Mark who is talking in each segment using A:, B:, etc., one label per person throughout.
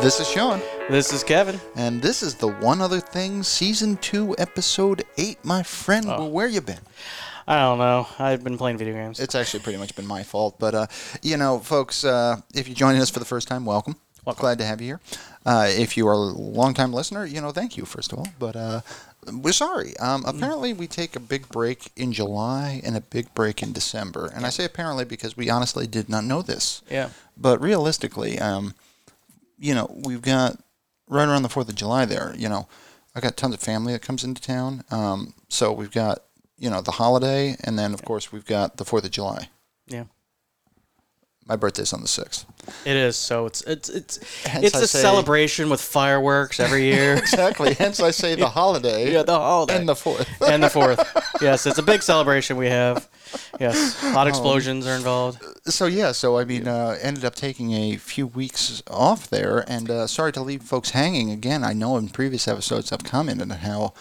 A: This is Sean,
B: This is Kevin.
A: and this is the One Other Thing Season 2, Episode 8. My friend, well, where you been?
B: I don't know. I've been playing video games.
A: It's actually pretty much been my fault, but, uh, you know, folks, uh, if you're joining us for the first time, welcome.
B: Welcome.
A: Glad to have you here. Uh, if you are a longtime listener, you know, thank you, first of all, but uh, we're sorry. Um, apparently, we take a big break in July and a big break in December, and I say apparently because we honestly did not know this.
B: yeah.
A: But realistically, um, you know, we've got right around the Fourth of July there. You know, I got tons of family that comes into town. Um, so we've got you know the holiday, and then of course we've got the Fourth of July.
B: Yeah.
A: My birthday's on the sixth.
B: It is. So it's it's it's
A: Hence
B: it's
A: I
B: a
A: say-
B: celebration with fireworks every year.
A: Exactly. Hence, I say the holiday.
B: yeah, the holiday.
A: and the fourth.
B: and the fourth. yes, it's a big celebration we have. Yes. A
A: Oh.
B: lot of explosions are involved.
A: So yeah, so I mean, uh, ended up taking a few weeks off there, and uh, sorry to leave folks hanging again. I know in previous episodes I've commented on how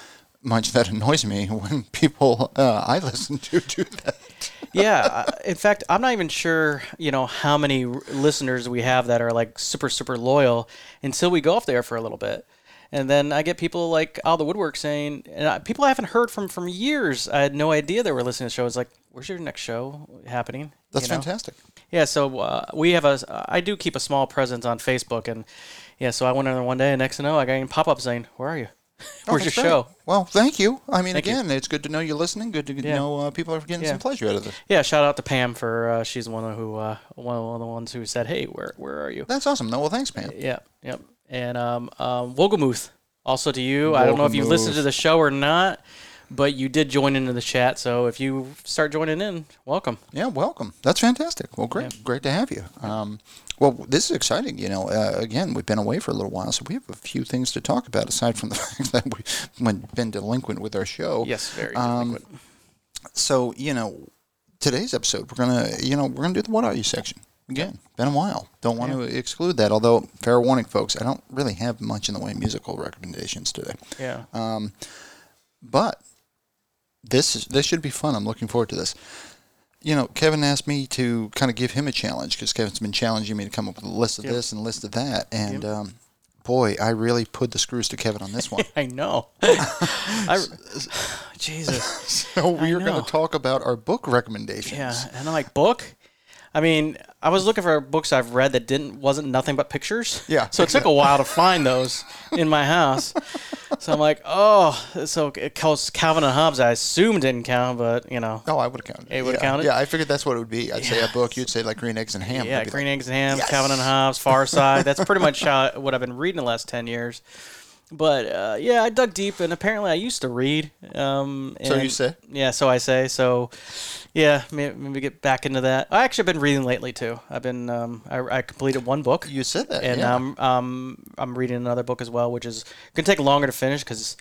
A: much that annoys me when people uh, I listen to do that.
B: yeah. I- In fact, I'm not even sure, you know, how many r- listeners we have that are like super, super loyal until we go off there for a little bit. And then I get people like out of the woodwork saying, and I, people I haven't heard from from years. I had no idea they were listening to the show. It's like, where's your next show happening?
A: That's
B: You know?
A: fantastic.
B: Yeah. So uh, we have a, I do keep a small presence on Facebook. And yeah, so I went in there one day and next to know, I got a pop up saying, where are you?
A: Oh,
B: Where's your
A: That's great.
B: show?
A: Well, thank you. I mean,
B: Thank you.
A: again, it's good to know you're listening. Good to know uh, people are getting
B: Yeah.
A: some pleasure out of this.
B: Yeah, shout out to Pam for uh, she's one of who uh, one of the ones who said, "Hey, where where are you?"
A: That's awesome. though. Well, thanks, man.
B: Yeah, yep. And um, um, Wolgamuth, also to you. I don't know if you listened
A: Wolgamuth.
B: to the show or not, but you did join into the chat. So if you start joining in, welcome.
A: Yeah, welcome. That's fantastic. Well, great, great to have you. Um, well, this is exciting. You know, uh, again, we've been away for a little while, so we have a few things to talk about aside from the fact that we've been delinquent with our show. Um,
B: Yes, very delinquent.
A: So you know, today's episode, we're gonna, you know, we're gonna do the what are you section again. Been a while. Don't want to exclude that. Although, fair warning, folks, I don't really have much in the way of musical recommendations today.
B: Yeah,
A: But this is this should be fun. I'm looking forward to this. You know, Kevin asked me to kind of give him a challenge because Kevin's been challenging me to come up with a list of
B: Yep.
A: this and a list of that. And um, boy, I really put the screws to Kevin on this one.
B: I know. I, Jesus.
A: so we are
B: know.
A: going to talk about our book recommendations.
B: Yeah, and I'm like book. I mean, I was looking for books I've read that didn't wasn't nothing but pictures.
A: Yeah.
B: So it took a while to find those in my house. So I'm like, oh, so it counts Calvin and Hobbes. I assume didn't count, but you know,
A: Oh, I would have counted.
B: It would've
A: yeah.
B: counted?
A: Yeah, I figured that's what it would be. I'd say a book. You'd say like green eggs and ham.
B: yeah,
A: I'd be
B: Green
A: like,
B: Eggs and Ham,
A: yes.
B: Calvin and Hobbes, Far Side. That's pretty much how, what I've been reading the last ten years. But uh, yeah, I dug deep, and apparently I used to read. Um,
A: So you
B: and-
A: say?
B: Yeah, so I say. So yeah, maybe, maybe get back into that. I actually been reading lately too. I've been um, I, I completed one book.
A: You said that.
B: and
A: yeah.
B: um, um, I'm reading another book as well, which is gonna take longer to finish because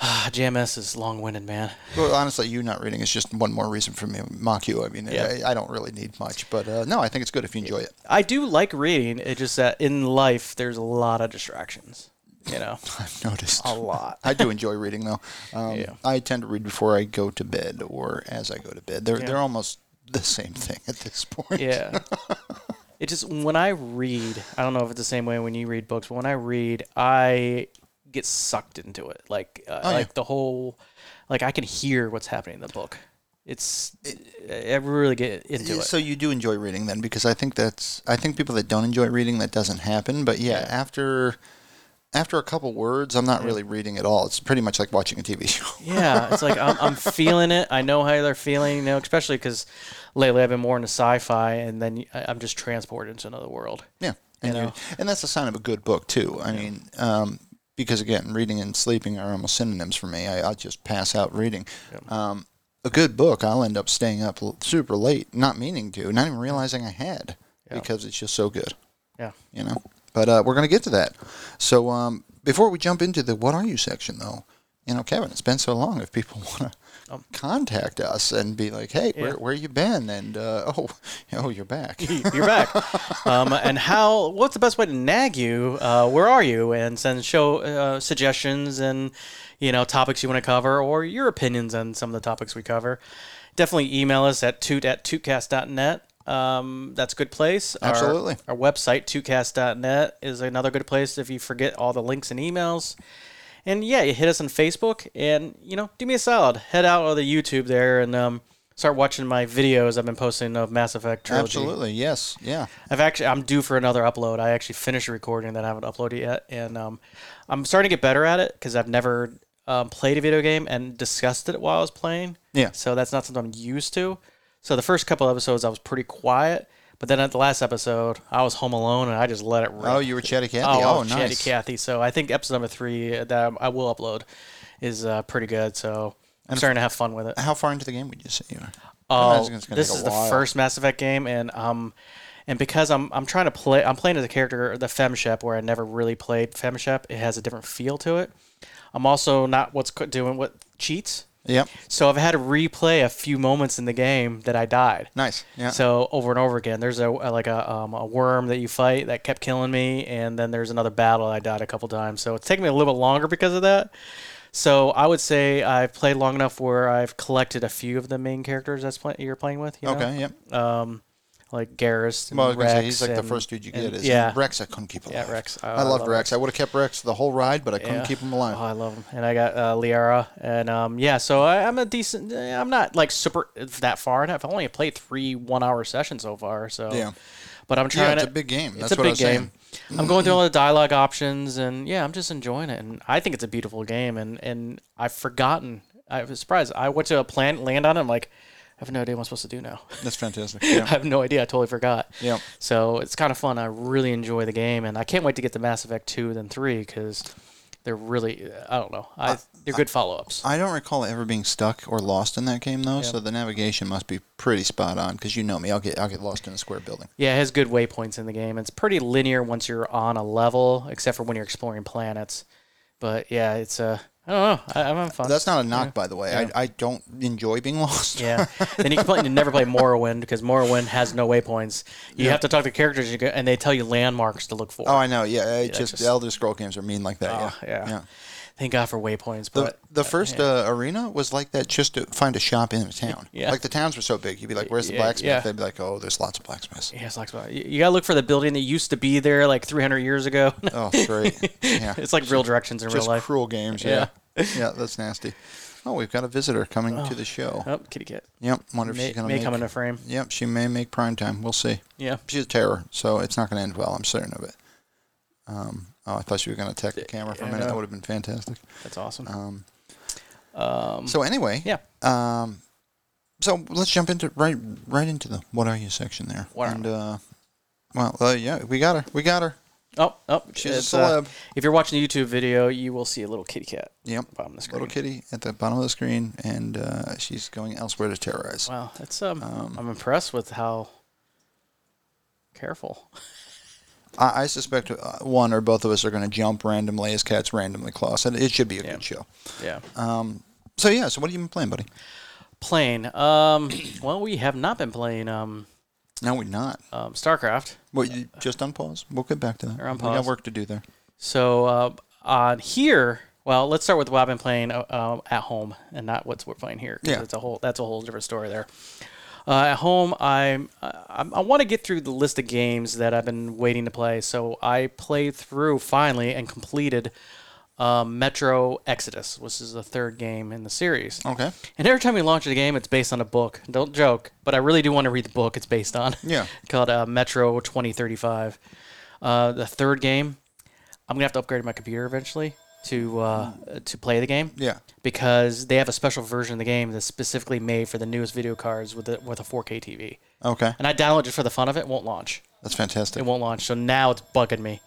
B: JMS is long-winded, man.
A: Well, honestly, you not reading is just one more reason for me to mock you. I mean,
B: Yeah.
A: I, I don't really need much, but uh, no, I think it's good if you enjoy it.
B: I do like reading. It's just that in life, there's a lot of distractions. You know,
A: I've noticed.
B: a lot.
A: I do enjoy reading though. Um,
B: Yeah.
A: I tend to read before I go to bed or as I go to bed. They're they're almost the same thing at this point.
B: Yeah. it just when I read, I don't know if it's the same way when you read books, but when I read, I get sucked into it. Like uh,
A: yeah.
B: like the whole like I can hear what's happening in the book. It's I really get into it.
A: So you do enjoy reading then, because I think that's I think people that don't enjoy reading that doesn't happen. But yeah, after after a couple words, I'm not really reading at all. It's pretty much like watching a TV show.
B: Yeah, it's like I'm, I'm feeling it. I know how they're feeling, you know, especially because lately I've been more into sci-fi, and then I- I'm just transported into another world.
A: Yeah, and
B: know.
A: you- and that's a sign of a good book too. I mean, um, because again, reading and sleeping are almost synonyms for me. I, I just pass out reading. Um, a good book, I'll end up staying up l- super late, not meaning to, not even realizing I had, because it's just so good,
B: Yeah.
A: you know. But uh, we're gonna get to that. So um, before we jump into the "What Are You" section, though, you know, Kevin, it's been so long. If people want to. Contact us and be like, "Hey, where where you been?" And uh, oh, oh, you're back.
B: You're back. um, and how? What's the best way to nag you? Uh, where are you? And send show uh, suggestions and you know topics you want to cover, or your opinions on some of the topics we cover. Definitely email us at toot at tootcast.net. Um, that's a good place. Our-
A: Absolutely.
B: Our, website, twocast.net, is another good place if you forget all the links and emails. And yeah, you hit us on Facebook and, you know, do me a solid. Head out on the YouTube there and um, start watching my videos I've been posting of Mass Effect Trilogy.
A: Absolutely. Yes. Yeah.
B: I've actually I'm due for another upload. I actually finished recording that I haven't uploaded yet, and um, I'm starting to get better at it because I've never um, played a video game and discussed it while I was playing.
A: Yeah.
B: So that's not something I'm used to. So the first couple episodes I was pretty quiet, but then at the last episode I was home alone and I just let it rip.
A: Oh, you were Chatty Cathy.
B: Oh,
A: Oh,
B: oh
A: nice.
B: Chatty Cathy. So I think episode number three that I will upload is uh, pretty good. So I'm starting to have fun with it.
A: How far into the game would you say you are? I
B: Oh,
A: imagine it's gonna
B: this
A: take a
B: is the
A: while.
B: first Mass Effect game, and um, and because I'm I'm trying to play, I'm playing as a character the FemShep, where I never really played FemShep. It has a different feel to it. I'm also not what's co- doing what cheats,
A: Yep.
B: so I've had to replay a few moments in the game that I died.
A: Nice. Yeah.
B: So over and over again, there's a a- like a um, a worm that you fight that kept killing me, and then there's another battle I died a couple times. So it's taking me a little bit longer because of that. So I would say I've played long enough where I've collected a few of the main characters that's play- you're playing with. You know?
A: okay. Yep.
B: Um, like Garrus. And
A: Well, I was gonna
B: Rex
A: say he's like the
B: and-
A: first dude you
B: and-
A: get. Is
B: yeah.
A: Rex, I couldn't keep alive.
B: Yeah, Rex. Oh,
A: I loved Rex. I would have kept Rex the whole ride, but I couldn't
B: Yeah.
A: keep him
B: Oh,
A: alive.
B: I love him. And I got uh, Liara, and um, yeah. So I, I'm a decent. eh, I'm not like super eh, that far. and I've only played three one-hour sessions so far. So
A: Yeah.
B: But I'm
A: Yeah,
B: trying
A: it's
B: to.
A: a big game. That's
B: it's a
A: what I
B: big
A: was
B: game.
A: saying.
B: I'm going through all the dialogue options, and yeah, I'm just enjoying it. And I think it's a beautiful game, and and I've forgotten. I was surprised. I went to a planet, land on it. I'm like, I have no idea what I'm supposed to do now.
A: That's fantastic.
B: I
A: Yeah.
B: have no idea. I totally forgot.
A: Yeah.
B: So it's kind of fun. I really enjoy the game, and I can't wait to get the Mass Effect two then three because they're really I don't know. I they're good follow ups.
A: I don't recall ever being stuck or lost in that game though, so the navigation must be pretty spot on. Because you know me, I'll get I'll get lost in a square building.
B: Yeah, it has good waypoints in the game. It's pretty linear once you're on a level, except for when you're exploring planets. But yeah, it's uh, I don't know. I, I'm having fun.
A: That's not a knock, by the way. I, I don't enjoy being lost.
B: Yeah. then you can play, you never play Morrowind because Morrowind has no waypoints. You have to talk to characters you go, and they tell you landmarks to look for.
A: Oh, I know. Yeah, it just,
B: just-
A: Elder Scroll games are mean like that.
B: Oh,
A: yeah.
B: yeah. Thank God for waypoints.
A: The,
B: But
A: the first uh, arena was like that just to find a shop in a town.
B: Yeah.
A: Like the towns were so big. You'd be like, where's the
B: Yeah,
A: blacksmith?
B: yeah.
A: They'd be like, oh, there's lots of blacksmiths.
B: yeah, it's like you, you gotta look for the building that used to be there like 300 years ago.
A: Oh, great. yeah.
B: it's like real directions in real
A: Just
B: life.
A: cruel games. Yeah. yeah. that's nasty. Oh, we've got a visitor coming to the show.
B: oh, kitty cat.
A: Yep. Wonder if
B: May,
A: she's going
B: may
A: to make
B: come into frame.
A: Yep, she may make prime time. We'll see.
B: Yeah.
A: She's a terror, so it's not going to end well. I'm certain of it. Um, oh, I thought you were going to attack the camera for a
B: I
A: minute.
B: know.
A: That would have been fantastic.
B: That's awesome.
A: Um,
B: Um,
A: so anyway,
B: yeah.
A: Um, so let's jump into right right into the what are you section there.
B: What are
A: and uh, well, uh, yeah, we got her. We got her.
B: Oh, oh,
A: She's a
B: it's, uh,
A: celeb.
B: if you're watching the YouTube video, you will see a little kitty cat.
A: Yep.
B: Bottom of the screen.
A: Little kitty at the bottom of the screen, and uh, she's going elsewhere to terrorize.
B: Wow, that's um, I'm impressed with how careful.
A: I, I suspect uh, one or both of us are going to jump randomly as cats randomly claw. So it should be a
B: Yeah.
A: good show.
B: Yeah.
A: Um, so yeah, so what have you been playing, buddy?
B: playing. Um, well, we have not been playing um,
A: No, we're not.
B: um, StarCraft.
A: Well, you just on pause. We'll get back to that.
B: Or on
A: We got
B: pause.
A: work to do there.
B: So uh, on here, well, let's start with what I've been playing uh, um, at home and not what's we're playing here. 'cause
A: Yeah.
B: It's a whole that's a whole different story there. Uh, at home, I'm, I, I want to get through the list of games that I've been waiting to play. So I played through finally and completed um, Metro Exodus, which is the third game in the series.
A: Okay.
B: And every time we launch a game, it's based on a book. Don't joke, but I really do want to read the book it's based on.
A: Yeah.
B: Called uh, Metro 2035. Uh, the third game, I'm gonna have to upgrade my computer eventually to uh, to play the game.
A: Yeah.
B: Because they have a special version of the game that's specifically made for the newest video cards with a, with a 4K TV.
A: Okay.
B: And I downloaded it for the fun of it. Won't launch.
A: That's fantastic.
B: It won't launch. So now it's bugging me.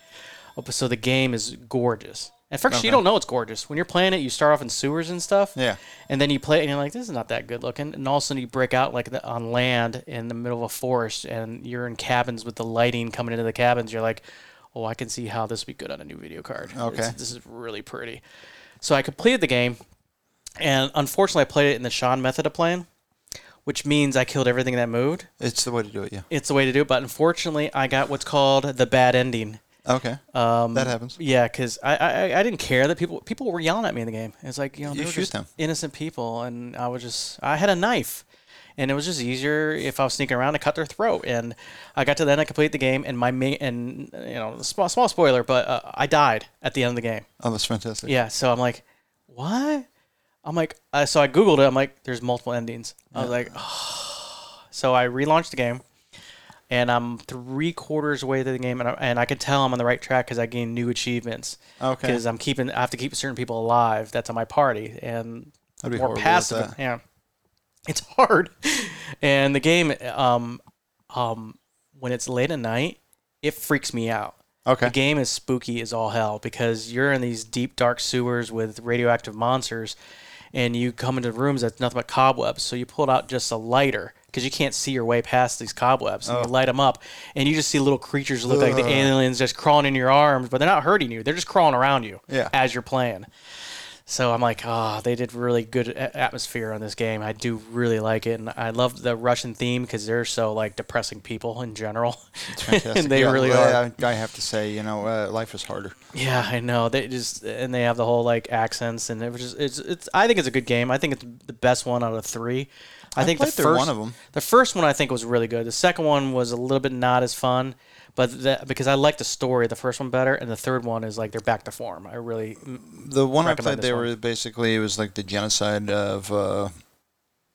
B: Oh, but- So the game is gorgeous. At first, you don't know it's gorgeous. When you're playing it, you start off in sewers and stuff.
A: Yeah.
B: And then you play it and you're like, this is not that good looking. And all of a sudden you break out like the, on land in the middle of a forest and you're in cabins with the lighting coming into the cabins. You're like, oh, I can see how this would be good on a new video card.
A: Okay.
B: It's- this is really pretty. So I completed the game. And unfortunately, I played it in the Sean method of playing, which means I killed everything that moved.
A: It's the way to do it. Yeah.
B: It's the way to do it. But unfortunately, I got what's called the bad ending.
A: Okay. Um, that happens.
B: Yeah, because I, I I didn't care that people people were yelling at me in the game. It's like you know
A: You
B: they were
A: shoot
B: just
A: them.
B: innocent people, and I was just I had a knife, and it was just easier if I was sneaking around to cut their throat. And I got to the end, I completed the game, and my main and you know small small spoiler, but uh, I died at the end of the game.
A: Oh, that's fantastic.
B: Yeah, so I'm like, what? I'm like, uh, so I googled it. I'm like, there's multiple endings. I was like, so I relaunched the game, and I'm three quarters way through the game, and I, and I can tell I'm on the right track because I gained new achievements.
A: Okay.
B: Because I'm keeping, I have to keep certain people alive. That's on my party, and
A: That'd be
B: more
A: horrible at
B: passive.
A: that.
B: Yeah. It's hard, and the game, um, um, when it's late at night, it freaks me out.
A: Okay.
B: The game is spooky as all hell because you're in these deep dark sewers with radioactive monsters, and you come into rooms that's nothing but cobwebs. So you pull out just a lighter because you can't see your way past these cobwebs. And you light them up, and you just see little creatures that look like the
A: Oh. Ugh.
B: aliens just crawling in your arms, but they're not hurting you. They're just crawling around you
A: Yeah.
B: as you're playing. So I'm like, ah, they did really good a- atmosphere on this game. I do really like it, and I love the Russian theme because they're so like depressing people in general, and
A: Fantastic.
B: they
A: Yeah,
B: really are.
A: well, I, I have to say, you know, uh, life is harder.
B: Yeah, I know. They just and they have the whole like accents and it was just it's it's. I think it's a good game. I think it's the best one out of three. I, think the
A: played
B: first
A: through one of 'em.
B: The first one I think was really good. The second one was a little bit not as fun, but that because I like the story, of the first one better, and the third one is like they're back to form. I really
A: The one I
B: Recommend
A: played,
B: this
A: they
B: one.
A: were basically it was like the genocide of uh,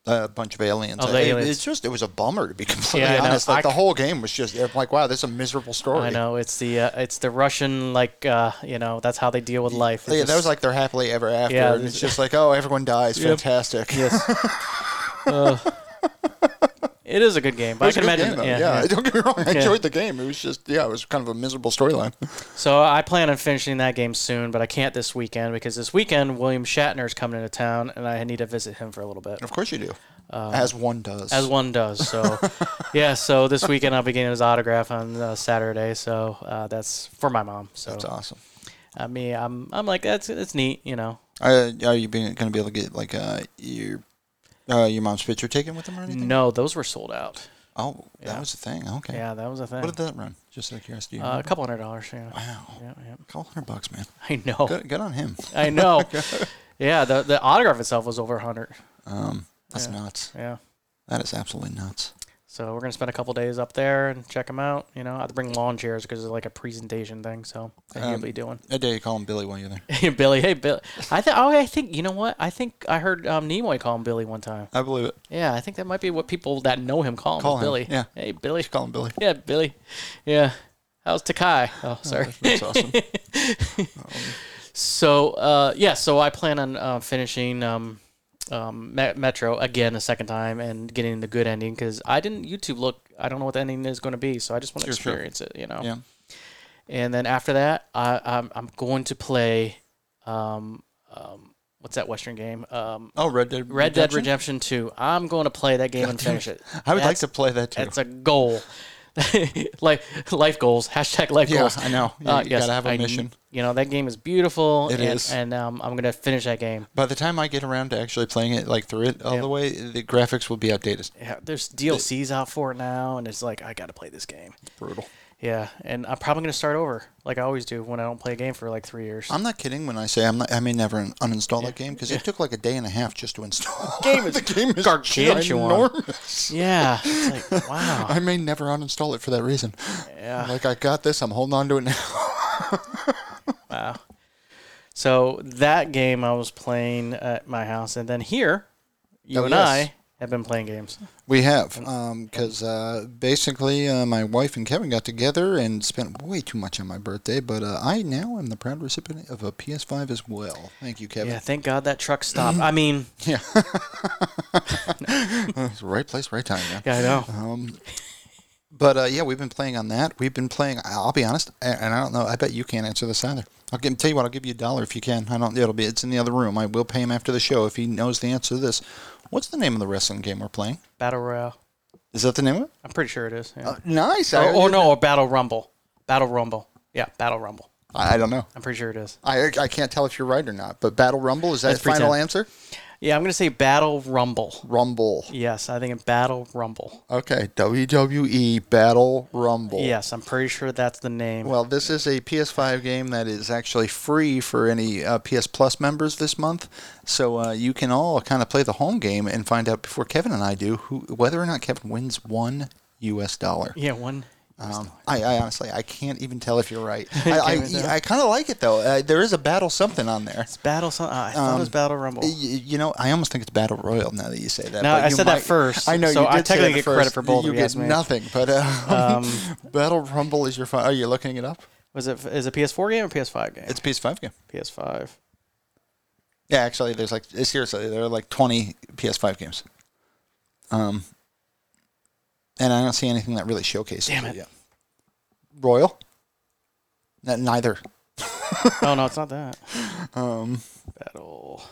A: a bunch of aliens.
B: Of Oh, the
A: It-
B: aliens.
A: It's just it was a bummer to be completely
B: Yeah, I know.
A: honest. Like
B: I
A: the
B: c-
A: whole game was just I'm like wow, this is a miserable story.
B: I know it's the uh, it's the Russian like uh, you know that's how they deal with life. It's
A: Yeah, that
B: just-
A: was like their happily ever after,
B: Yeah,
A: and
B: this-
A: it's just like, oh, everyone dies,
B: Yep.
A: fantastic.
B: it is a good game. But I
A: It was a
B: can
A: good
B: imagine
A: game, though.
B: yeah,
A: yeah,
B: yeah. Um,
A: don't get me wrong, I enjoyed the game. It was just, yeah, it was kind of a miserable storyline.
B: So I plan on finishing that game soon, but I can't this weekend because this weekend William Shatner's coming into town, and I need to visit him for a little bit,
A: Of course you do, as one does.
B: um, as one does. So, yeah. So this weekend I'll be getting his autograph on uh, Saturday. So uh, that's for my mom. So
A: That's awesome.
B: I mean, I'm I'm like that's it's neat, you know.
A: Uh, are you being, gonna be able to get like uh, your uh, your mom's picture taken with them or anything?
B: No, those were sold out.
A: Oh, that
B: Yeah.
A: was a thing. Okay.
B: Yeah, that was a thing.
A: What did that run? Just out of curiosity.
B: uh, a couple hundred Oh. dollars. Yeah.
A: wow.
B: Yeah, yeah.
A: Couple hundred bucks, man.
B: I know.
A: Good, good on him.
B: I know. yeah, the the autograph itself was over a hundred.
A: Um, that's
B: Yeah.
A: nuts.
B: Yeah.
A: That is absolutely nuts.
B: So we're gonna spend a couple days up there and check them out. You know, I have to bring lawn chairs because it's like a presentation thing. So I he'll
A: Um,
B: be doing.
A: A day you call him Billy while you're there.
B: Hey, Billy, hey Billy. I think. Oh, I think you know what? I think I heard um, Nimoy call him Billy one time.
A: I believe it.
B: Yeah, I think that might be what people that know him call him.
A: Call
B: is
A: him,
B: Billy.
A: yeah.
B: Hey Billy.
A: Call him Billy.
B: Yeah, Billy. Yeah. How's Takai? Oh, sorry.
A: That's awesome.
B: So uh, yeah, so I plan on uh, finishing um, um, Me- Metro again a second time and getting the good ending because I didn't YouTube look. I don't know what the ending is going to be, so I just want to
A: Sure, sure.
B: experience it. You know.
A: Yeah.
B: And then after that, I, I'm I'm going to play, um, um, what's that Western game? Um,
A: Oh, Red Dead.
B: Red Dead Redemption Two. I'm going to play that game and finish it.
A: I would like
B: That's-
A: to play that too.
B: That's a goal. like life goals. Hashtag life
A: Yeah,
B: goals. Uh,
A: I know. You- you gotta have a
B: I kn-
A: mission.
B: You know that game is beautiful.
A: It
B: and,
A: is.
B: and um, I'm gonna finish that game.
A: By the time I get around to actually playing it, like through it all
B: Yeah.
A: the way, the graphics will be outdated.
B: Yeah, there's DLCs out for it now, and it's like I gotta play this game.
A: Brutal.
B: Yeah, and I'm probably gonna start over, like I always do when I don't play a game for like three years.
A: I'm not kidding when I say I'm not, I may never un- uninstall that game because it took like a day and a half just to install.
B: Game is
A: the game is
B: gargantuan.
A: ginormous.
B: yeah, it's like wow.
A: I may never uninstall it for that reason.
B: Yeah.
A: Like I got this, I'm holding on to it now.
B: So that game I was playing at my house, and then here, you
A: Oh,
B: and
A: yes.
B: I have been playing games.
A: We have,
B: Mm.
A: because uh, basically uh, my wife and Kevin got together and spent way too much on my birthday. But uh, I now am the proud recipient of a PS5 as well. Thank you, Kevin.
B: Yeah, thank God that truck stopped. I mean,
A: It's the right place, right time. Man.
B: yeah, I know.
A: Uh-huh. But uh, yeah, we've been playing on that. We've been playing. I'll be honest, a- and I don't know. I bet you can't answer this either. I'll give, tell you what. I'll give you a dollar if you can. I don't. It'll be. It's in the other room. I will pay him after the show if he knows the answer to this. What's the name of the wrestling game we're playing?
B: Battle Royale.
A: Is that the name of it? Oh,
B: I'm pretty sure it is.
A: Uh,
B: Yeah.
A: Nice. I,
B: or, or no, or Battle Rumble. Battle Rumble. Yeah, Battle Rumble.
A: I, I don't know.
B: I'm pretty sure it is.
A: I I can't tell if you're right or not. But Battle Rumble is that
B: Let's
A: the final
B: pretend.
A: answer?
B: Yeah, I'm gonna say Battle Rumble.
A: Rumble.
B: Yes, I think it's Battle Rumble.
A: Okay, WWE Battle Rumble.
B: Yes, I'm pretty sure that's the name.
A: Well, this is a PS5 game that is actually free for any uh, PS Plus members this month, so uh, you can all kind of play the home game and find out before Kevin and I do who whether or not Kevin wins one U.S. dollar.
B: yeah, one.
A: Um, I, I honestly, I can't even tell if you're right. I, I, I kind of like it though. Uh, there is a battle something on there.
B: It's Battle. Some, uh, I thought it was Battle Rumble.
A: Um, Y- You know, I almost think it's battle royal now that you say that.
B: No,
A: but
B: I
A: you
B: said that first,
A: I know
B: so
A: you
B: I
A: did say
B: technically
A: that
B: get
A: first.
B: credit for both
A: You
B: if you
A: get
B: ask me.
A: nothing, but um, battle rumble is your. Fun. Are you looking it up?
B: Was it is it a PS4 game or PS5 game?
A: It's PS5 game.
B: PS5.
A: Yeah, actually, there's like uh, seriously, there are like 20 PS5 games. Um, and I don't see anything that really showcases
B: Damn
A: it
B: it.
A: yet. Royal. N- neither.
B: Oh no, it's not that.
A: Um.
B: Battle.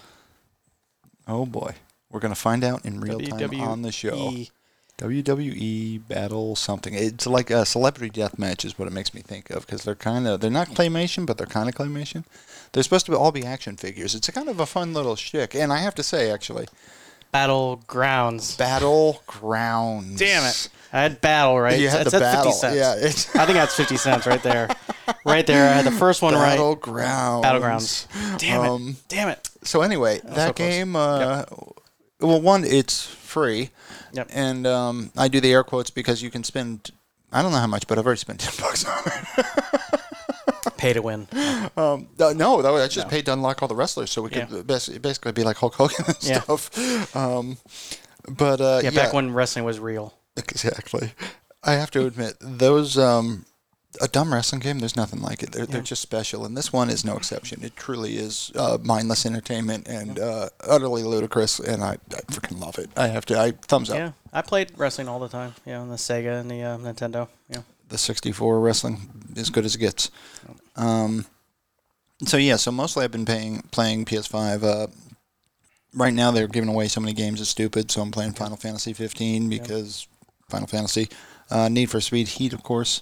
A: Oh boy, we're gonna find out in real time
B: WWE.
A: on the show. WWE Battle something. It's like a celebrity death match is what it makes me think of because they're kind of they're not claymation, but they're kind of claymation. They're supposed to all be action figures. It's a kind of a fun little shtick, and I have to say, actually,
B: Battlegrounds.
A: Battlegrounds.
B: Damn it! I had battle right.
A: You
B: I
A: had the
B: said
A: battle.
B: 50 cents.
A: Yeah, it's
B: I think that's 50 cents right there. Right there. I had the first one right.
A: Battlegrounds.
B: Battlegrounds. Damn it.
A: Um,
B: Damn it.
A: So anyway, that,
B: so close.
A: game. Uh, Well, one, it's free,
B: Yep.
A: and um, I do the air quotes because you can spend. I don't know how much, but I've already spent ten bucks on it.
B: Pay to win.
A: Um, no, no, that was, I just paid to unlock all the wrestlers, so we could
B: Yeah.
A: bas- basically be like Hulk Hogan and
B: Yeah.
A: stuff. Um, but uh,
B: Yeah, back when wrestling was real.
A: Exactly. I have to admit, those um, a dumb wrestling game. There's nothing like it. They're, they're just special, and this one is no exception. It truly is uh, mindless entertainment and uh, utterly ludicrous, and I, I freaking love it. I have to. I thumbs up
B: Yeah, I played wrestling all the time. Yeah, on the Sega and the uh, Nintendo. Yeah.
A: the '64 wrestling as good as it gets. Um, so yeah, so mostly I've been paying playing PS5. Uh, right now they're giving away so many games it's stupid, so I'm playing Final Fantasy 15 because Final Fantasy, uh, Need for Speed Heat, of course.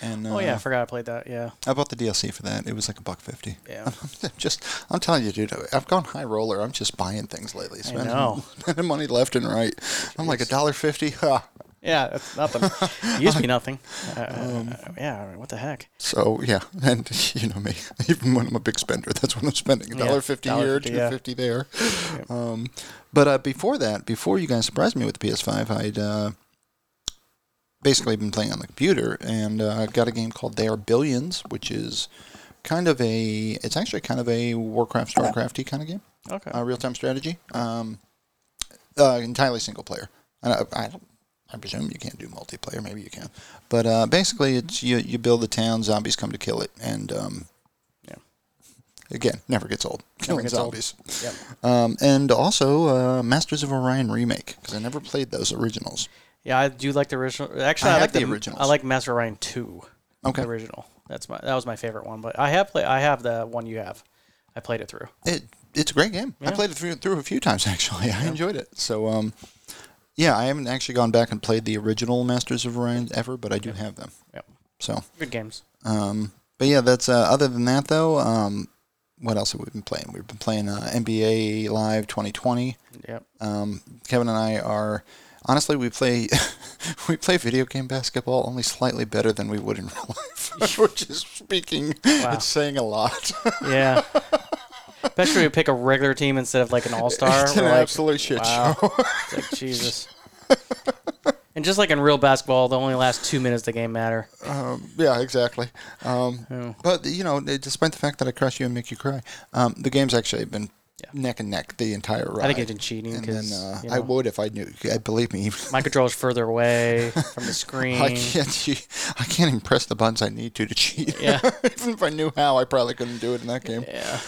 A: And uh,
B: Oh yeah, I forgot I played that. Yeah.
A: I bought the DLC for that. It was like a buck fifty.
B: Yeah.
A: I'm just, I'm telling you, dude. I've gone high roller. I'm just buying things lately. Spending,
B: know.
A: spending money left and right. I'm like a dollar fifty. Ha.
B: Yeah, that's nothing. It used to be nothing. Uh,
A: Um.
B: yeah, what the heck?
A: So yeah, and you know me. Even when I'm a big spender, that's when I'm spending a
B: Yeah,
A: dollar fifty here,
B: $1.50,
A: two
B: yeah.
A: fifty there. Um, but uh, before that, before you guys surprised me with the PS5, I'd uh, basically been playing on the computer and uh, got a game called They Are Billions, which is kind of a. It's actually kind of a Warcraft, Starcrafty kind of game
B: Okay.
A: uh, real time strategy. Um, uh, entirely single player. And I, I, don't- I presume you can't do multiplayer. Maybe you can, but uh, basically, it's you you build the town, zombies come to kill it, and um,
B: Yeah.
A: again, never gets old. Killing
B: gets old.
A: zombies.
B: Yep.
A: Um, and also uh, Masters of Orion remake because I never played those originals.
B: Yeah, I do like the original.
A: I
B: Actually, I,
A: have
B: like
A: the
B: the,
A: originals.
B: I like Master Orion Two.
A: Okay.
B: The original. That's my that was my favorite one. But I have play I have the one you have. I played it through.
A: It it's a great game. I
B: Yeah.
A: played it through, through a few times actually. I enjoyed it. So um, yeah, I haven't actually gone back and played the original Masters of Orion ever, but I do have them.
B: Yep.
A: So
B: Good games.
A: Um, but yeah, that's uh, other than that though. Um, what else have we been playing? We've been playing uh, NBA Live 2020.
B: Yep.
A: Um, Kevin and I are honestly we play we play video game basketball only slightly better than we would in real life, which is speaking
B: Wow.
A: it's saying a lot.
B: Yeah. Especially if you pick a regular team instead of like an all star.
A: it's an absolute shit
B: wow.
A: show.
B: It's like Jesus. and just like in real basketball, the only last two minutes of the game matter.
A: Um, yeah, exactly. Um,
B: Oh.
A: But you know, despite the fact that I crush you and make you cry, um, the game's actually been
B: Yeah.
A: neck and neck the entire ride.
B: I think it's been cheating
A: And then
B: because
A: uh, I would if I knew. I believe me.
B: my controller's further away from the screen.
A: I can't. cheat- I can't even press the buttons I need to to cheat.
B: Yeah.
A: even if I knew how, I probably couldn't do it in that game.
B: Yeah.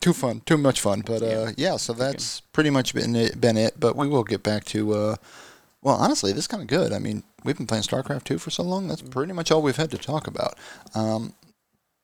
A: Too fun. Too much fun. But uh, yeah. So that's pretty much been it, been it. But we will get back to. Uh, well, honestly, this is kind of good. I mean, we've been playing StarCraft 2 for so long.
B: Mm.
A: That's pretty much all we've had to talk about. Um,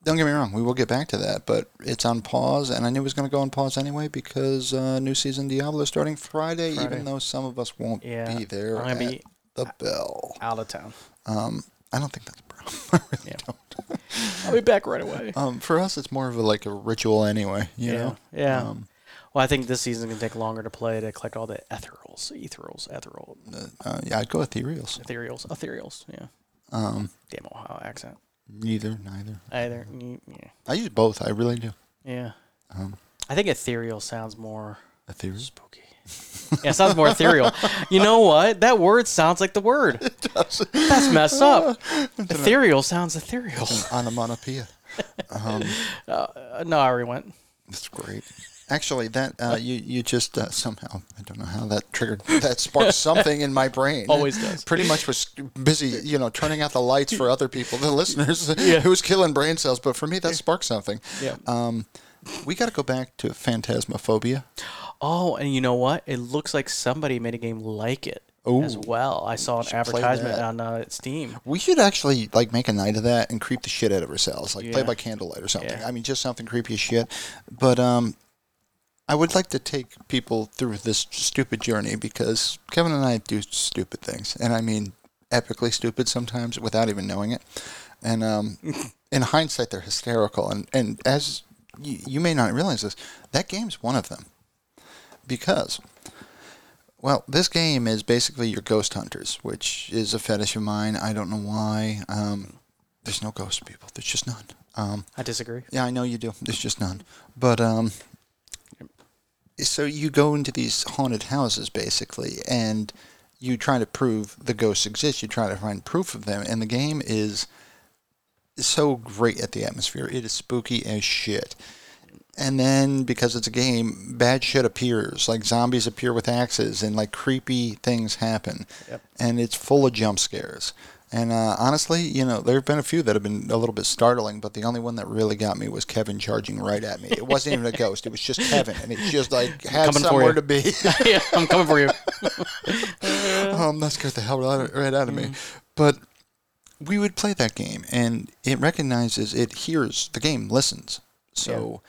A: don't get me wrong. We will get back to that, but it's on pause, and I knew it was going to go on pause anyway because uh, new season Diablo starting Friday,
B: Friday.
A: Even though some of us won't
B: Yeah.
A: be there
B: I'm
A: at
B: gonna be
A: the bell.
B: out of town.
A: Um, I don't think that's a problem. I really
B: Yeah.
A: don't.
B: I'll be back right away.
A: Um, for us, it's more of a, like a ritual anyway. You
B: yeah.
A: know.
B: Yeah.
A: Um,
B: Well, I think this season's gonna take longer to play to collect all the ethereals, ethereals, ethereal,
A: Uh, yeah, I'd go ethereals.
B: ethereals, ethereals. Yeah.
A: Um,
B: Damn Ohio accent.
A: neither, neither.
B: Either. Yeah.
A: I use both. I really do.
B: Yeah.
A: Um,
B: I think ethereal sounds more
A: Ethereals.
B: spooky. yeah, it sounds more ethereal. You know what? That word sounds like the word. That's messed up. ethereal sounds ethereal.
A: Onomatopoeia. Um,
B: Uh, no, I already went.
A: That's great. Actually, that uh, you you just uh, somehow I don't know how that triggered that sparked something in my brain.
B: Always does.
A: Pretty much was busy, you know, turning out the lights for other people, the listeners. Yeah. Who's killing brain cells? But for me, that sparked something.
B: Yeah.
A: Um, we got to go back to phantasmophobia.
B: Oh, and you know what? It looks like somebody made a game like it as
A: Ooh.
B: well. I saw an
A: play
B: advertisement
A: that.
B: on uh, Steam.
A: We should actually like make a night of that and creep the shit out of ourselves, like play
B: Yeah.
A: by candlelight or something.
B: Yeah.
A: I mean, just something creepy as shit. But um, I would like to take people through this stupid journey because Kevin and I do stupid things, and I mean epically stupid sometimes without even knowing it. And um, in hindsight, they're hysterical. And and as you, you may not realize this, that game's one of them because well, this game is basically your ghost hunters, which is a fetish of mine. I don't know why. Um, there's no ghost people. There's just none. Um,
B: I disagree.
A: yeah, I know you do. There's just none. But um, so you go into these haunted houses basically, and you try to prove the ghosts exist. You try to find proof of them, and the game is so great at the atmosphere. It is spooky as shit. And then because it's a game, bad shit appears. Like zombies appear with axes, and like creepy things happen.
B: Yep.
A: And it's full of jump scares. And uh, honestly, you know, there have been a few that have been a little bit startling, but the only one that really got me was Kevin charging right at me. It wasn't even a ghost; it was just Kevin, and it just like had
B: Coming for
A: somewhere
B: you.
A: to be.
B: yeah, I'm coming for you. Oh.
A: um, that scared the hell out of, right out of me.
B: Mm.
A: But we would play that game, and it recognizes, it hears, the game listens. So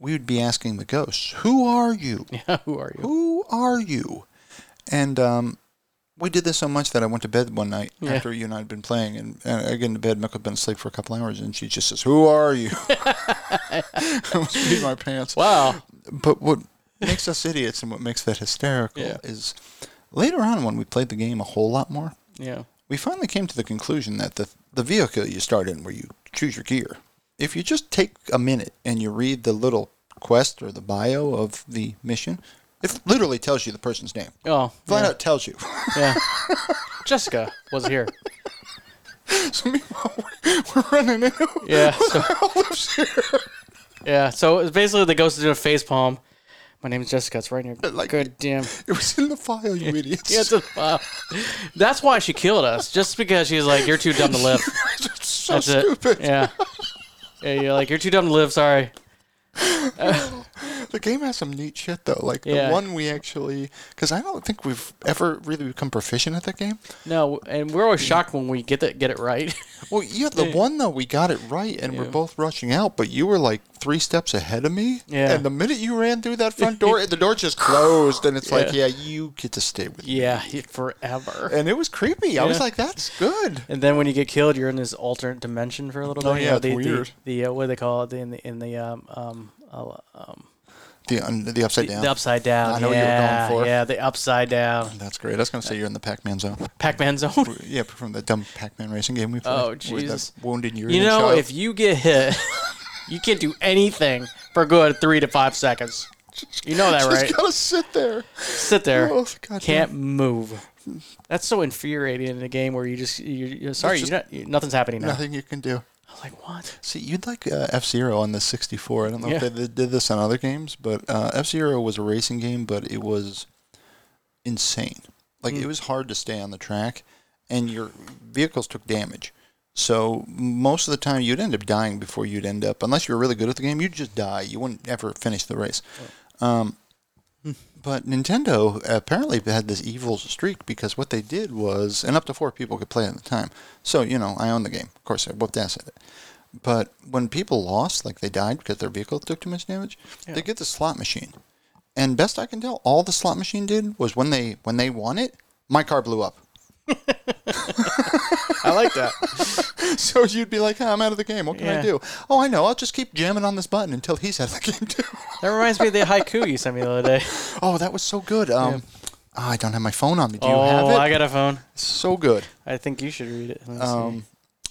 A: we would be asking the ghosts, "Who are you?
B: Yeah, who are you?
A: Who are you?" And um, we did this so much that I went to bed one night
B: Yeah.
A: after you and I had been playing, and, and I get into bed. Mick had been asleep for a couple hours, and she just says, "Who are you?" I was peeing my pants
B: Wow.
A: but what makes us idiots and what makes that hysterical
B: Yeah.
A: is later on when we played the game a whole lot more,
B: Yeah.
A: we finally came to the conclusion that the the vehicle you start in where you choose your gear, if you just take a minute and you read the little quest or the bio of the mission, it literally tells you the person's name.
B: Oh,
A: Flat
B: yeah.
A: out tells you.
B: yeah. Jessica was here.
A: so meanwhile, we're, we're running into
B: Yeah. So,
A: all this shit.
B: yeah. So it's basically the ghost is doing a face palm. My name's Jessica. It's right in your
A: Like-
B: good damn.
A: It was in the file, you idiots.
B: Yeah, it's a file. That's why she killed us, just because she's like, "You're too dumb to live."
A: It's so
B: That's
A: stupid.
B: it. Yeah. Yeah, you're like, "You're too dumb to live." Sorry.
A: The game has some neat shit though. Like the
B: Yeah.
A: one we actually, because I don't think we've ever really become proficient at that game.
B: No, and we're always shocked when we get it get it right.
A: Well, yeah, the one though we got it right, and we're both rushing out, but you were like three steps ahead of me.
B: Yeah.
A: And the minute you ran through that front door, the door just closed, and it's like, yeah, you get to stay with me.
B: yeah, forever.
A: And it was creepy. I was
B: Yeah.
A: like, that's good.
B: And then when you get killed, you're in this alternate dimension for a little bit.
A: Oh,
B: you
A: yeah,
B: know,
A: it's
B: the,
A: weird.
B: The, the uh, what do they call it? The, in the in the um um, uh, um
A: The un- the upside down.
B: the upside down.
A: I know what you were
B: yeah,
A: going for.
B: Yeah, the upside down.
A: that's great. I was gonna say you're in the Pac-Man zone.
B: Pac-Man zone.
A: Yeah, from the dumb Pac-Man racing game we played.
B: Oh,
A: with the
B: Jesus.
A: Wounded Yuri.
B: You know, if you get hit, you can't do anything for a good three to five seconds. You know that,
A: just
B: right?
A: gotta sit there.
B: Sit there,
A: Oh, God
B: can't move. That's so infuriating in a game where you just you're, you're sorry,
A: just-
B: you're not, you- nothing's happening now.
A: Nothing you can do.
B: I was like, what?
A: See, you'd like uh, F Zero on the 64. I don't know
B: Yeah.
A: if they they did this on other games, but uh, F Zero was a racing game, but it was insane. Like, it was hard to stay on the track, and your vehicles took damage. So, most of the time, you'd end up dying before you'd end up, unless you were really good at the game, you'd just die. You wouldn't ever finish the race. But Nintendo apparently had this evil streak because what they did was, and up to four people could play at the time. So, you know, I own the game. Of course, I whooped ass at it. But when people lost, like they died because their vehicle took too much damage, they get the slot machine. And best I can tell, all the slot machine did was when they when they won it, my car blew up.
B: I
C: like that.
A: so you'd be like, "Huh, I'm out of the game. What can I
B: Yeah.
A: do? Oh, I know. I'll just keep jamming on this button until he's out of the game too.
B: That reminds me of the haiku you sent me the other day.
A: oh, that was so good. Um, ah, I don't have my phone on me. Do you have
B: oh,
A: it?
B: I got a phone.
A: so good.
B: I think you should read it. Let's see.
A: Um,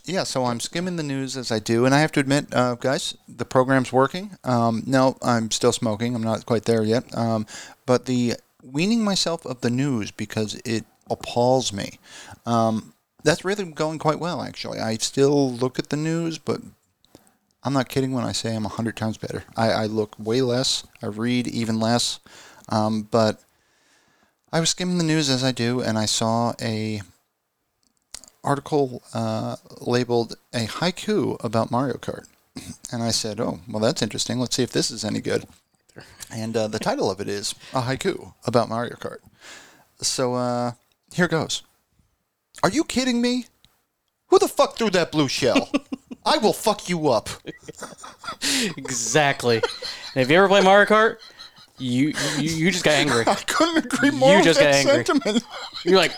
A: yeah, so I'm skimming the news as I do, and I have to admit, uh, guys, the program's working. Um, no, I'm still smoking. I'm not quite there yet. Um, but the weaning myself of the news because it appalls me. Um, that's really going quite well, actually. I still look at the news, but I'm not kidding when I say I'm 100 times better. I, I look way less, I read even less. Um, but I was skimming the news as I do, and I saw a article uh, labeled a haiku about Mario Kart. And I said, oh, well, that's interesting. Let's see if this is any good. And uh, the title of it is A Haiku About Mario Kart. So uh, here goes. Are you kidding me? Who the fuck threw that blue shell? I will fuck you up.
B: Exactly. and if you ever play Mario Kart, you you, you just got angry.
A: I couldn't agree more
B: just
A: with that
B: got angry.
A: sentiment.
B: You're like,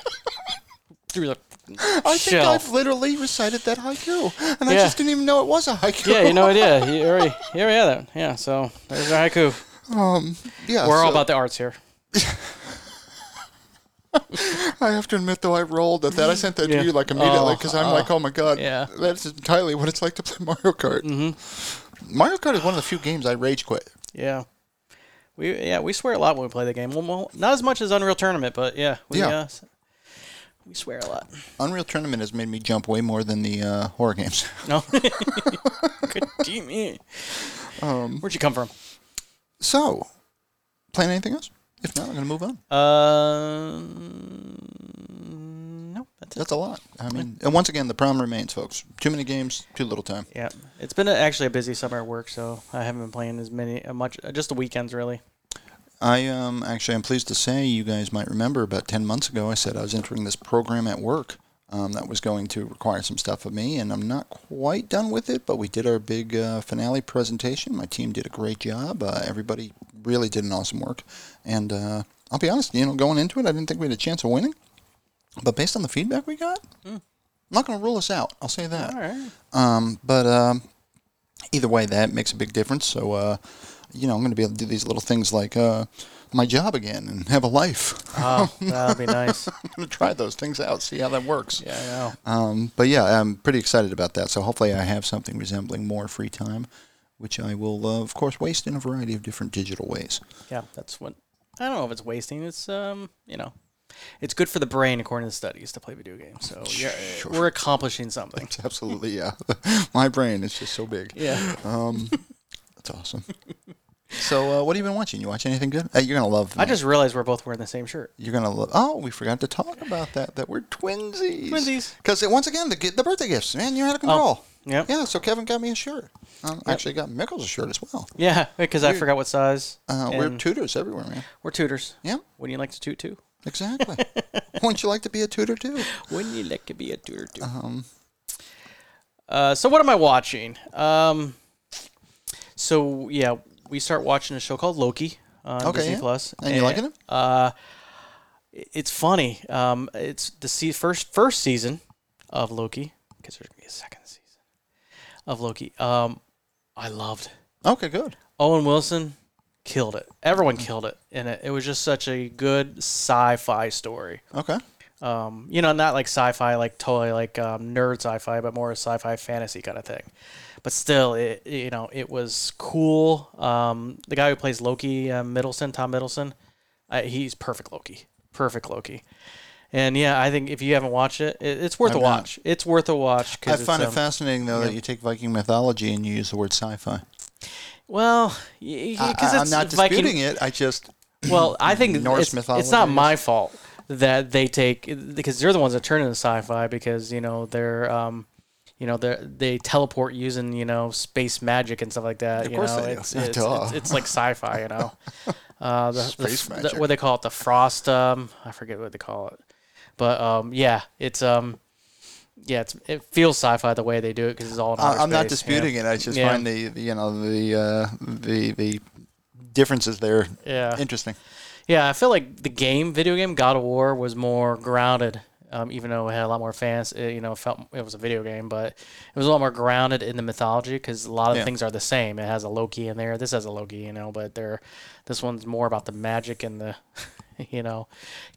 B: through the
A: I think
B: shell.
A: I've literally recited that haiku, and I
B: Yeah.
A: just didn't even know it was a haiku.
B: yeah, you know it. Yeah, you already, you already had that. Yeah, so there's our haiku.
A: Yeah,
B: We're all
A: so-
B: about the arts here.
A: I have to admit, though, I rolled at that. I sent that
B: Yeah.
A: to you like immediately because I'm like, oh my god,
B: yeah.
A: that's entirely what it's like to play Mario Kart. Mario Kart is one of the few games I rage quit.
B: Yeah. We yeah we swear a lot when we play the game. Well, mo- not as much as Unreal Tournament, but yeah, we
A: Yeah.
B: Uh, s- we swear a lot.
A: Unreal Tournament has made me jump way more than the uh, horror games.
B: No. Good damn it.
A: Um,
B: Where'd you come from?
A: so, playing anything else? If not, I'm gonna move on.
B: Um, no, that's it.
A: That's a lot. I mean, and once again, the problem remains, folks. Too many games, too little time.
B: Yeah, it's been a, actually a busy summer at work, so I haven't been playing as many uh, much. Uh, just the weekends, really.
A: I um actually I'm pleased to say you guys might remember about ten months ago I said I was entering this program at work um, that was going to require some stuff of me and I'm not quite done with it but we did our big uh, finale presentation my team did a great job uh, everybody really did an awesome work and uh, I'll be honest you know going into it I didn't think we had a chance of winning but based on the feedback we got I'm not going to rule us out I'll say that
B: Hmm. All right.
A: um, but um, either way, that makes a big difference. So, uh, you know, I'm going to be able to do these little things like uh, my job again and have a life.
B: Oh, that'll be nice.
A: I'm going to try those things out, see how that works.
B: Yeah, I know.
A: Um, but yeah, I'm pretty excited about that. So hopefully, I have something resembling more free time, which I will, uh, of course, waste in a variety of different digital ways.
B: Yeah, that's what. I don't know if it's wasting. It's um, you know, it's good for the brain according to studies to play video games. So yeah, we're accomplishing something.
A: Absolutely, yeah. my brain is just so big.
B: Yeah.
A: Um, that's awesome. So, uh, what have you been watching? You watch anything good? Uh, you're gonna love.
B: I just realized we're both wearing the same shirt.
A: You're gonna love. Oh, we forgot to talk about that. That we're twinsies.
B: Twinsies. Oh.
A: Because once again, the gi- the birthday gifts, man, you're out of control.
B: yep.
A: Oh. Yeah. So Kevin got me a shirt. Um, Actually, got Mickles a shirt as well.
B: Yeah, because I forgot what size.
A: Uh, we're
B: and
A: tutors everywhere, man.
B: we're tutors.
A: Yeah.
B: Wouldn't you like to toot too?
A: Exactly. Wouldn't you like to be a tutor too?
B: Wouldn't you like to be a tutor too? Um. Uh, so what am I watching? Um. So yeah, we start watching a show called Loki on
A: Okay,
B: Disney
A: yeah.
B: Plus.
A: And you liking it?
B: Uh, i- it's funny. Um, it's the se- first first season of Loki because there's gonna be a second season of Loki. Um, I loved.
A: Okay, good.
B: Owen Wilson killed it.
A: Mm.
B: Everyone killed it in it. It was just such a good sci-fi story.
A: Okay.
B: Um, you know, not like sci-fi, like totally like um, nerd sci-fi, but more sci-fi fantasy kind of thing. But still, it you know it was cool. Um, the guy who plays Loki, uh, Middleton, Tom Middleton, uh, he's perfect Loki, perfect Loki. And yeah, I think if you haven't watched it, it it's worth
A: I've
B: a
A: not.
B: watch. It's worth a watch.
A: I
B: 'cause it's,
A: find it
B: um,
A: fascinating though that you take Viking mythology and you use the word sci-fi.
B: Well, because
A: I- I,
B: it's
A: am not
B: Viking-
A: disputing it. I just
B: Well, I think
A: Norse
B: it's,
A: mythology
B: it's not
A: is-
B: my fault that they take because they're the ones that turn into sci-fi because you know they're um, you know they they teleport using you know space magic and stuff like that.
A: Of
B: you
A: course
B: know,
A: they do.
B: it's,
A: Duh.
B: it's, it's, it's like sci-fi, you know. Uh, the,
A: Space
B: the, the-
A: magic.
B: what they call it, the frost. Um, I forget what they call it, but um, yeah, it's um, yeah, it's, it feels sci-fi the way they do it because it's all. In
A: I,
B: outer
A: I'm not
B: space, yeah.
A: disputing it. I just
B: Yeah.
A: find the, the you know the uh, the the differences there
B: Yeah.
A: interesting.
B: Yeah, I feel like the game, video game God of War, was more grounded um, even though it had a lot more fans. It, you know, felt it was a video game, but it was a lot more grounded in the mythology because a lot of
A: Yeah.
B: things are the same. It has a Loki in there. This has a Loki, you know, but there, this one's more about the magic and the, you know,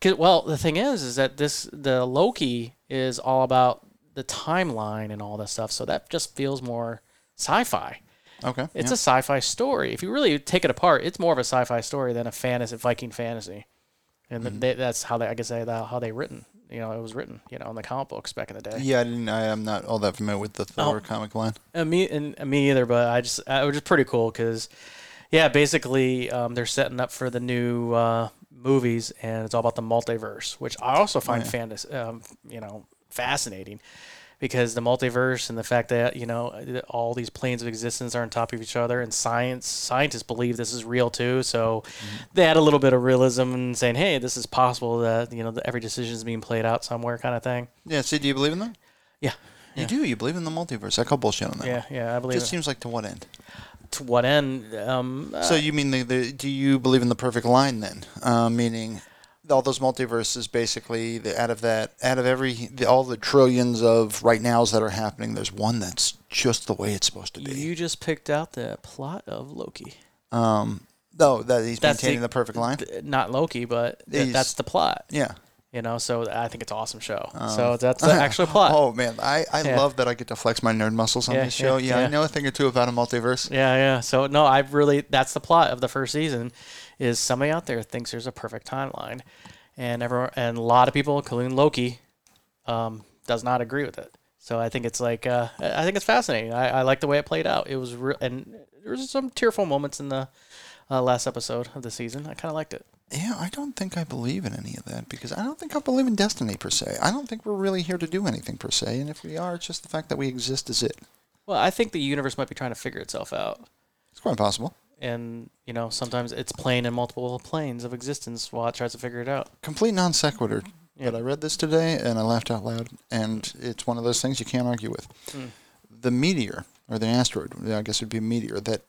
B: 'Cause- well, the thing is, is that this the Loki is all about the timeline and all this stuff. So that just feels more sci-fi.
A: Okay.
B: It's
A: yeah.
B: a sci-fi story. If you really take it apart, it's more of a sci-fi story than a fantasy Viking fantasy, and th they, that's how they I guess they, that- how they written. You know, it was written. You know, in the comic books back in the day.
A: yeah, I didn't. I, I'm not all that familiar with the
B: Oh.
A: Thor comic line.
B: And Uh, me and and me either, but I just I, it was just pretty cool because, yeah, basically um, they're setting up for the new uh, movies, and it's all about the multiverse, which I also find
A: Oh, yeah.
B: fantas- um, you know, fascinating. Because the multiverse and the fact that you know that all these planes of existence are on top of each other, and science scientists believe this is real too, so
A: Mm-hmm.
B: they add a little bit of realism and saying, "Hey, this is possible that you know that every decision is being played out somewhere," kind of thing.
A: Yeah. See, do you believe in that?
B: Yeah,
A: You do. You believe in the multiverse? I call bullshit on that.
B: yeah,
A: one.
B: yeah. I believe.
A: Uh-huh. Just
B: it.
A: seems like to what end?
B: to what end? Um,
A: So you mean the, the do you believe in the perfect line then? Uh, meaning all those multiverses basically the, out of that out of every the, all the trillions of right nows that are happening there's one that's just the way it's supposed to be.
B: You just picked out the plot of Loki.
A: Um no, that he's
B: That's
A: maintaining
B: the-
A: the perfect line.
B: Th- Not Loki, but th-
A: He's-
B: that's the plot.
A: yeah.
B: You know, so I think it's an awesome show. so that's the actual plot.
A: Oh man, I, I
B: uh, Yeah.
A: love that I get to flex my nerd muscles on
B: Yeah,
A: this show.
B: yeah,
A: Yeah, I
B: yeah.
A: know a thing or two about a multiverse.
B: Yeah, yeah. So no, I really that's the plot of the first season is somebody out there thinks there's a perfect timeline and everyone and a lot of people, including Loki, um, does not agree with it. So I think it's like uh, I I think it's fascinating. I, I like the way it played out. It was re- and there was some tearful moments in the uh, last episode of the season. I kind of liked it.
A: Yeah, I don't think I believe in any of that because I don't think I believe in destiny per se. I don't think we're really here to do anything per se, and if we are, it's just the fact that we exist is it.
B: Well, I think the universe might be trying to figure itself out.
A: It's quite possible.
B: and you know sometimes it's playing in multiple planes of existence while it tries to figure it out.
A: complete non sequitur.
B: Yeah.
A: But I read this today and I laughed out loud, and it's one of those things you can't argue with. The meteor or the asteroid, I guess it'd be a meteor that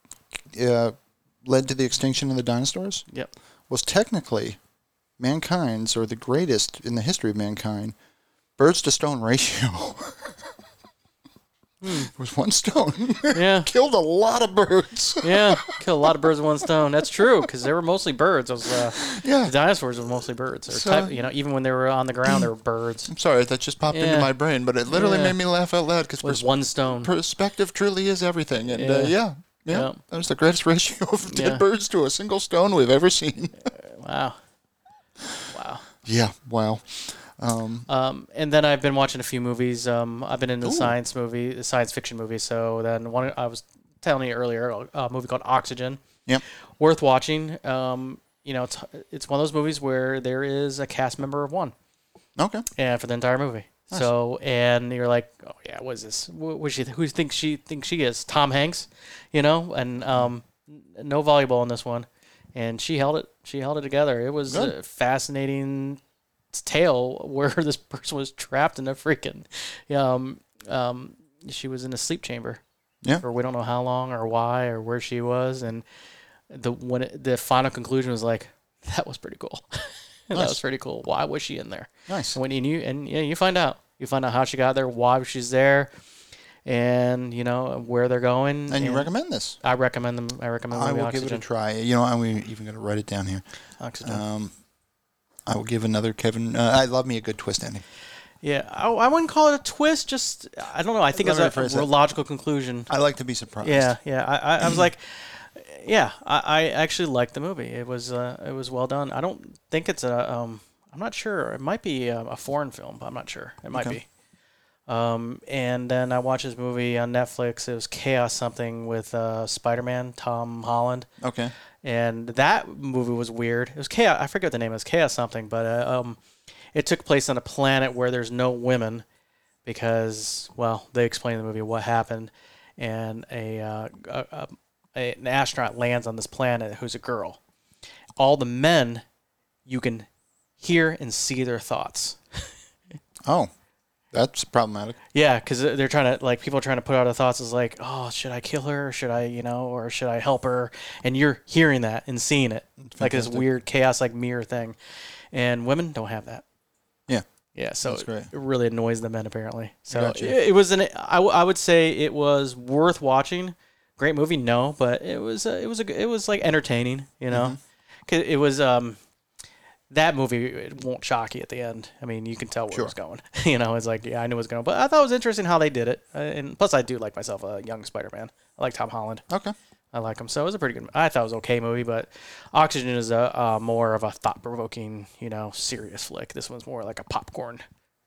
A: uh, led to the extinction of the dinosaurs,
B: Yep.
A: was technically mankind's or the greatest in the history of mankind birds to stone ratio. It was one stone.
B: Yeah.
A: Killed a lot of birds.
B: Yeah. Kill a lot of birds with one stone. That's true because they were mostly birds. Those uh,
A: yeah.
B: the dinosaurs were mostly birds. Or
A: So-
B: type, you know, even when they were on the ground, they were birds
A: I'm sorry, that just popped
B: Yeah.
A: into my brain, but it literally
B: Yeah.
A: made me laugh out loud because
B: with one stone.
A: perspective truly is everything. And yeah,
B: Yeah.
A: uh, yeah, yeah,
B: Yeah.
A: that was the greatest ratio of dead
B: Yeah.
A: birds to a single stone we've ever seen.
B: Wow. Wow.
A: yeah, wow. Um,
B: Um, and then I've been watching a few movies. Um, I've been into
A: Ooh.
B: science movie, science fiction movies. So then one I was telling you earlier, uh, a movie called Oxygen.
A: Yep.
B: Worth watching. Um, you know, it's it's one of those movies where there is a cast member of one.
A: okay,
B: Yeah, for the entire movie. So and you're like, oh yeah, what is this? Wh- What she? Who thinks she thinks she is? Tom Hanks, you know, and um, n- no volleyball in this one, and she held it. She held it together. It was
A: Good.
B: a fascinating tale where this person was trapped in a freaking, um, um, she was in a sleep chamber.
A: Yeah.
B: Or we don't know how long or why or where she was, and the when it, the final conclusion was like, that was pretty cool. that
A: Nice.
B: was pretty cool. Why was she in there?
A: nice.
B: when and you and yeah, you find out. You find out how she got there, why she's there, and you know where they're going.
A: And you recommend this?
B: I recommend them. I recommend
A: I
B: them.
A: will
B: oxygen.
A: give it a try. You know, I'm even going to write it down here.
B: Oxygen.
A: Um, I will give another Kevin. Uh, I love me a good twist ending.
B: yeah, I, I wouldn't call it a twist. Just I don't know. I think
A: Let
B: it's
A: me
B: a,
A: rephrase that.
B: logical conclusion.
A: I like to be surprised.
B: Yeah, yeah. I, I, I was like, yeah. I, I actually liked the movie. It was uh, it was well done. I don't think it's a. Um, I'm not sure. It might be a, a foreign film. But I'm not sure. It might
A: Okay.
B: be. Um, and then I watched this movie on Netflix. It was Chaos something with uh, Spider-Man, Tom Holland,
A: Okay.
B: and that movie was weird. It was Chaos. I forget what the name. It was Chaos something, but uh, um, it took place on a planet where there's no women because well they explain in the movie what happened and a, uh, a, a- a- an astronaut lands on this planet who's a girl all the men you can hear and see their thoughts
A: Oh, that's problematic.
B: yeah because they're trying to like people are trying to put out their thoughts is like oh should i kill her should i you know or should i help her and you're hearing that and seeing it like this
A: Fantastic.
B: weird chaos like mirror thing and women don't have that
A: Yeah.
B: Yeah, so
A: That's great.
B: it really annoys the men apparently. So
A: Gotcha.
B: it, it was an I, w- I would say it was worth watching. Great movie, no, but it was a, it was a g- it was like entertaining, you know.
A: Mm-hmm.
B: 'Cause It was um that movie it won't shock you at the end. I mean, you can tell where it's going. you know, it's like yeah, I knew it was going, but I thought it was interesting how they did it. Uh, and plus, I do like myself a young Spider-Man. I like Tom Holland.
A: Okay.
B: I like him, so it was a pretty good. I thought it was an okay movie, but Oxygen is a uh, more of a thought-provoking, you know, serious flick. This one's more like a popcorn,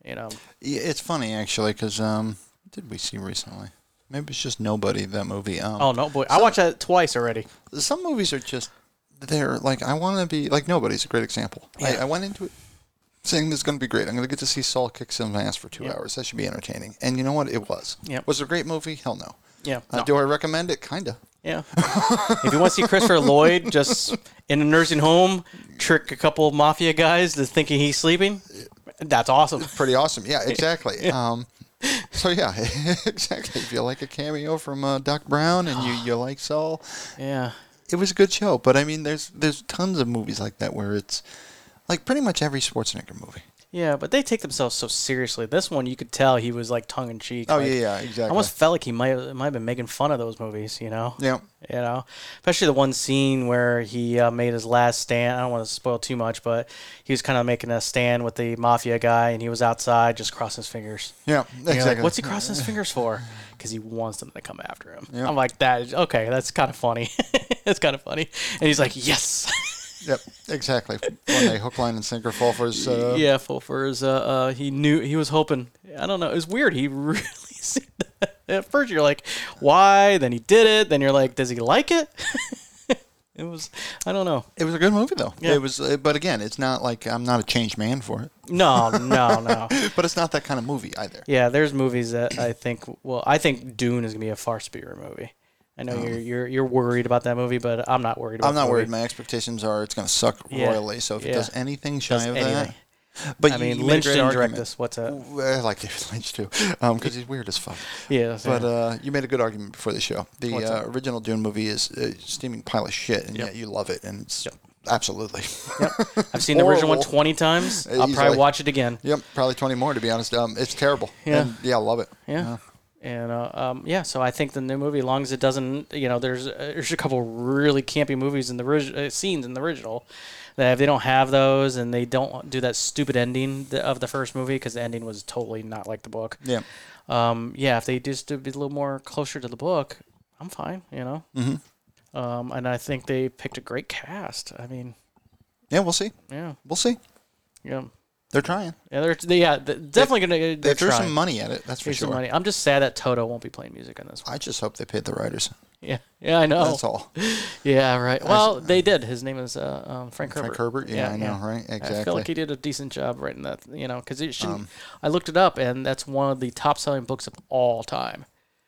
B: you know.
A: Yeah, it's funny actually because um, what did we see recently? Maybe it's just nobody that movie. Um,
B: Oh no, boy! I watched that twice already.
A: some movies are just they're like I want to be like nobody's a great example. I, I went into it saying this is going to be great. I'm going to get to see Saul kick some ass for two hours. That should be entertaining. And you know what? It was.
B: Yep.
A: Was it a great movie? Hell no.
B: Yeah,
A: Uh,
B: no.
A: Do I recommend it? Kinda.
B: yeah. if you want to see Christopher Lloyd just in a nursing home trick a couple of mafia guys to thinking he's sleeping, that's awesome.
A: Pretty awesome. Yeah, exactly. Um, so yeah, exactly. If you like a cameo from uh, Doc Brown and you, you like Saul,
B: Yeah,
A: it was a good show. But I mean, there's there's tons of movies like that where it's like pretty much every Schwarzenegger movie.
B: yeah. But they take themselves so seriously. This one, you could tell he was like tongue in cheek.
A: Oh
B: like,
A: yeah, yeah, exactly.
B: I almost felt like he might might have been making fun of those movies, you know.
A: yeah.
B: you know especially the one scene where he uh, made his last stand i don't want to spoil too much but he was kind of making a stand with the mafia guy and he was outside just crossing his fingers
A: Yeah,
B: And you're like,
A: exactly.
B: what's he crossing his fingers for because he wants them to come after him
A: Yeah.
B: i'm like that is, okay that's kind of funny it's kind of funny and he's like yes
A: Yep, exactly. when they hook, line, and sinker fall for his. Uh,
B: yeah fulfers uh, uh he knew he was hoping i don't know it was weird he really seemed at first you're like why then he did it then you're like does he like it it was i don't know
A: It was a good movie, though.
B: Yeah.
A: It was, uh, but again, it's not like I'm not a changed man for it.
B: No, no, no.
A: But it's not that kind of movie either.
B: yeah, there's movies that I think. Well, I think Dune is gonna be a far superior movie. I know you're you're you're worried about that movie, but I'm not worried. about
A: Oh. I'm not
B: the
A: worried.
B: movie.
A: My expectations are it's going to suck
B: Yeah.
A: royally. So if
B: Yeah.
A: it does anything shy of
B: anything.
A: that, but
B: I
A: you-
B: mean,
A: you made a
B: Lynch
A: great
B: didn't direct
A: argument.
B: this. What's up?
A: I like David Lynch too, because he's weird as fuck.
B: Yeah, that's
A: But
B: it.
A: uh, you made a good argument before the show. The
B: What's
A: uh, original Dune movie is a steaming pile of shit, and
B: Yep.
A: yet you love it, and it's absolutely.
B: I've seen the original one
A: horrible.
B: 20 times. I'll
A: Uh, Easily.
B: probably watch it again.
A: yep, probably 20 more to be honest. Um, it's terrible.
B: Yeah.
A: and, yeah, I love it.
B: Yeah. And uh, um, yeah, so I think the new movie, as long as it doesn't, you know, there's uh, there's a couple really campy movies in the orig- uh, scenes in the original that if they don't have those and they don't do that stupid ending th- of the first movie because the ending was totally not like the book.
A: Yeah.
B: um, yeah, if they just do be a little more closer to the book, I'm fine, you know. Mm-hmm. Um, and I think they picked a great cast. I mean,
A: Yeah, we'll see.
B: yeah,
A: We'll see.
B: yeah,
A: They're trying.
B: yeah. They're, they, yeah, they're definitely gonna. They're
A: They threw
B: trying.
A: some money at it. That's for
B: Here's
A: sure.
B: some money. I'm just sad that Toto won't be playing music on this one.
A: I just hope they paid the writers.
B: Yeah, yeah, I know.
A: That's all.
B: Yeah, right. Well, they did. His name is uh, um, Frank Herbert.
A: Frank Herbert. Yeah, I know, right?
B: I feel
A: Exactly. Um,
B: like he did a decent job writing that, you know, because it should. not I looked it up, and that's one of the top-selling books of all time.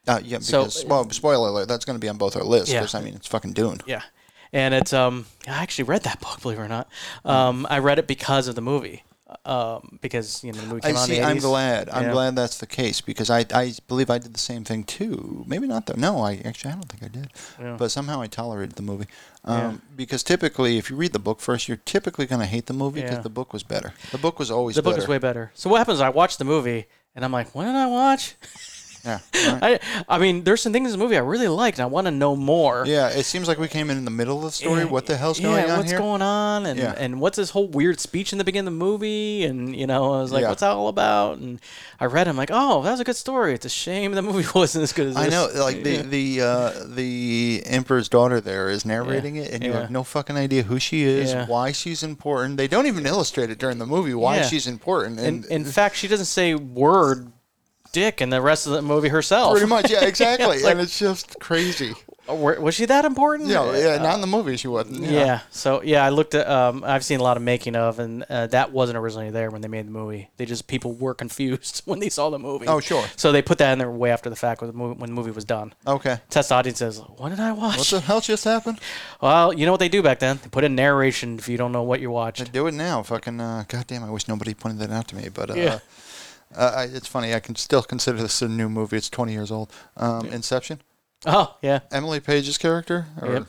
A: uh, yeah,
B: So-
A: because well, spoiler alert. That's going to be on both our lists.
B: Yeah.
A: Because I mean, it's fucking Dune.
B: Yeah. And it's um I actually read that book, believe it or not. Um I read it because of the movie. Um because you know the movie
A: I
B: came out in
A: see.
B: the
A: I'm
B: 80s.
A: glad. I'm
B: Yeah.
A: glad that's the case because I, I believe I did the same thing too. Maybe not though. No, I actually I don't think I did.
B: Yeah.
A: But somehow I tolerated the movie um,
B: Yeah.
A: because typically if you read the book first, you're typically going to hate the movie because
B: Yeah.
A: the book was better. The book was always
B: The
A: better.
B: book is way better. So what happens is I watch the movie and I'm like, what did I watch?
A: yeah. right.
B: I I mean, there's some things in the movie I really liked and I want to know more.
A: Yeah, it seems like we came in in the middle of the story.
B: Yeah,
A: what the hell's going
B: yeah,
A: on
B: what's
A: here?
B: going on? And
A: Yeah.
B: and what's this whole weird speech in the beginning of the movie? And you know, I was like,
A: Yeah.
B: what's that all about? And I read, it, I'm like, oh, that was a good story. It's a shame the movie wasn't as good as
A: I
B: this.
A: know, like the the uh, the emperor's daughter there is narrating it, and you
B: yeah.
A: have no fucking idea who she is,
B: Yeah.
A: why she's important. They don't even illustrate it during the movie why
B: Yeah.
A: she's important, and,
B: In, in fact, she doesn't say word dick in the rest of the movie herself.
A: pretty much, yeah, exactly.
B: like-
A: and it's just crazy.
B: Uh, were- Was she that important?
A: No,
B: Uh,
A: yeah, not in the movie she wasn't.
B: Yeah.
A: Yeah,
B: So yeah, I looked at. Um, I've seen a lot of making of, and uh, that wasn't originally there when they made the movie. They just people were confused when they saw the movie.
A: Oh, sure.
B: So they put that in there way after the fact when the movie, when the movie was done.
A: okay.
B: Test audiences. What did I watch?
A: What the hell just happened?
B: well, you know what they do back then. They put in narration if you don't know what you watched.
A: Do it now, fucking. Uh, goddamn, I wish nobody pointed that out to me, but. Uh,
B: Yeah.
A: Uh, I, it's funny. I can still consider this a new movie. It's 20 years old. Um, Inception.
B: Oh yeah.
A: Emily Page's character, or
B: Yep.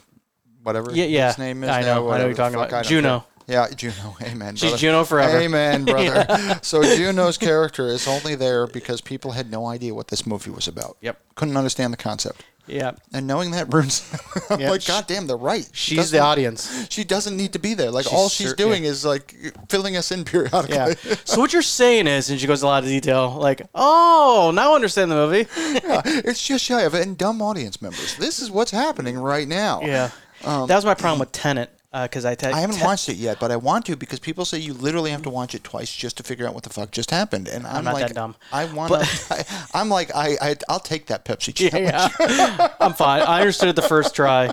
A: whatever
B: Yeah, yeah.
A: his name is.
B: I
A: now,
B: know. I know
A: whatever
B: what you're
A: the
B: talking
A: fuck, I
B: about.
A: don't
B: Juno.
A: care. Yeah, Juno. Amen.
B: She's
A: brother.
B: Juno forever.
A: Amen, brother. So Juno's character is only there because people had no idea what this movie was about.
B: Yep.
A: Couldn't understand the concept.
B: Yeah.
A: And knowing that ruins, I'm
B: Yeah,
A: like,
B: sh-
A: God damn, they're right.
B: She's
A: Doesn't-
B: the audience.
A: She doesn't need to be there. Like all she's
B: cer-
A: doing is like filling us in periodically.
B: Yeah. so what you're saying is, and she goes into a lot of detail, like, oh, now I understand the movie.
A: Yeah, it's just shy of it. And dumb audience members. This is what's happening right now.
B: Yeah. that was my problem with Tenet because I, te-
A: Um, I haven't
B: te-
A: watched it yet, but I want to because people say you literally have to watch it twice just to figure out what the fuck just happened. And I'm,
B: not
A: like,
B: that dumb.
A: I want to. I'm like, I, I, I'll take that Pepsi challenge.
B: yeah, yeah. I'm fine. I understood it the first try.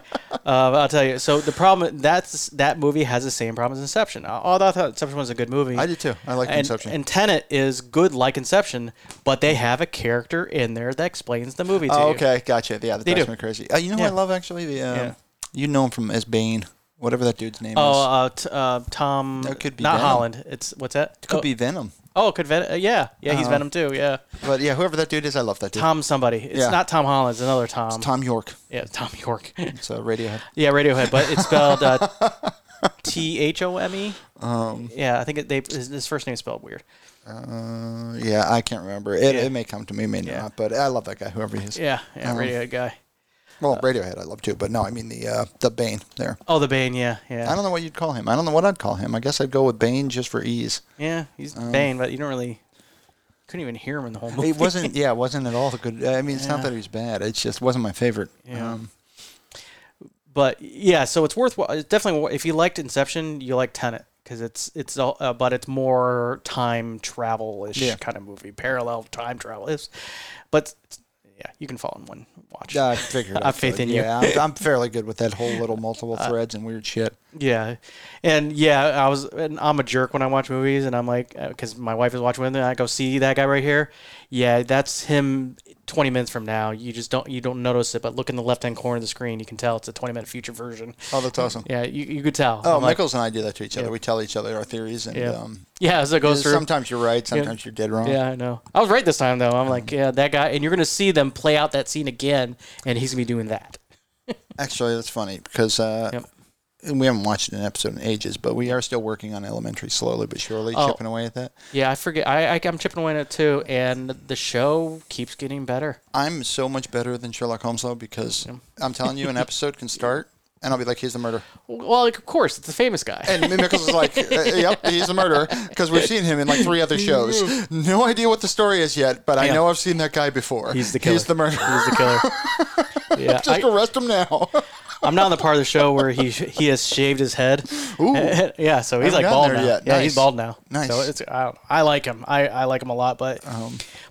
B: Uh, I'll tell you. So the problem that's that movie has the same problem as Inception. Although I thought Inception was a good movie.
A: I did too. I liked
B: and,
A: Inception.
B: And Tenet is good like Inception, but they have a character in there that explains the movie to
A: Oh,
B: you.
A: okay, gotcha. Yeah, that
B: They
A: drives
B: do.
A: me crazy. Uh, you know who
B: Yeah.
A: I love actually the. Um,
B: Yeah.
A: You know him from as Bane, whatever that dude's name
B: Oh,
A: is.
B: uh, t- uh, Tom.
A: That could be
B: not
A: Venom.
B: Holland. It's what's that?
A: Could
B: oh,
A: be Uh-huh. Venom,
B: Oh, could Ven- uh, yeah, yeah. He's Venom too. Yeah,
A: but yeah, whoever that dude is, I love that dude. Tom,
B: Tom somebody. It's
A: Yeah.
B: not Tom Holland. It's another Tom.
A: York.
B: Yeah, Tom York.
A: It's a Radiohead.
B: Yeah, Radiohead, but it's spelled uh, T H O M E.
A: Um,
B: Yeah, I think it, they his, his first name is spelled weird.
A: Uh, yeah, I can't remember. It,
B: Yeah.
A: it may come to me, may
B: Yeah.
A: not. But I love that guy, whoever he is.
B: Yeah, Uh, yeah,
A: Um,
B: Radiohead guy.
A: Well, Radiohead, I love too. But no, I mean the uh, the Bane there.
B: Oh, the Bane. Yeah,
A: I
B: yeah,
A: don't know what you'd call him. I don't know what I'd call him. I guess I'd go with Bane just for ease.
B: yeah. He's Bane, but you don't really couldn't even hear him in the whole movie.
A: Um, It wasn't. Yeah, it wasn't at all the good. I mean, it's not
B: Yeah.
A: that he was bad. It just wasn't my favorite.
B: Yeah.
A: Um,
B: But yeah, so it's worthwhile. It's definitely wor- if you liked Inception, you like Tenet because it's it's all, uh, but it's more time travel ish
A: Yeah.
B: kind of movie, parallel time travel is. But it's- yeah, you can fall in one watch.
A: yeah, I figured.
B: I have faith in you.
A: yeah, I'm, I'm fairly good with that whole little multiple threads and weird shit.
B: Yeah, and yeah, I was. And I'm a jerk when I watch movies, and I'm like, because my wife is watching with me, and I go see that guy right here. Yeah, that's him. Twenty minutes from now, you just don't you don't notice it, but look in the left hand corner of the screen, you can tell it's a twenty minute future version.
A: Oh, that's awesome.
B: Yeah, you, you could tell.
A: Oh,
B: I'm like,
A: Michaels and I do that to each other.
B: Yeah.
A: We tell each other our theories, and
B: Yeah.
A: um,
B: yeah, as it goes through.
A: sometimes you're right, sometimes you're dead wrong.
B: Yeah, I know. I was right this time though. I'm like, yeah, that guy, and you're gonna see them play out that scene again, and he's gonna be doing that.
A: Actually, that's funny because uh,
B: Yep.
A: and we haven't watched an episode in ages, but we are still working on Elementary slowly but surely,
B: Oh.
A: chipping away at that.
B: Yeah, I forget. I, I I'm chipping away at it too, and the show keeps getting better.
A: I'm so much better than Sherlock Holmes though because I'm telling you, an episode can start. And I'll be like, he's the murderer.
B: Well, like, of course, it's a famous guy.
A: And Mickles is like, uh, yep, he's the murderer. Because we've seen him in like three other shows. No idea what the story is yet, but I
B: Yeah.
A: know I've seen that guy before.
B: He's the
A: He's
B: killer.
A: the murderer.
B: He's the killer. Yeah,
A: Just
B: I,
A: arrest him now.
B: I'm not on the part of the show where he he has shaved his head.
A: Ooh.
B: yeah, so
A: Haven't
B: he's like
A: gotten
B: bald
A: there
B: now.
A: yet.
B: Yeah,
A: Nice.
B: he's bald now.
A: Nice. Um,
B: So it's I, don't- I like him. I, I like him a lot, but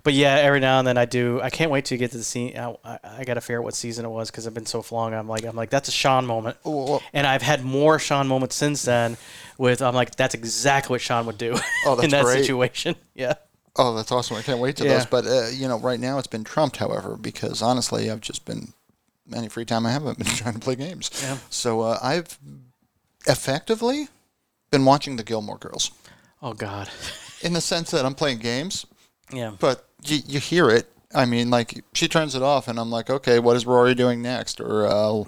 B: but yeah, every now and then I do. I can't wait to get to the scene. I, I, I got to figure out what season it was because I've been so long. I'm like I'm like that's a Sean moment,
A: whoa.
B: and I've had more Sean moments since then. With I'm like that's exactly what Sean would do
A: Oh, that's
B: in that
A: great.
B: situation. Yeah.
A: Oh, that's awesome! I can't wait to
B: Yeah.
A: those. But uh, you know, right now it's been trumped, however, because honestly, I've just been any free time I have, I've been trying to play games.
B: Yeah.
A: So uh, I've effectively been watching the Gilmore Girls
B: Oh God.
A: in the sense that I'm playing games,
B: Yeah.
A: but you, you hear it. I mean, like she turns it off, and I'm like, okay, what is Rory doing next? Or uh,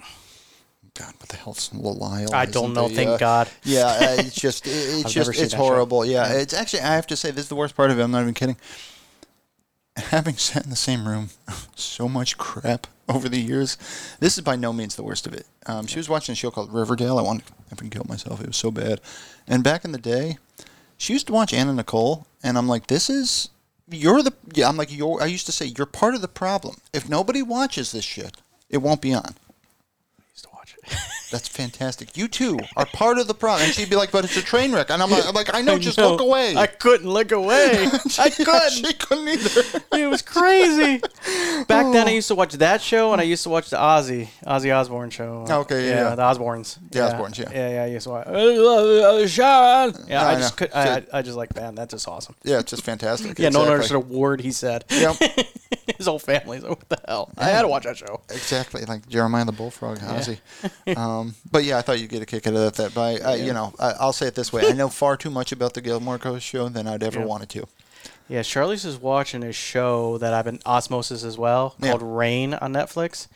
A: God, what the hell's Lyle?
B: I don't
A: isn't
B: know.
A: the,
B: Thank
A: uh,
B: God.
A: yeah, uh, it's just it, it's just
B: never seen
A: it's
B: that show.
A: horrible. Yeah, it's actually I have to say this is the worst part of it. I'm not even kidding. Having sat in the same room, so much crap over the years. This is by no means the worst of it. Um, she was watching a show called Riverdale. I wanted to effing kill myself. It was so bad. And back in the day, she used to watch Anna Nicole, and I'm like, this is you're the yeah. I'm like you're. I used to say you're part of the problem. If nobody watches this shit, it won't be on.
B: I used to watch it.
A: That's fantastic. You two are part of the problem. And she'd be like, but it's a train wreck. And I'm like, I'm like I know, just
B: No,
A: look away.
B: I couldn't look away. I couldn't.
A: she couldn't either.
B: It was crazy. Back then, I
A: Oh.
B: used to watch that show, and I used to watch the Ozzy Ozzy Osbourne show.
A: Ah, Okay, yeah, yeah.
B: the Osbournes.
A: The Osbournes, yeah.
B: yeah, yeah. I used to watch. Sean. Yeah,
A: uh, I
B: I, just
A: know.
B: could. I, I- I just like man, that's just awesome.
A: Yeah, it's just fantastic.
B: Yeah, no one
A: Exactly.
B: understood a word he said.
A: Yep,
B: His whole family's like, what the hell? I had to watch that show.
A: exactly. Like Jeremiah the Bullfrog, Ozzy. um, but yeah, I thought you'd get a kick out of that. By uh, you know, I, I'll say it this way: I know far too much about the Gilmore Girls show than I'd ever
B: Yeah.
A: wanted to.
B: Yeah, Charlize is watching a show that I've been osmosis as well
A: Yeah.
B: called Rain on Netflix.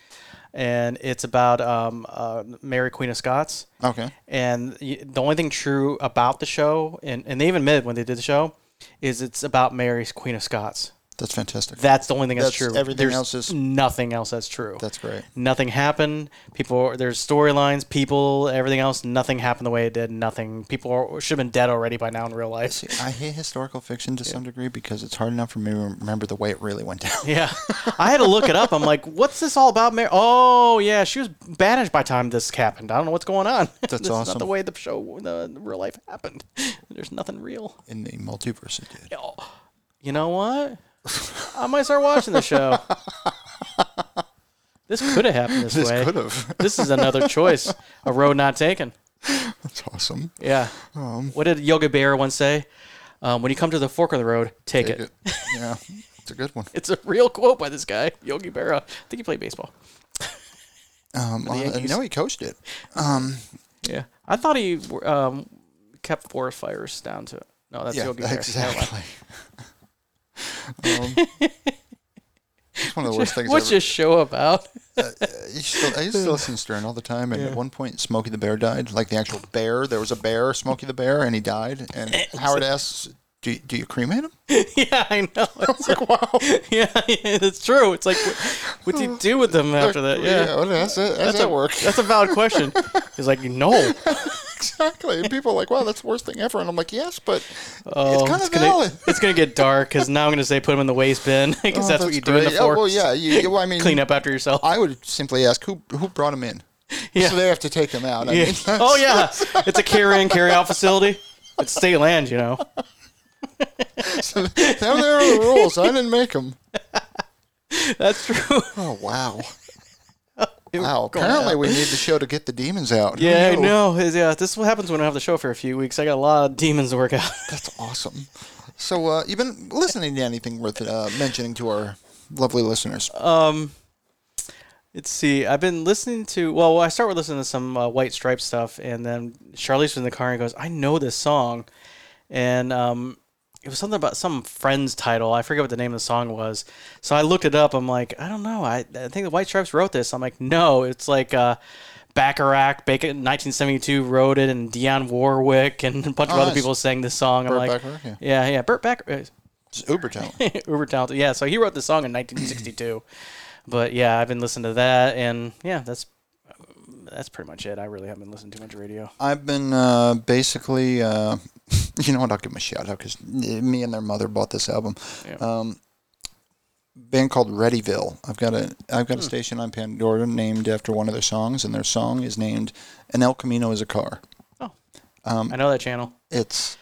B: and it's about um, uh, Mary Queen of Scots.
A: Okay.
B: And y- the only thing true about the show, and, and they even admitted when they did the show, is it's about Mary's Queen of Scots.
A: That's fantastic.
B: That's the only thing that's,
A: That's-
B: true.
A: everything
B: There's
A: else is-
B: nothing else that's true.
A: That's great.
B: nothing happened. People, there's storylines, people, everything else. Nothing happened the way it did. Nothing. People are, should have been dead already by now in real life.
A: See, I hate historical fiction to some degree because it's hard enough for me to remember the way it really went down.
B: Yeah, I had to look it up. I'm like, what's this all about? Mary? Oh yeah, she was banished by the time this happened. I don't know what's going on. this Is
A: awesome.
B: not the way the show, the real life happened. There's nothing real.
A: In the multiverse, it did.
B: Oh, you know what? I might start watching the show. this could have happened this, way.
A: Could have.
B: This is another choice, a road not taken.
A: That's awesome.
B: Yeah. what did Yoga Bear once say? Um, when you come to the fork of the road, take, it.
A: It- yeah, it's a good one.
B: It's a real quote by this guy, Yogi Berra. I think he played baseball.
A: Um, I- I
B: Yankees.
A: know he coached it.
B: Yeah, I thought he um, kept forest fires down to no, that's
A: Yeah,
B: Yogi Bear. Never mind.
A: exactly. um, it's one of the worst things.
B: What's
A: ever.
B: your show about?
A: I used, to, I used to listen to Stern all the time, and at one point, Smokey the Bear died. Like the actual bear, there was a bear, Smokey the Bear, and he died. And Howard asks, "Do do you cremate him?"
B: yeah, I know. It's like, wow. Yeah, yeah, it's true. It's like, what, what do you do with them after that? Yeah,
A: well, that's it. That's,
B: That's
A: at
B: a-
A: work.
B: That's a valid question. He's like, no.
A: exactly. And people are like, "Wow, that's the worst thing ever." And I'm like, "Yes, but
B: Oh,
A: it's kind of
B: gonna,
A: valid."
B: it's gonna get dark because now I'm gonna say put them in the waste bin because
A: Oh,
B: that's, what you do in the
A: great. Oh,
B: forest.
A: well, yeah. You, you- well, I mean,
B: Clean up after yourself.
A: I would simply ask who who brought him in.
B: Yeah.
A: So they have to take him out. I
B: Yeah.
A: mean,
B: oh yeah, it's a carry in, carry out facility. It's state land, you know.
A: so now there are the rules. I didn't make them.
B: That's true.
A: Oh wow. Wow. Apparently, we need the show to get the demons out. Who
B: Yeah, I
A: knew?
B: know. It's- Yeah, this is what happens when I have the show for a few weeks. I got a lot of demons to work out.
A: That's awesome. So, uh, you've been listening to anything worth uh, mentioning to our lovely listeners?
B: Let's see. I've been listening to. Well, I start with listening to some uh, White Stripe stuff, and then Charlize was in the car and goes, "I know this song," and um, it was something about some Friends title. I forget what the name of the song was. So I looked it up. I'm like, I don't know. I, I think the White Stripes wrote this. I'm like, no, it's like. Uh, Bacharach, Bacon, 1972 wrote it, and Dionne Warwick and a bunch of
A: Oh,
B: other
A: nice.
B: people sang this song. I'm
A: Burt
B: like,
A: Bacharach, yeah.
B: yeah, yeah, Burt uh, Bacharach.
A: it's uber talent.
B: uber talented. Yeah, so he wrote the song in 1962. but yeah, I've been listening to that, and yeah, that's that's pretty much it. I really haven't been listening to much radio.
A: I've been uh, basically, uh, you know what? I'll give them a shout out because me and their mother bought this album.
B: Yeah.
A: Um, band called Readyville. I've got a I've
B: Hmm.
A: got a station on Pandora named after one of their songs, and their song is named "An El Camino Is a Car."
B: I know that channel.
A: It's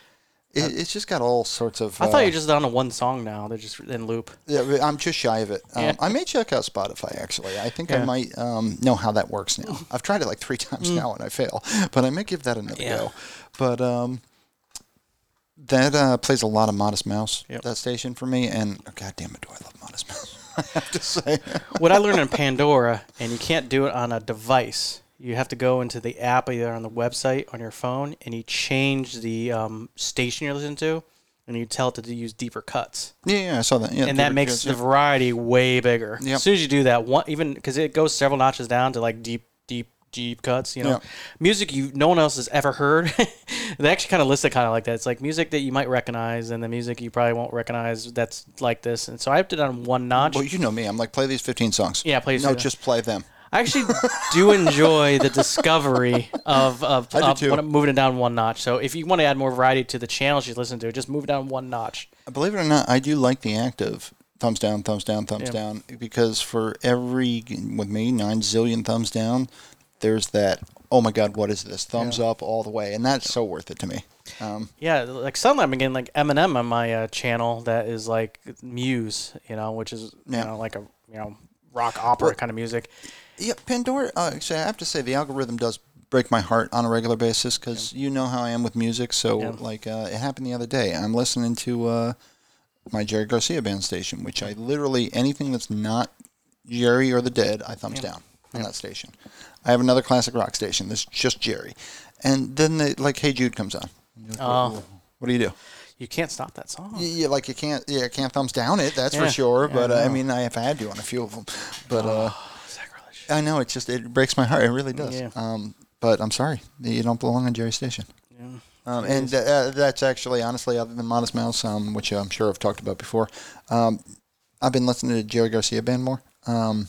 A: it, it's just got all sorts of.
B: Uh, I thought
A: uh,
B: you were just on to one song now. They're just in loop.
A: Yeah, but I'm just shy of it. Um,
B: Yeah.
A: I may check out Spotify actually. I think I
B: Yeah. Hmm.
A: might um, know how that works now. I've tried it like three times now and I fail, but I may give that another
B: Yeah.
A: go. But um, that uh, plays a lot of Modest Mouse.
B: Yep.
A: That station for me, and oh, God damn it, do I love Modest Mouse? I have to say,
B: what I learned in Pandora, and you can't do it on a device. You have to go into the app either on the website on your phone, and you change the um, station you're listening to, and you tell it to use deeper cuts.
A: yeah, yeah, I saw that. Yeah,
B: and that makes the variety way bigger.
A: Yep.
B: As soon as you do that, one even because it goes several notches down to like deep, deep, deep cuts. You know,
A: Yep.
B: music you no one else has ever heard. they actually kind of list it kind of like that. It's like music that you might recognize, and the music you probably won't recognize that's like this. And so I did it on one notch.
A: Well, you know me. I'm like, play these 15 songs.
B: Yeah, play these
A: No,
B: 15.
A: just play them.
B: I actually do enjoy the discovery of of,
A: do
B: of
A: too.
B: when I'm moving it down one notch. So if you want to add more variety to the channels you listen to, just move it down one notch.
A: Believe it or not, I do like the act of thumbs down, thumbs down, thumbs down, because for every, with me, nine zillion thumbs down, there's that, oh my God, what is this? Thumbs up all the way. And that's so worth it to me. Um,
B: Yeah, like suddenly I'm getting like Eminem on my uh, channel that is like Muse, you know, which is
A: Yeah.
B: you know like a you know rock opera kind of music.
A: yeah, Pandora, uh, actually, I have to say, the algorithm does break my heart on a regular basis because you know how I am with music. So,
B: Yeah.
A: like, uh, it happened the other day. I'm listening to uh, my Jerry Garcia band station, which I literally, anything that's not Jerry or the Dead, I thumbs down on that station. I have another classic rock station that's just Jerry. And then, they, like, Hey Jude comes on.
B: Oh.
A: What do you do?
B: You can't stop that song.
A: Yeah, like you can't, yeah, you can't thumbs down it. That's for
B: Yeah. Oh.
A: sure.
B: Yeah, I
A: but uh, I
B: know.
A: mean, I have had to on a few of them. But uh,
B: Sacrilege.
A: I know it just it breaks my heart. It really does.
B: Yeah.
A: Um, but I'm sorry, you don't belong on Jerry Station.
B: Yeah.
A: Um, and uh, that's actually, honestly, other than Modest Mouse, um, which I'm sure I've talked about before, um, I've been listening to Jerry Garcia Band more. Um,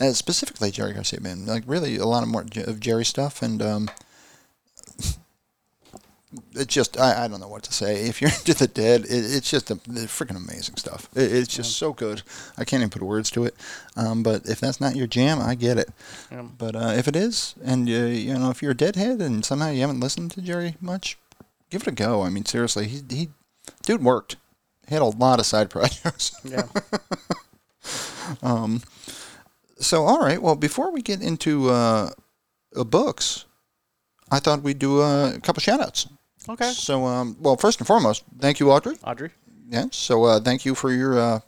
A: and specifically Jerry Garcia Band, like really a lot of more J- of Jerry stuff, and um, it's just I, I don't know what to say. If you're into the dead, it, it's just a, freaking amazing stuff. It, it's just so good. I can't even put words to it. Um, but if that's not your jam, I get it.
B: Yeah.
A: But uh, if it is, and you, you know, if you're a deadhead and somehow you haven't listened to Jerry much, give it a go. I mean, seriously, he, he dude worked. He had a lot of side projects. Um,
B: Yeah.
A: so, all right. Well, before we get into uh, uh, books, I thought we'd do uh, a couple shout outs.
B: Okay.
A: So, um, well, first and foremost, thank you, Audrey.
B: Audrey.
A: Yeah. So uh, thank you for your uh,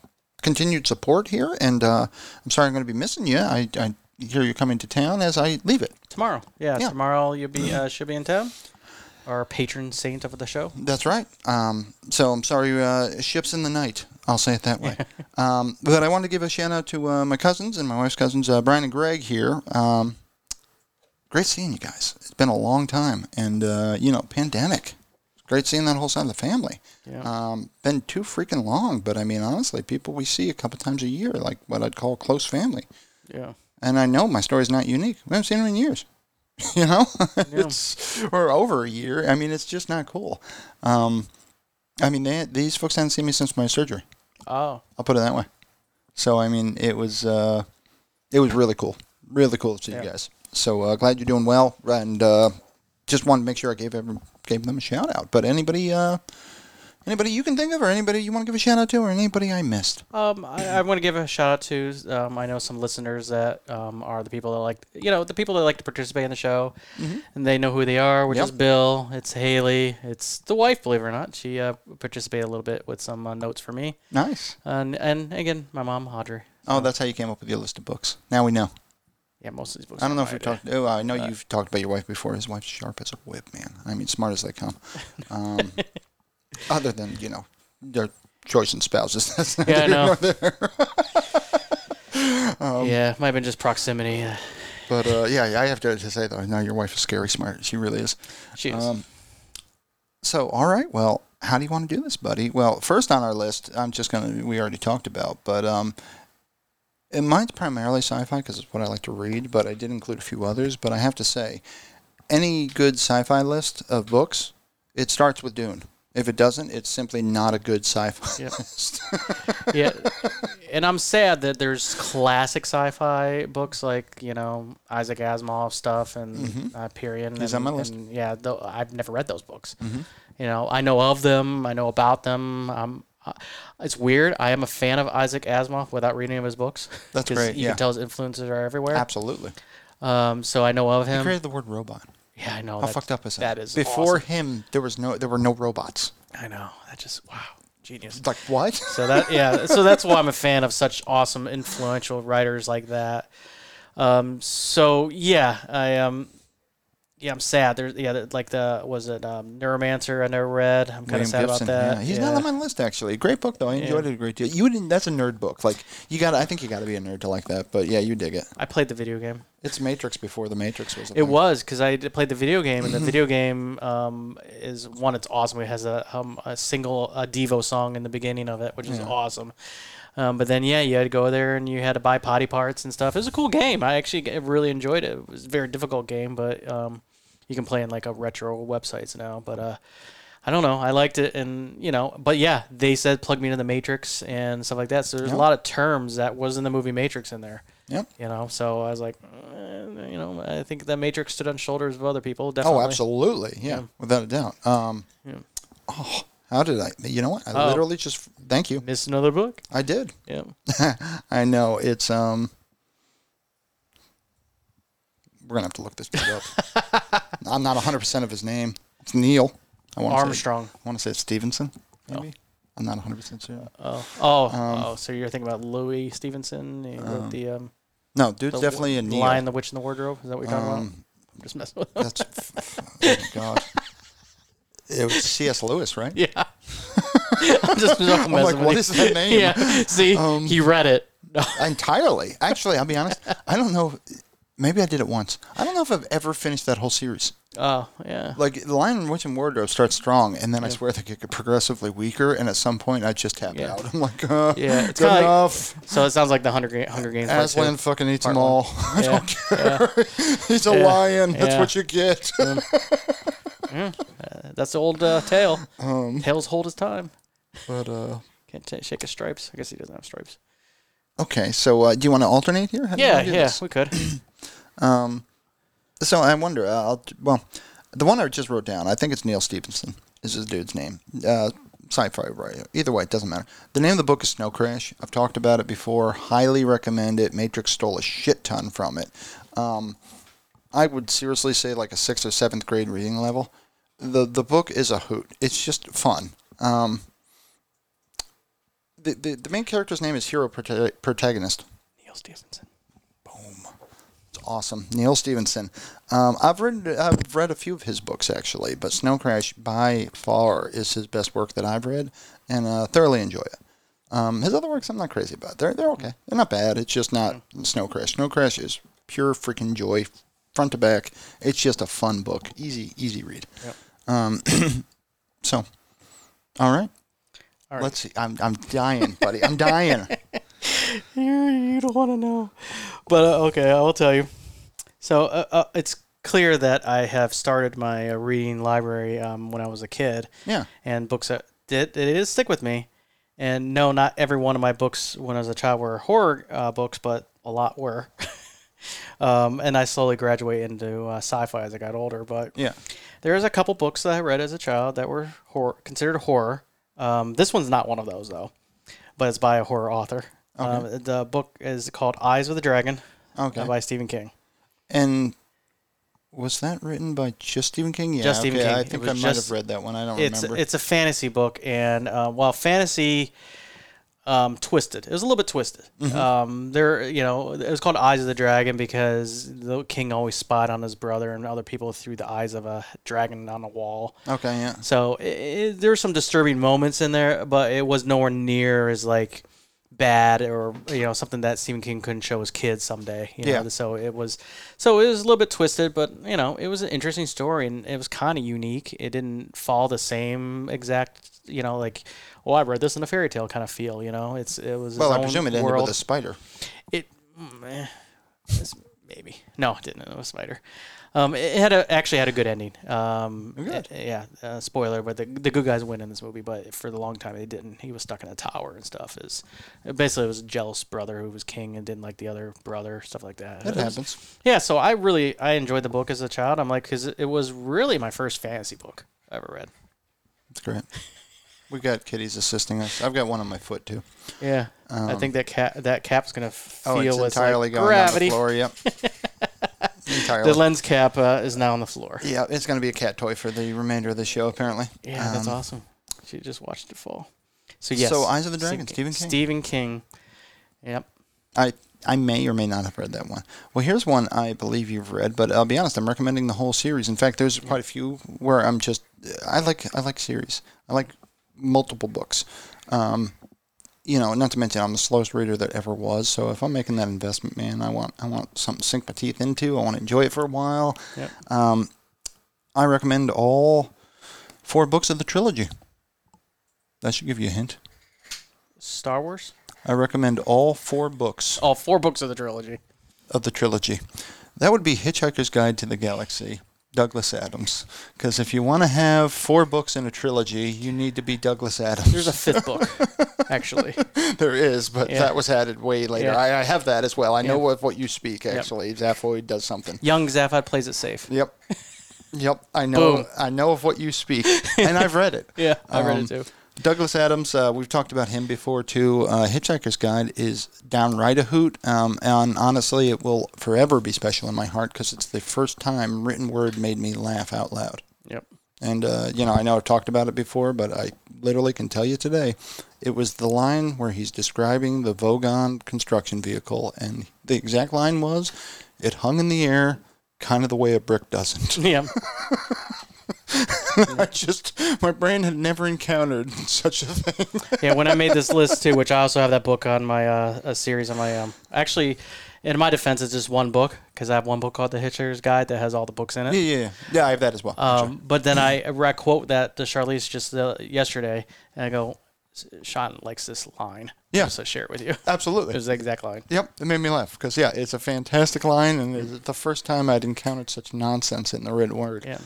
A: continued support here, and uh, I'm sorry I'm going to be missing you. I, I hear you're coming to town as I leave it.
B: Tomorrow. Yeah,
A: Yeah.
B: Tomorrow you'll be uh, should be in town. Our patron saint of the show.
A: That's right. Um, so I'm sorry, uh, ships in the night. I'll say it that way. um, but I want to give a shout out to uh, my cousins and my wife's cousins, uh, Brian and Greg here. Um, great seeing you guys. It's been a long time, and uh, you know, pandemic. Great seeing that whole side of the family.
B: Yeah.
A: Um, been too freaking long, but I mean, honestly, people we see a couple times a year, like what I'd call close family.
B: Yeah.
A: And I know my story's not unique. We haven't seen him in years. You know, it's or over a year. I mean, it's just not cool. Um, I mean, they, these folks haven't seen me since my surgery.
B: Oh.
A: I'll put it that way. So I mean, it was uh, it was really cool, really cool to see you
B: Yeah.
A: guys. So uh, glad you're doing well, and uh, just wanted to make sure I gave every, gave them a shout out. But anybody, uh, anybody you can think of, or anybody you want to give a shout out to, or anybody I missed.
B: Um, I, I want to give a shout out to. Um, I know some listeners that um, are the people that like, you know, the people that like to participate in the show, and they know who they are. Which
A: Yep.
B: is Bill, it's Haley, it's the wife. Believe it or not, she uh, participated a little bit with some uh, notes for me,
A: Nice.
B: and and again, my mom, Audrey.
A: Oh, that's how you came up with your list of books. Now we know.
B: Yeah, most of these books.
A: I don't
B: are
A: know if
B: my
A: we've
B: idea.
A: talked. Oh, I know
B: Uh,
A: you've talked about your wife before. His wife's sharp as a whip, man. I mean, smart as they come. Um, other than you know their choice in spouses. That's
B: Yeah, I
A: neither
B: know.
A: nor there. um,
B: yeah, might have been just proximity. uh,
A: But uh, yeah, yeah, I have to, to say though, no, your wife is scary smart. She really is.
B: She is.
A: Um, so all right, well, how do you want to do this, buddy? Well, first on our list, I'm just gonna we already talked about, but um, and mine's primarily sci-fi because it's what I like to read. But I did include a few others. But I have to say, any good sci-fi list of books, it starts with Dune. If it doesn't, it's simply not a good sci-fi
B: Yep.
A: list.
B: yeah, and I'm sad that there's classic sci-fi books like you know Isaac Asimov stuff and uh, Pyrian.
A: Mm-hmm. He's
B: and,
A: on my list. Mm-hmm.
B: and, yeah, though I've never read those books. You know, I know of them. I know about them. Um, uh, it's weird. I am a fan of Isaac Asimov without reading any of his books.
A: That's
B: 'cause
A: great,
B: You
A: yeah.
B: can tell his influences are everywhere.
A: Absolutely.
B: Um, so I know of
A: He
B: him.
A: created the word robot.
B: Yeah, I know.
A: How
B: that-
A: fucked up is that?
B: That is
A: before
B: awesome.
A: him. There was no. There were no robots.
B: I know. That just wow, genius.
A: It's like what?
B: So that yeah, so that's why I'm a fan of such awesome influential writers like that. Um, so yeah, I um yeah, I'm sad. There's yeah, that- like the was it um, Neuromancer I never read. I'm kind
A: William
B: of sad
A: Gibson,
B: about that.
A: yeah. He's
B: yeah.
A: not on my list actually. Great book though. I enjoyed it a great deal. You didn't. That's a nerd book. Like you got. to I think you got to be a nerd to like that. But yeah, you dig it.
B: I played the video game.
A: It's Matrix before the Matrix was. A
B: It
A: thing.
B: was because I d- played the video game, and the video game um, is one. It's awesome. It has a um, a single a Devo song in the beginning of it, which is awesome. Um, but then yeah, you had to go there and you had to buy potty parts and stuff. It was a cool game. I actually g- really enjoyed it. It was a very difficult game, but um, you can play in like a retro websites now. But uh, I don't know. I liked it, and you know, but yeah, they said plug me into the Matrix and stuff like that. So there's a lot of terms that was in the movie Matrix in there.
A: Yep.
B: You know, so I was like, eh, you know, I think that Matrix stood on shoulders of other people. Definitely.
A: Oh, absolutely. Yeah, without a doubt. Um. Oh, how did I? You know what? I
B: Oh.
A: literally just. Thank you.
B: Missed another book.
A: I did.
B: Yeah.
A: I know it's um. We're gonna have to look this dude up. I'm not 100 percent of his name. It's Neil. I want
B: Armstrong.
A: I want to say it's Stevenson. Maybe. I'm not 100 percent sure.
B: Oh, oh,
A: Um,
B: oh. So you're thinking about Louis Stevenson? He wrote the um,
A: No, dude's
B: the
A: definitely a Um,
B: Wi-
A: Neil.
B: Lion, the Witch, and the Wardrobe. Is that what you're talking about? I'm just messing with.
A: That's f- f- oh my god. It was C.S. Lewis, right?
B: Yeah. I'm just messing
A: I'm like,
B: with
A: what
B: you.
A: is that name? Um,
B: Yeah. See, he read it.
A: Entirely. Actually, I'll be honest. I don't know. Maybe I did it once. I don't know if I've ever finished that whole series.
B: Oh, yeah.
A: Like the Lion Witch and Wardrobe starts strong, and then I swear they get progressively weaker, and at some point I just tap
B: Yeah.
A: out. I'm like, uh,
B: Yeah, it's
A: good
B: kinda like-
A: enough.
B: So it sounds like the Hunger, Ga- Hunger Games. part two.
A: Aslan fucking eats them
B: one.
A: all. I
B: Yeah,
A: don't care. He's a
B: Yeah,
A: lion. That's
B: yeah.
A: what you get.
B: That's the old uh, tale.
A: Um,
B: Tales hold his time.
A: but uh,
B: Can't ta shake his stripes. I guess he doesn't have stripes.
A: okay, so uh, do you want to alternate here? How do you
B: Yeah,
A: wanna do
B: yeah,
A: this?
B: we could.
A: So I wonder. Uh, I'll, well, the one I just wrote down, I think it's Neil Stevenson. Is his dude's name? Uh, sci-fi writer. Either way, it doesn't matter. The name of the book is Snow Crash. I've talked about it before. Highly recommend it. Matrix stole a shit ton from it. Um, I would seriously say like a sixth or seventh grade reading level. The the book is a hoot. It's just fun. Um, the, the the main character's name is hero prota- protagonist.
B: Neil Stevenson.
A: It's awesome. Neil Stevenson. Um, I've read I've read a few of his books actually, but Snow Crash by far is his best work that I've read, and uh, thoroughly enjoy it. Um, his other works I'm not crazy about. They're they're okay. They're not bad. It's just not Snow Crash. Snow Crash is pure freaking joy, front to back. It's just a fun book. Easy easy read.
B: Yep.
A: Um, so, all right.
B: All right.
A: Let's see. I'm I'm dying, buddy. I'm dying.
B: You, you don't want to know. But uh, okay, I will tell you. So uh, uh, it's clear that I have started my uh, reading library um, when I was a kid,
A: Yeah.
B: and books that did it is stick with me. And no, not every one of my books when I was a child were horror uh, books, but a lot were. um, and I slowly graduated into uh, sci-fi as I got older. But
A: Yeah.
B: there is a couple books that I read as a child that were horror, considered horror. Um, this one's not one of those though, but it's by a horror author. Um, the book is called Eyes of the Dragon uh,
A: Okay.
B: by Stephen King.
A: And was that written by just Stephen King? Yeah,
B: Just Stephen
A: okay,
B: King.
A: I
B: It
A: think
B: was
A: I might
B: just-
A: have read that one. I don't
B: It's
A: remember.
B: it's a fantasy book, and uh, while fantasy um, twisted, it was a little bit twisted.
A: Mm-hmm.
B: Um, there, you know, it was called Eyes of the Dragon because the king always spied on his brother and other people through the eyes of a dragon on a wall.
A: okay, yeah.
B: So i i there were some disturbing moments in there, but it was nowhere near as like bad or you know something that Stephen King couldn't show his kids someday. You
A: Yeah.
B: Know? So it was, so it was a little bit twisted, but you know it was an interesting story and it was kind of unique. It didn't follow the same exact you know like oh I read this in a fairy tale kind of feel. You know it's it was
A: Well,
B: its
A: I
B: own
A: presume it ended
B: world.
A: with a spider.
B: It mm, eh, it's- maybe no, it didn't. It was a spider. Um, it it had a, actually had a good ending. Um,
A: Oh, Good.
B: eh, yeah, uh, spoiler, but the, the good guys win in this movie, but for the long time they didn't. He was stuck in a tower and stuff. Is basically it was a jealous brother who was king and didn't like the other brother, stuff like that.
A: That
B: It was-
A: happens.
B: yeah, so I really I enjoyed the book as a child. I'm like, because it was really my first fantasy book I ever read.
A: That's great. We've got kitties assisting us. I've got one on my foot too.
B: Yeah, I think that cat that cap's gonna feel
A: Um, Oh, it's
B: its
A: entirely
B: like,
A: going
B: gravity.
A: on the floor. Yep. entirely.
B: The lens cap uh, is now on the floor.
A: yeah, it's going to be a cat toy for the remainder of the show, apparently.
B: Yeah, that's
A: Um,
B: awesome. She just watched it fall. So yes.
A: So, Eyes of the Dragon, Stephen King.
B: Stephen King. Yep.
A: I I may or may not have read that one. Well, here's one I believe you've read, but I'll be honest, I'm recommending the whole series. In fact, there's quite a few where I'm just I like I like series. I like multiple books. Um, you know, not to mention I'm the slowest reader that ever was. So if I'm making that investment, man, I want I want something to sink my teeth into. I want to enjoy it for a while.
B: Yep.
A: Um, I recommend all four books of the trilogy. That should give you a hint.
B: Star Wars.
A: I recommend all four books
B: All four books of the trilogy.
A: of the trilogy. That would be Hitchhiker's Guide to the Galaxy, Douglas Adams. Because if you want to have four books in a trilogy, you need to be Douglas Adams.
B: There's a fifth book, actually.
A: there is, but
B: Yeah.
A: that was added way later.
B: Yeah.
A: I, I have that as well. I know
B: Yeah.
A: of what you speak, actually. Zaphoid does something.
B: Young Zaphod plays it safe.
A: Yep. Yep, I know.
B: Boom.
A: I know of what you speak, and I've read it.
B: Yeah, I read
A: Um,
B: it too.
A: Douglas Adams, uh, we've talked about him before too. Uh, Hitchhiker's Guide is downright a hoot, um, and honestly, it will forever be special in my heart because it's the first time written word made me laugh out loud.
B: Yep.
A: And uh, you know, I know I've talked about it before, but I literally can tell you today, it was the line where he's describing the Vogon construction vehicle, and the exact line was, "It hung in the air, kind of the way a brick doesn't."
B: Yeah.
A: I just my brain had never encountered such a thing.
B: yeah, when I made this list too, which I also have that book on my uh, a series on my um. Actually, in my defense, it's just one book because I have one book called The Hitchhiker's Guide that has all the books in it.
A: yeah, yeah, yeah. yeah. I have that as well.
B: Um, but then I I quote that to Charlize just uh, yesterday, and I go, Sean likes this line.
A: Yeah.
B: so share it with you.
A: Absolutely.
B: It was the exact line.
A: Yep, it made me laugh because yeah, it's a fantastic line, and it's the first time I'd encountered such nonsense in the written word.
B: Yeah.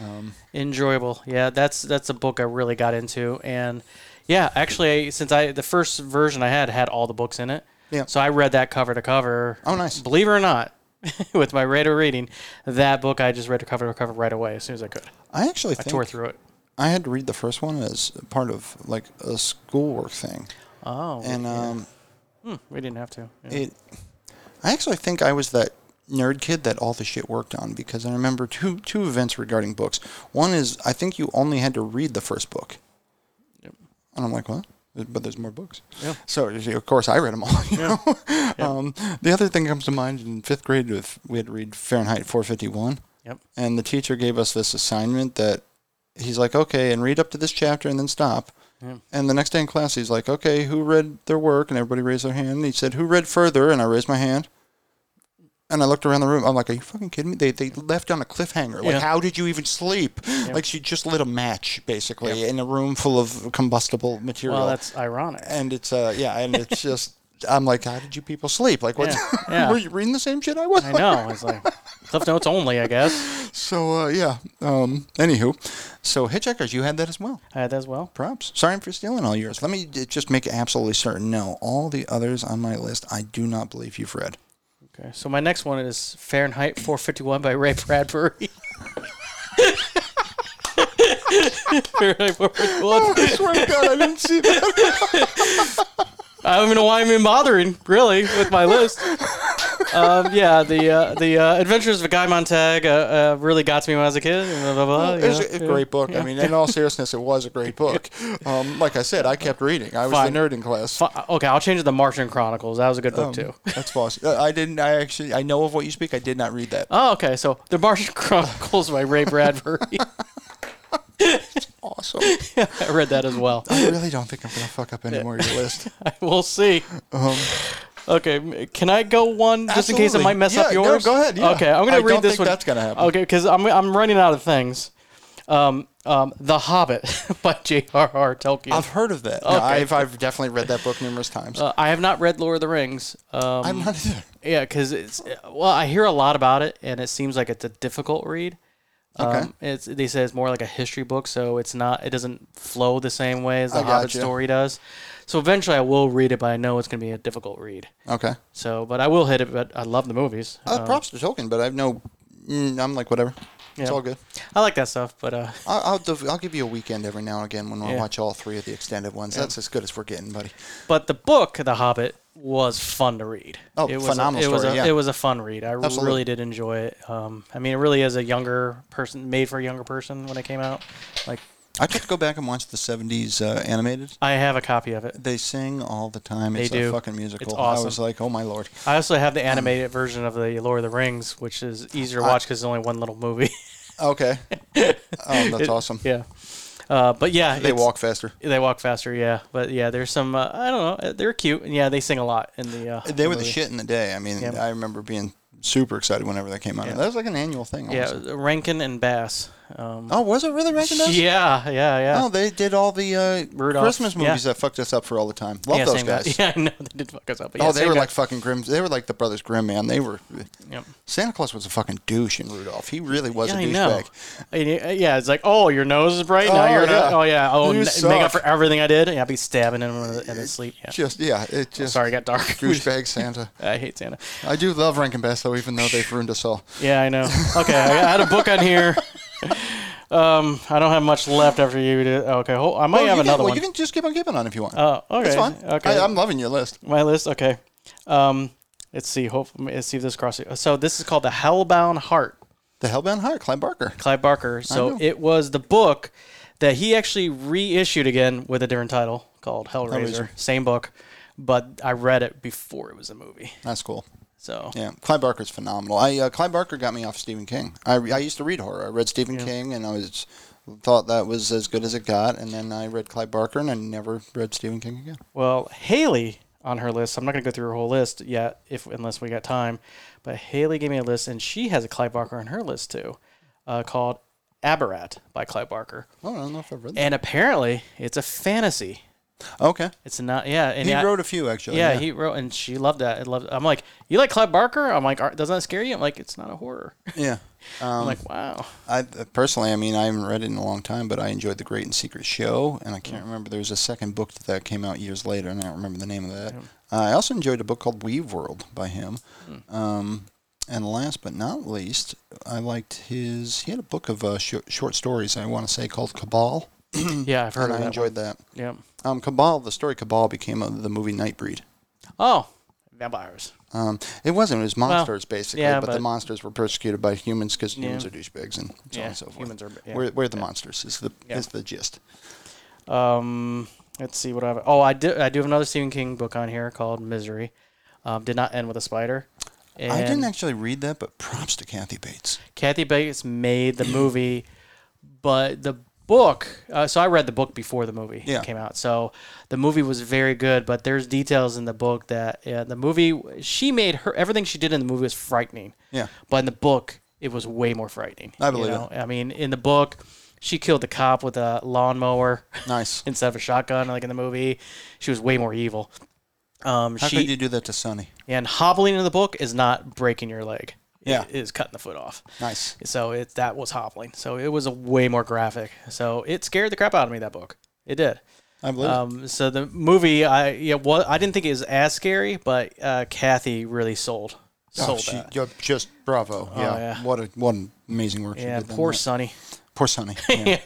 A: Um,
B: Enjoyable. Yeah, that's that's a book I really got into, and yeah, actually, since I the first version I had had all the books in it.
A: Yeah.
B: So I read that cover to cover.
A: Oh, nice.
B: Believe it or not, with my rate of reading, that book I just read to cover to cover right away as soon as I could.
A: I actually
B: I
A: think
B: tore through it.
A: I had to read the first one as part of like a schoolwork thing,
B: Oh.
A: and um,
B: we didn't have to. Yeah.
A: it. I actually think I was that nerd kid that all the shit worked on because I remember two two events regarding books. One is I think you only had to read the first book,
B: Yep.
A: and I'm like, what? But there's more books.
B: Yeah.
A: So you see, of course I read them all. You know? Um, the other thing that comes to mind in fifth grade with we had to read Fahrenheit 451.
B: Yep.
A: and the teacher gave us this assignment that he's like, okay, and read up to this chapter and then stop.
B: Yeah.
A: And the next day in class, he's like, okay, who read their work? And everybody raised their hand. He said, who read further? And I raised my hand. And I looked around the room. I'm like, are you fucking kidding me? They, they left on a cliffhanger. Like,
B: Yeah.
A: how did you even sleep? Like, she just lit a match, basically, in a room full of combustible material.
B: Well, that's ironic.
A: and it's, uh, yeah, and it's just, I'm like, how did you people sleep? Like, what?
B: Yeah, yeah.
A: Were you reading the same shit I was?
B: I know. It's like Cliff Notes only, I guess.
A: So uh, yeah. Um, anywho, so Hitchhikers, you had that as well.
B: I had that as well.
A: Props. Sorry for stealing all yours. Let me d- just make absolutely certain. No, all the others on my list, I do not believe you've read.
B: Okay, so my next one is Fahrenheit 451 by Ray Bradbury. Fahrenheit 451.
A: I swear to God, I didn't see that.
B: I don't even know why I'm even bothering, really, with my list. Um, yeah, the uh, the uh, Adventures of Guy Montag uh, uh, really got to me when I was a kid. Blah, blah, blah,
A: It was
B: Oh, yeah,
A: a
B: yeah.
A: great book. I mean, in all seriousness, it was a great book. Um, like I said, I kept reading. I was
B: Fine.
A: the nerd in class.
B: Fi- uh, Okay, I'll change it to Martian Chronicles. That was a good
A: Um.
B: book, too.
A: That's false. Uh, I didn't. I actually. I know of what you speak. I did not read that.
B: Oh, okay, so The Martian Chronicles by Ray Bradbury.
A: Awesome.
B: I read that as well.
A: I really don't think I'm gonna fuck up any more of your list.
B: We'll see. okay, m- can I go one just in case
A: Um,
B: it
A: Absolutely.
B: might mess up
A: Yeah, no,
B: yours?
A: go ahead, yeah.
B: Okay, I'm
A: I
B: gonna read
A: don't
B: this
A: think
B: one.
A: that's gonna happen.
B: Okay, because I'm I'm running out of things. Um, um, The Hobbit by J.R.R. Tolkien.
A: I've heard of that. No,
B: Okay.
A: I've I've definitely read that book numerous times.
B: Uh, I have not read Lord of the Rings. Um,
A: I'm not either.
B: yeah, because it's well, I hear a lot about it, and it seems like it's a difficult read.
A: Okay.
B: Um, it's they say it's more like a history book, so it's not it doesn't flow the same way as the
A: I
B: Hobbit
A: gotcha.
B: story does. So eventually, I will read it, but I know it's going to be a difficult read.
A: Okay.
B: So, but I will hit it. But I love the movies. Um,
A: Uh, props to Tolkien, but I've no. Mm, I'm like whatever. It's
B: Yeah.
A: all good.
B: I like that stuff. But uh,
A: I'll I'll, def- I'll give you a weekend every now and again when we
B: Yeah.
A: watch all three of the extended ones. That's as good as we're getting, buddy.
B: but the book, The Hobbit, was fun to read.
A: Oh,
B: it was
A: phenomenal
B: A, it was
A: story,
B: a
A: yeah.
B: it was a fun read. I
A: Absolutely.
B: really did enjoy it. Um, I mean, it really is a younger person made for a younger person when it came out. Like
A: I tried to go back and watch the '70s uh, animated.
B: I have a copy of it.
A: They sing all the time.
B: They
A: it's a
B: do.
A: fucking musical.
B: It's
A: I
B: awesome.
A: was like, oh my lord.
B: I also have the animated version of the Lord of the Rings, which is easier to watch because there's only one little movie.
A: Okay. oh, that's awesome.
B: yeah, uh, but yeah,
A: They
B: it's-
A: walk faster.
B: They walk faster, yeah. But yeah, there's some. Uh, I don't know. uh, They're cute, and yeah, they sing a lot in the. Uh,
A: They were the
B: movie.
A: shit in the day. I mean,
B: Yeah.
A: I remember being super excited whenever that came out. That was like an annual thing.
B: Yeah,
A: almost.
B: Rankin and Bass. Um,
A: Oh, was it really Rankin Bass?
B: Yeah, yeah, yeah.
A: Oh, they did all the uh,
B: Rudolph,
A: Christmas
B: yeah.
A: movies that fucked us up for all the time. Love
B: yeah,
A: those
B: same guy.
A: guys.
B: Yeah, I know they did fuck us up. But yeah,
A: oh, they
B: same
A: were
B: guy.
A: like fucking grim. They were like the brothers Grimm, man. They were.
B: Yep.
A: Santa Claus was a fucking douche in Rudolph. He really was
B: yeah,
A: a
B: I know.
A: douchebag.
B: And, uh, Yeah, it's like, oh, your nose is bright now.
A: Oh,
B: You're not.
A: yeah.
B: Oh yeah. Oh,
A: You
B: n- make
A: suck.
B: up for everything I did. Yeah, I'd be stabbing him in the- in his sleep. Yeah.
A: Just yeah, it just
B: Sorry, it got dark.
A: douchebag Santa.
B: I hate Santa.
A: I do love Rankin Bass though, even though they've ruined us all.
B: Yeah, I know. Okay, I I had a book on here. Um, I don't have much left after you. Did. Okay, hold, I might
A: Well,
B: have
A: you can,
B: another
A: well,
B: one.
A: you can just keep on keeping on if you want.
B: Oh, okay.
A: It's fine.
B: Okay.
A: I, I'm loving your list.
B: My list. Okay. Um, let's see. Hope let's see if this crosses. So this is called the Hellbound Heart,
A: The Hellbound Heart, Clive Barker.
B: Clive Barker. So
A: know.
B: it was the book that he actually reissued again with a different title called
A: Hellraiser.
B: Hellraiser. Same book, but I read it before it was a movie.
A: That's cool.
B: So
A: Yeah, Clive Barker's phenomenal. I uh, Clive Barker got me off Stephen King. I, I used to read horror. I read Stephen King, and I was thought that was as good as it got, and then I read Clive Barker, and I never read Stephen King again.
B: Well, Haley on her list. I'm not going to go through her whole list yet, if unless we got time. But Haley gave me a list, and she has a Clive Barker on her list too, uh, called Aberrat by Clive Barker.
A: Oh, I don't know if I've read that.
B: And apparently, it's a fantasy.
A: Okay,
B: It's not, yeah. And
A: he
B: yeah,
A: wrote a few actually.
B: yeah, he wrote, and she loved that. It loved. I'm like, you like Clive Barker? I'm like, "Are- doesn't that scare you? I'm like, it's not a horror.
A: yeah.
B: I'm
A: Um,
B: like, wow.
A: I uh, personally, I mean, I haven't read it in a long time, but I enjoyed the Great and Secret Show, and I can't remember. There was a second book that came out years later, and I don't remember the name of that. Uh, I also enjoyed a book called Weave World by him.
B: Hmm.
A: Um, and last but not least, I liked his. He had a book of uh, shor- short stories. I want to say called Cabal.
B: Yeah, I've heard
A: and
B: of
A: I
B: that.
A: enjoyed that.
B: one. Yeah.
A: Um, Cabal, the story Cabal became uh the movie Nightbreed.
B: Oh, vampires.
A: Um, it wasn't. It was monsters basically,
B: yeah,
A: but, the
B: but-
A: monsters were persecuted by humans because
B: Yeah.
A: humans are douchebags and so on
B: Yeah,
A: and so forth.
B: humans are- yeah,
A: we're, we're the monsters. Is the
B: Yeah.
A: is the gist?
B: Um, let's see what I have. Oh, I do. I do have another Stephen King book on here called Misery. Um, did not end with a spider. And
A: I didn't actually read that, but props to Kathy Bates.
B: Kathy Bates made the movie, but the book. Uh, so I read the book before the movie
A: Yeah.
B: came out. So the movie was very good, but there's details in the book that yeah, the movie she made her everything she did in the movie was frightening.
A: Yeah.
B: But in the book, it was way more frightening.
A: I believe
B: it. I mean, in the book, she killed the cop with a lawnmower.
A: Nice.
B: instead of a shotgun like in the movie. She was way more evil. Um,
A: How
B: she
A: could you do that to Sonny?
B: and hobbling in the book is not breaking your leg.
A: Yeah.
B: it is cutting the foot off.
A: Nice.
B: So it that was hobbling. So it was a way more graphic. So it scared the crap out of me that book. It did.
A: I believe.
B: Um, so the movie, I yeah, well, I didn't think it was as scary, but uh, Kathy really sold
A: it. Oh,
B: sold
A: she-
B: that. Oh,
A: yeah, just bravo. yeah.
B: yeah.
A: What a what an amazing work
B: Yeah,
A: she did. on
B: poor
A: that.
B: Sonny.
A: poor Sonny. Yeah.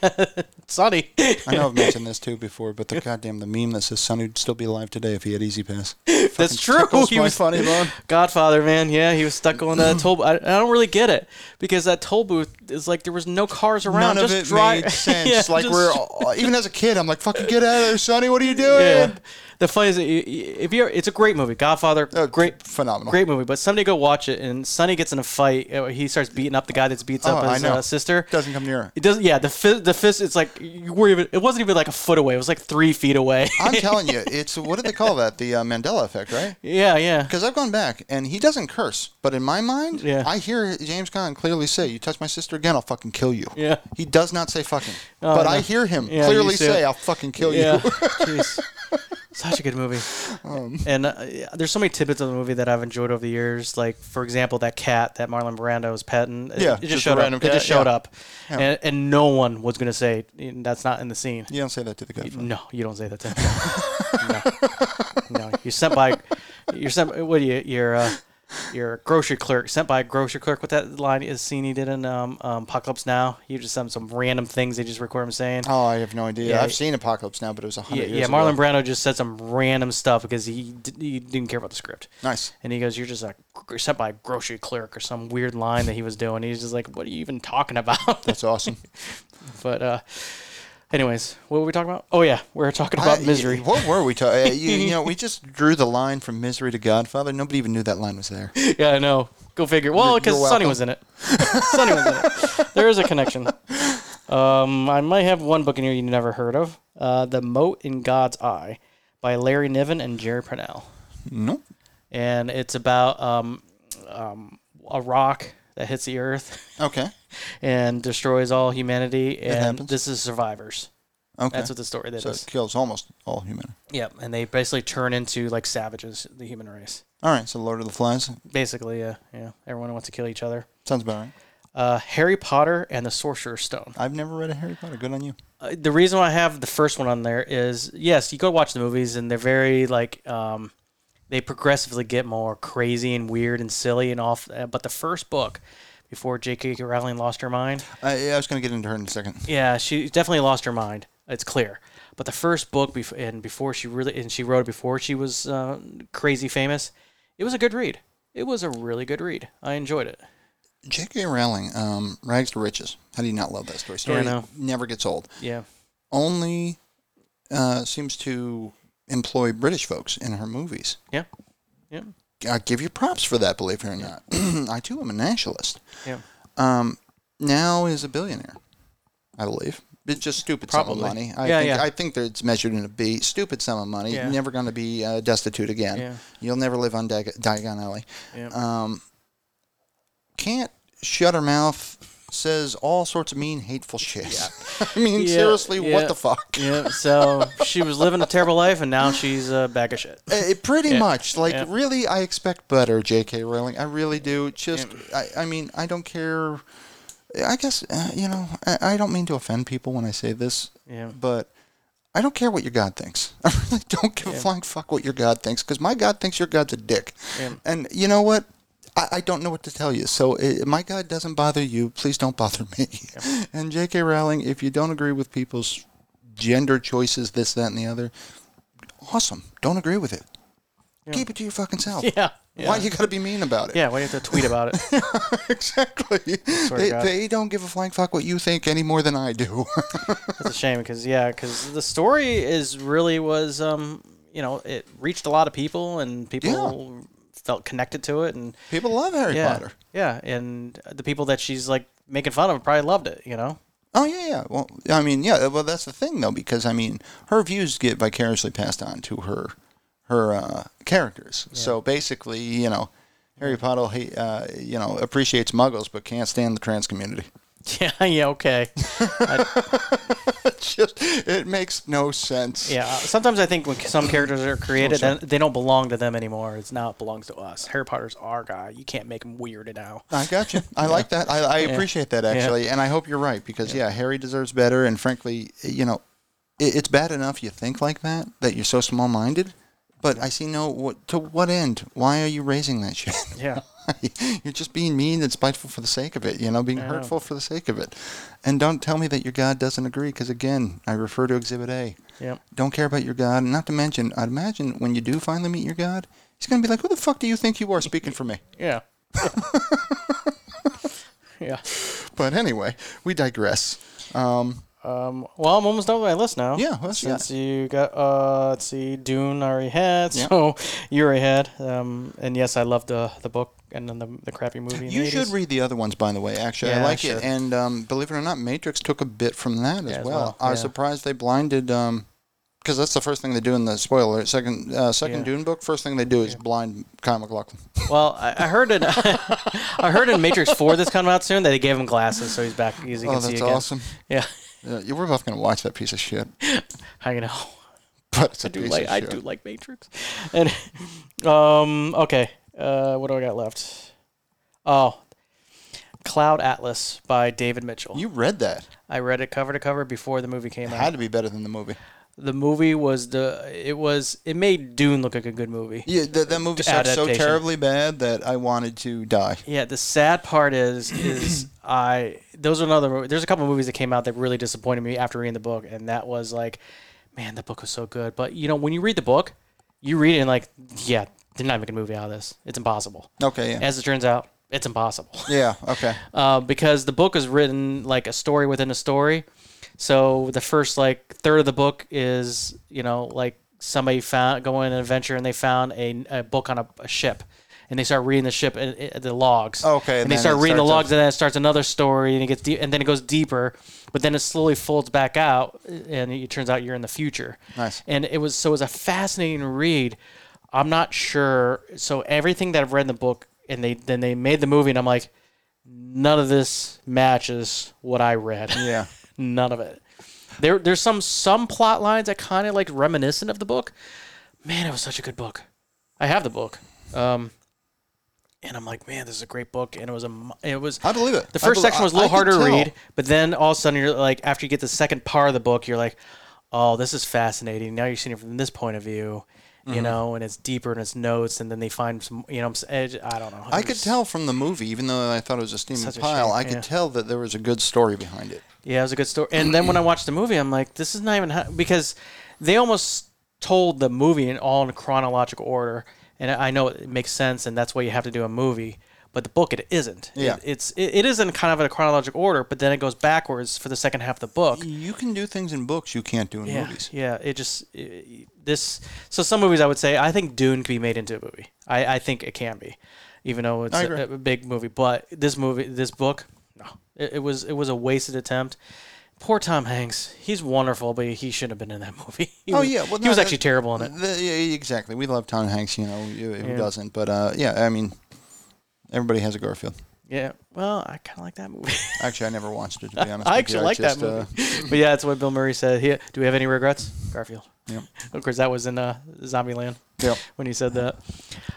B: Sonny.
A: I know I've mentioned this too before, but the goddamn the meme that says Sonny would still be alive today if he had Easy Pass.
B: That's true.
A: tickles
B: He
A: my
B: was
A: funny bone.
B: Godfather, man. Yeah, he was stuck on a toll. I, I don't really get it because that toll booth is like there was no cars around.
A: None of
B: just
A: it
B: drive.
A: made sense.
B: Yeah,
A: like
B: just-
A: we're all, even as a kid, I'm like, "Fucking get out of there, Sonny! What are you doing?"
B: Yeah. The funny is, that you- you- if you're, it's a great movie. Godfather,
A: Oh,
B: great,
A: phenomenal.
B: great movie. But someday go watch it, and Sonny gets in a fight. uh, He starts beating up the guy that's beats
A: Oh,
B: up
A: I
B: his
A: know.
B: uh, sister.
A: Doesn't come near.
B: It doesn't. Yeah, the fist, the fist. It's like you were even. It wasn't even like a foot away. It was like three feet away.
A: I'm telling you, it's what do they call that? The uh, Mandela effect, right?
B: yeah, yeah.
A: Because I've gone back, and he doesn't curse, but in my mind,
B: Yeah.
A: I hear James Caan clearly say, "You touch my sister again, I'll fucking kill you."
B: Yeah.
A: He does not say "fucking,"
B: Oh,
A: but
B: I
A: I
B: know.
A: hear him
B: Yeah, you
A: clearly
B: see it.
A: say, "I'll fucking kill
B: yeah.
A: you."
B: Jeez. Such a good movie.
A: Um.
B: and uh, yeah, there's so many tidbits of the movie that I've enjoyed over the years. Like, for example, that cat that Marlon Brando was petting. It,
A: Yeah,
B: it just,
A: just a
B: showed
A: random
B: up. It
A: cat,
B: just showed
A: yeah.
B: up. And, and no one was going to say, that's not in the scene.
A: you don't say that to the Godfather.
B: No, you don't say that to him. no. no. You're sent by, you're sent, what do you, you're, uh, your grocery clerk sent by a grocery clerk with that line is scene he did in um, um, Apocalypse Now. You just some some random things they just record him saying.
A: Oh, I have no idea.
B: Yeah.
A: I've seen Apocalypse Now, but it was a
B: Yeah,
A: hundred years
B: yeah Marlon
A: ago.
B: Brando just said some random stuff because he, d- he didn't care about the script.
A: Nice.
B: And he goes, "You're just a gr- sent by a grocery clerk or some weird line that he was doing." He's just like, "What are you even talking about?"
A: That's awesome.
B: but uh, anyways, what were we talking about? Oh yeah, we were talking about
A: I-
B: misery.
A: What were we talking? you, you know, we just drew the line from misery to Godfather. Nobody even knew that line was there.
B: yeah, I know. Go figure. Well,
A: You're-
B: because
A: you're
B: Sonny
A: welcome.
B: was in it. Sonny was in it. There is a connection. Um, I might have one book in here you never heard of, uh, "The Moat in God's Eye," by Larry Niven and Jerry Purnell.
A: No.
B: and it's about um, um, a rock that hits the earth
A: Okay.
B: and destroys all humanity. And
A: happens.
B: this is survivors.
A: Okay.
B: That's what the story that is.
A: so it kills almost all human.
B: Yep, and they basically turn into like savages, the human race.
A: All right. So Lord of the Flies
B: Basically, yeah, yeah. Everyone wants to kill each other.
A: sounds about right.
B: Uh, Harry Potter and the Sorcerer's Stone.
A: I've never read a Harry Potter. Good on you.
B: Uh, the reason why I have the first one on there is yes, you go watch the movies and they're very like um, they progressively get more crazy and weird and silly and off. Uh, but the first book, before J.K. Rowling lost her mind,
A: Uh, I, I was going to get into her in a second.
B: Yeah, she definitely lost her mind. It's clear. But the first book, bef- and before she really, and she wrote it before she was uh, crazy famous, it was a good read. It was a really good read. I enjoyed it.
A: J.K. Rowling, um, Rags to Riches. How do you not love that story? Story
B: know.
A: never gets old.
B: Yeah.
A: Only uh, seems to employ British folks in her movies.
B: Yeah. Yeah.
A: I give you props for that, believe it or not. I too am a nationalist.
B: Yeah.
A: Um, now is a billionaire, I believe. It's just stupid
B: Probably.
A: sum of money. I
B: Yeah,
A: think
B: yeah.
A: I think that it's measured in a B. Stupid sum of money.
B: Yeah.
A: Never going to be uh, destitute again.
B: Yeah.
A: You'll never live on Dag- Diagon Alley.
B: Yeah.
A: Um, can't shut her mouth. Says all sorts of mean, hateful shit. I mean,
B: Yeah,
A: seriously,
B: yeah.
A: what the fuck?
B: yeah. So she was living a terrible life, and now she's a bag of shit.
A: Uh, It pretty much like
B: yeah.
A: really, I expect better, J.K. Rowling. I really do. Just, I, I mean, I don't care. I guess uh, you know, I, I don't mean to offend people when I say this,
B: Yeah.
A: but I don't care what your God thinks. I really don't give a flying fuck what your God thinks because my God thinks your God's a dick.
B: Yeah.
A: And you know what? I, I don't know what to tell you. So uh my God doesn't bother you. Please don't bother me. And J.K. Rowling, if you don't agree with people's gender choices, this, that, and the other, awesome. Don't agree with it. Keep it to your fucking self.
B: Yeah. Yeah.
A: Why you gotta be mean about it?
B: Yeah. Why do you have to tweet about it?
A: exactly.
B: to
A: They,
B: God.
A: they don't give a flying fuck what you think any more than I do.
B: That's a shame because yeah, because the story is really was um you know it reached a lot of people and people felt connected to it and
A: People love Harry
B: yeah
A: Potter.
B: yeah and the people that she's like making fun of probably loved it you know
A: Oh yeah, yeah. Well, I mean, yeah. Well, that's the thing though, because I mean, her views get vicariously passed on to her, her uh, characters. So basically, you know, Harry Potter, he, uh, you know, appreciates Muggles but can't stand the trans community.
B: yeah yeah okay
A: It's just it makes no sense.
B: yeah sometimes I think when some characters are created then they don't belong to them anymore it's now it belongs to us Harry Potter's our guy you can't make him weird now
A: I got you. I like that. I, I appreciate that actually, and I hope you're right because yeah. Harry deserves better. And frankly, you know, it, it's bad enough you think like that that you're so small-minded. But I see no what, to what end. Why are you raising that shit?
B: yeah
A: You're just being mean and spiteful for the sake of it, you know, being hurtful for the sake of it. And don't tell me that your God doesn't agree, because again, I refer to Exhibit A.
B: yeah
A: Don't care about your God. Not to mention, I'd imagine when you do finally meet your God, he's going to be like, who the fuck do you think you are speaking for me?
B: yeah yeah
A: But anyway, we digress. Um,
B: Um, well, I'm almost done with my list now.
A: Yeah, let's do
B: since you got uh, let's see, Dune already had, so you're ahead. Um, and yes, I love the the book and then the, the crappy movie. in
A: you
B: the
A: should
B: 80s.
A: read the other ones, by the way, actually.
B: Yeah,
A: I
B: I
A: like
B: should.
A: it. And um, believe it or not, Matrix took a bit from that as,
B: as
A: well.
B: well,
A: I was
B: yeah.
A: surprised they blinded. Um, because that's the first thing they do in the spoiler second uh, second
B: Yeah.
A: Dune book. First thing they do is blind Kyle McLaughlin.
B: Well, I, I heard in I heard in Matrix Four that's coming out soon that they gave him glasses, so he's back. He's, he can
A: Oh,
B: see
A: that's
B: again.
A: awesome.
B: Yeah,
A: Yeah, you were both going to watch that piece of shit.
B: I know.
A: But it's a
B: I do
A: piece
B: like
A: of
B: I
A: shit.
B: do like Matrix. And um, okay, uh, what do I got left? Oh, Cloud Atlas by David Mitchell.
A: You read that.
B: I read it cover to cover before the movie came
A: It
B: out.
A: had to be better than the movie.
B: the movie was the it was it made Dune look like a good movie.
A: Yeah, that, that movie starts so
B: Adaptation.
A: terribly bad that I wanted to die.
B: Yeah, the sad part is is I those are another there's a couple movies that came out that really disappointed me after reading the book and that was like man the book was so good but you know when you read the book you read it and like yeah they're not making a movie out of this it's impossible.
A: Okay, yeah.
B: As it turns out, it's impossible.
A: Yeah, okay.
B: uh, because the book is written like a story within a story. So the first like third of the book is you know like somebody found going on an adventure and they found a, a book on a, a ship. And they start reading the ship and and the logs.
A: Okay,
B: And,
A: and
B: they
A: then
B: start
A: it
B: reading the
A: starts
B: logs, and then it starts another story, and it gets deep, and then it goes deeper, but then it slowly folds back out, uh, and it turns out you're in the future.
A: Nice.
B: And it was so it was a fascinating read. I'm not sure. So everything that I've read in the book, and they then they made the movie, and I'm like, none of this matches what I read.
A: Yeah.
B: none of it. There, there's some some plot lines that kind of like reminiscent of the book. Man, it was such a good book. I have the book, um, and I'm like, man, this is a great book. And it was a, m- it was
A: I believe it.
B: the
A: I
B: first
A: bel-
B: section was a
A: I- I
B: little
A: could
B: harder to
A: tell.
B: read, but then all of a sudden you're like, after you get the second part of the book, you're like, oh, this is fascinating. Now you're seeing it from this point of view,
A: Mm-hmm.
B: you know, and it's deeper in its notes, and then they find some, you know, I'm s- edge. I don't know.
A: I
B: It
A: could
B: was-
A: tell from the movie, even though I thought it was a steaming
B: Such a
A: pile,
B: shame,
A: I could
B: yeah.
A: tell that there was a good story behind it.
B: Yeah, it was a good story. And then when I watched the movie, I'm like, this is not even how, because they almost told the movie in all in chronological order, and I know it makes sense, and that's why you have to do a movie. But the book, it isn't.
A: Yeah.
B: It, it's it, it is in kind of a chronological order, but then it goes backwards for the second half of the book.
A: You can do things in books you can't do in
B: Yeah,
A: movies.
B: yeah. It just i- i- this. So some movies, I would say, I think Dune could be made into a movie. I, I think it can be, even though it's
A: I
B: a,
A: agree.
B: a big movie. But this movie, this book, no, it, it was it was a wasted attempt. Poor Tom Hanks. He's wonderful, but he shouldn't have been in that movie. He
A: Oh,
B: was-
A: yeah, well,
B: he
A: no,
B: was
A: that-
B: actually terrible in it.
A: The- yeah, exactly. We love Tom Hanks, you know, who who
B: Yeah.
A: doesn't? But uh, yeah, I mean, everybody has a Garfield.
B: Yeah. Well, I kind of like that movie.
A: Actually, I never watched it to be honest.
B: I
A: with you.
B: actually like that
A: just, uh,
B: movie. but yeah, that's what Bill Murray said. Here, do we have any regrets? Garfield.
A: Yep.
B: Of course, that was in uh, Zombieland
A: yep.
B: when he said that.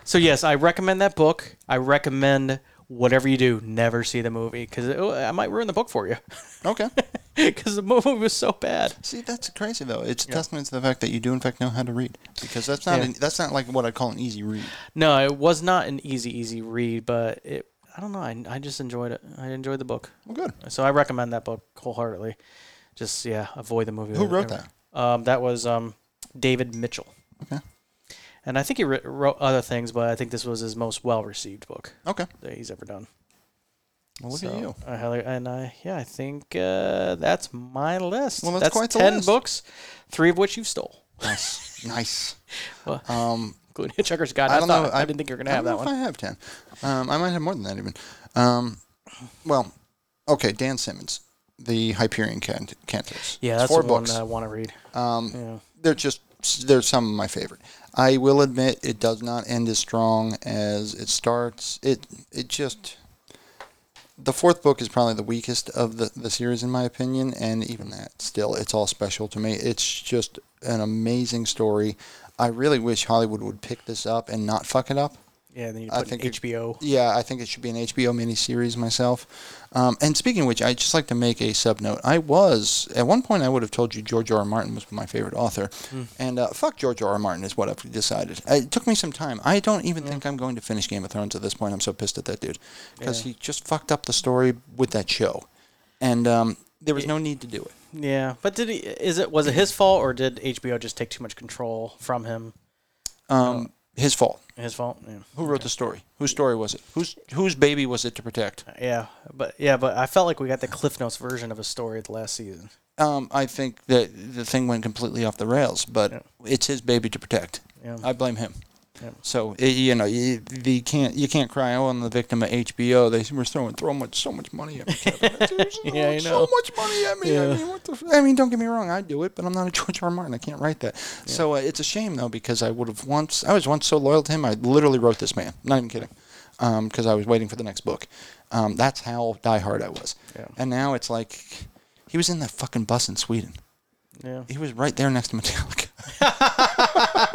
B: So yes, I recommend that book. I recommend whatever you do, never see the movie because I might ruin the book for you
A: Okay.
B: because the movie was so bad.
A: See, that's crazy though. It's a testament to the fact that you do in fact know how to read, because that's not
B: Yeah.
A: an, that's not like what I call an easy read.
B: No, it was not an easy, easy read, but it. I don't know. I, I just enjoyed it. I enjoyed the book,
A: Well, good.
B: so I recommend that book wholeheartedly. Just yeah, avoid the movie.
A: Who wrote that?
B: Um, that was um, David Mitchell.
A: Okay.
B: And I think he wr- wrote other things, but I think this was his most well received book
A: Okay.
B: that he's ever done.
A: Well, look
B: So,
A: at you.
B: I highly, and I, yeah, I think uh, that's my list.
A: Well, that's quite the
B: ten
A: list.
B: books, three of which you stole,
A: Nice. nice.
B: Well,
A: Um,
B: including Hitchhiker's Guide.
A: I
B: I,
A: don't
B: thought-
A: know,
B: I,
A: I-
B: didn't think you were
A: I
B: gonna
A: don't know
B: have that
A: if
B: one.
A: I have ten. Um, I might have more than that even. Um, well, okay. Dan Simmons, the Hyperion Cant- Cantos.
B: yeah,
A: It's
B: that's
A: four
B: the
A: books.
B: one uh, I want to read.
A: Um,
B: Yeah.
A: they're just they're some of my favorite. I will admit it does not end as strong as it starts. It it just the fourth book is probably the weakest of the, the series in my opinion, and even that still it's all special to me. It's just an amazing story. I really wish Hollywood would pick this up and not fuck it up.
B: Yeah, then you
A: I
B: put in
A: think it-
B: HBO.
A: Yeah, I think it should be an HBO miniseries myself. Um, and speaking of which, I'd just like to make a sub note. I was, at one point, I would have told you George R. R. Martin was my favorite author.
B: Hmm.
A: And uh, fuck George R. R. Martin is what I've decided. Uh, It took me some time. I don't even think I'm going to finish Game of Thrones at this point. I'm so pissed at that dude. Because
B: Hmm. Yeah.
A: he just fucked up the story with that show. And um, there was no need to do it.
B: yeah, but did he? Is it was it his fault or did HBO just take too much control from him?
A: Um, his fault.
B: His fault. Yeah.
A: Who wrote the story? Whose story was it? Whose, whose baby was it to protect?
B: Yeah, but yeah, but I felt like we got the Cliff Notes version of a story the last season.
A: Um, I think that the thing went completely off the rails, but
B: Yeah.
A: it's his baby to protect.
B: Yeah.
A: I blame him.
B: Yeah.
A: So i you know, you, you can't you can't cry. Oh, I'm the victim of HBO. They were throwing throwing much, so much money at me. Kevin. They were throwing
B: Yeah, I know.
A: So much money at me.
B: Yeah.
A: I mean, what the? F- I mean, don't get me wrong. I do it, but I'm not a George R. R. Martin. I can't write that. So uh, it's a shame though, because I would have once. I was once so loyal to him. I literally wrote this man. Not even kidding. Because I was waiting for the next book. Um, that's how diehard I was.
B: Yeah.
A: And now it's like he was in that fucking bus in Sweden.
B: Yeah.
A: He was right there next to Metallica.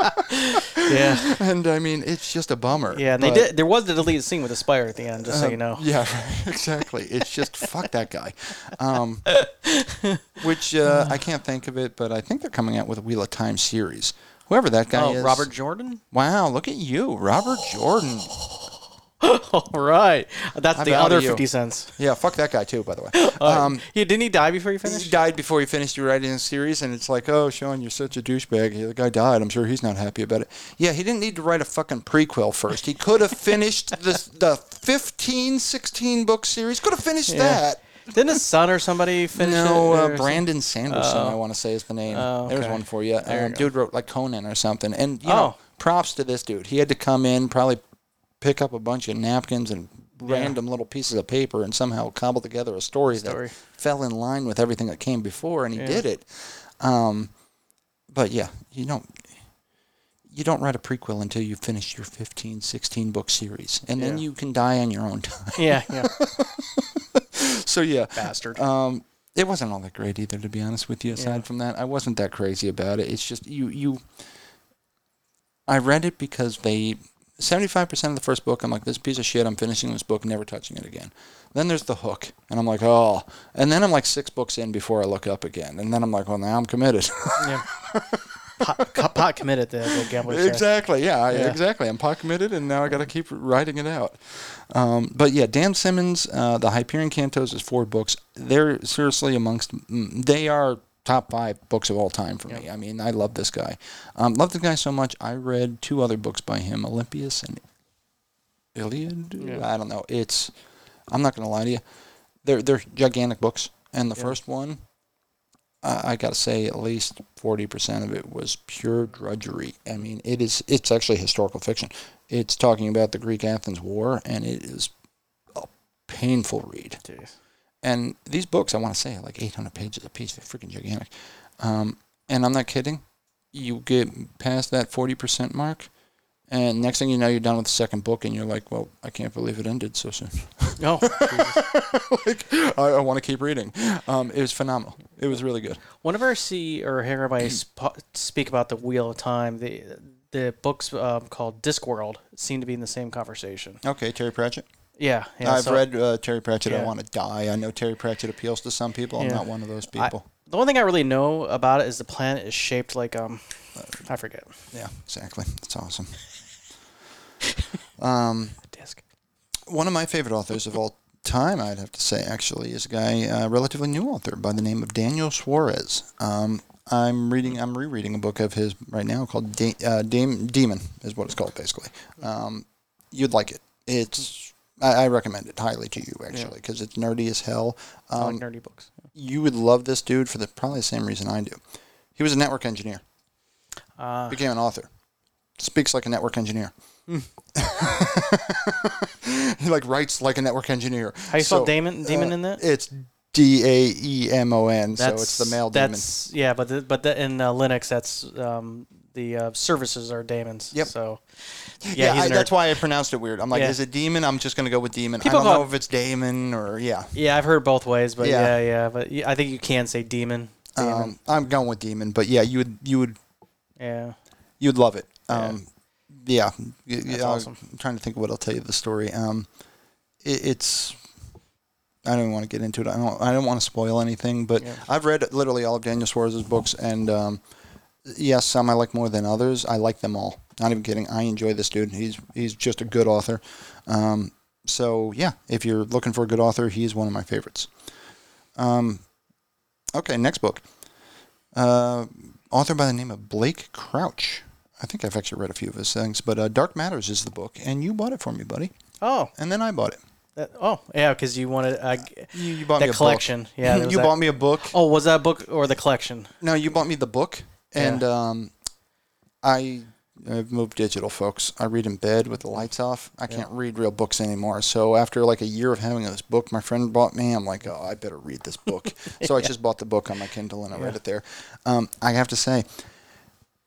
B: Yeah.
A: and I mean, it's just a bummer.
B: Yeah, and they
A: but-
B: did. There was the deleted scene with the spire at the end, just so
A: Um,
B: you know.
A: Yeah, right, exactly. It's just fuck that guy. Um, which uh, I can't think of it, but I think they're coming out with a Wheel of Time series. Whoever that guy
B: Oh,
A: is.
B: Robert Jordan.
A: Wow, look at you, Robert Jordan.
B: All right, that's
A: I'm
B: the
A: outta
B: other
A: you.
B: fifty cents.
A: Yeah, fuck that guy too. By the way, um,
B: He didn't he die before he
A: he
B: finished?
A: died before he finished writing the series, and it's like, oh, Sean, you're such a douchebag. The guy died. I'm sure he's not happy about it. Yeah, he didn't need to write a fucking prequel first. He could have finished the the 15, 16 book series. Could have finished that.
B: Didn't his son or somebody finish
A: No,
B: it?
A: uh,
B: or
A: Brandon Sanderson, I want to say is the name.
B: Oh,
A: There's
B: okay.
A: one for you.
B: There
A: Um,
B: you go.
A: dude wrote like Conan or something. And you
B: Oh.
A: know, props to this dude. He had to come in, probably pick up a bunch of napkins and random little pieces of paper, and somehow cobble together a story,
B: Story.
A: that fell in line with everything that came before, and he
B: Yeah.
A: did it. Um, but yeah, you don't. You don't write a prequel until you finish your 15, 16 book series, and then
B: Yeah.
A: you can die on your own time.
B: something? Yeah, Uh, yeah,
A: so yeah,
B: bastard.
A: um, it wasn't all that great either, to be honest with you. Aside
B: Yeah.
A: from that, I wasn't that crazy about it. It's just you you. I read it because they seventy five percent of the first book. I'm like this piece of shit. I'm finishing this book, never touching it again. Then there's the hook, and I'm like oh, and then I'm like six books in before I look up again, and then I'm like well now I'm committed.
B: yeah. Pot, co- pot committed the, the gambler. said.
A: exactly. Yeah, I,
B: Yeah.
A: exactly. I'm pot committed, and now I got to keep writing it out. Um, but yeah, Dan Simmons, uh, the Hyperion Cantos is four books. They're seriously amongst. mm, They are top five books of all time for me. I mean, I love this guy. Um, love the guy so much. I read two other books by him, Olympias and Iliad. I don't know. It's. I'm not gonna lie to you. They're they're gigantic books, and the first one I, I gotta say at least forty percent of it was pure drudgery. I mean, it is it's actually historical fiction. It's talking about the Greek Athens War, and it is a painful read.
B: Jeez.
A: And these books, I want to say, are like 800 pages a piece. They're freaking gigantic. Um, and I'm not kidding. You get past that 40% mark, and next thing you know, you're done with the second book, and you're like, well, I can't believe it ended so soon.
B: No.
A: like, I, I want to keep reading. Um, it was phenomenal. It was really good.
B: Whenever I see E or hear anybody sp- speak about the Wheel of Time, the the books um, called Discworld seem to be in the same conversation.
A: Okay, Terry Pratchett.
B: Yeah, yeah,
A: I've
B: so
A: read uh, Terry Pratchett. I
B: Yeah.
A: want to die. I know Terry Pratchett appeals to some people. I'm
B: Yeah.
A: not one of those
B: I-
A: people.
B: the only thing I really know about it is the planet is shaped like um, I forget
A: yeah, exactly. That's awesome. um,
B: the disc.
A: one of my favorite authors of all time, I'd have to say, actually, is a guy, uh, relatively new author by the name of Daniel Suarez. Um, I'm reading, I'm rereading a book of his right now called De- uh, Dem- Demon, is what it's called, basically. Um, you'd like it. It's, I, I recommend it highly to you, actually, because it's nerdy as hell.
B: I
A: Um,
B: like nerdy books.
A: you would love this dude for the probably the same reason I do. He was a network engineer,
B: Uh,
A: became an author, speaks like a network engineer.
B: Hmm.
A: he like writes like a network engineer.
B: how you spell Damon? Demon
A: uh,
B: in that?
A: It's D A E M O N, so
B: That's
A: it's the male demon.
B: that's, Yeah, but the, but the, in uh, Linux, that's um, the uh, services are daemons.
A: Yep.
B: So yeah,
A: Yeah,
B: he's
A: I,
B: a nerd.
A: that's why I pronounced it weird. I'm like,
B: Yeah.
A: is it demon? I'm just gonna go with demon.
B: People
A: I don't know
B: call-
A: if it's Damon or yeah.
B: Yeah, I've heard both ways, but
A: Yeah.
B: yeah, yeah. but yeah, I think you can say demon. Demon.
A: Um, I'm going with demon, but yeah, you would you would
B: yeah.
A: You'd love it.
B: Yeah.
A: Um, yeah. Y- y-
B: That's
A: uh,
B: awesome.
A: I'm trying to think of what I'll tell you the story. Um, it, it's. I don't want to get into it. I don't. I don't want to spoil anything. But
B: Yeah.
A: I've read literally all of Daniel Suarez's books, and um, yes, some I like more than others. I like them all. Not even kidding. I enjoy this dude. He's he's just a good author. Um, so yeah, if you're looking for a good author, he's one of my favorites. Um, okay, next book. Uh, author by the name of Blake Crouch. I think I've actually read a few of his things, but uh, Dark Matters is the book, and you bought it for me, buddy,
B: Oh,
A: and then I bought it.
B: that, oh, yeah, because you wanted uh,
A: You, you bought me
B: that
A: a
B: collection.
A: Book.
B: Yeah, there was
A: you
B: that-
A: bought me a book.
B: Oh, was that book or the collection?
A: No, you bought me the book, and um, I I've moved digital, folks. I read in bed with the lights off. I can't read real books anymore. So after like a year of having this book, my friend bought me. I'm like, oh, I better read this book. so I just bought the book on my Kindle and I read
B: Yeah.
A: it there. Um, I have to say.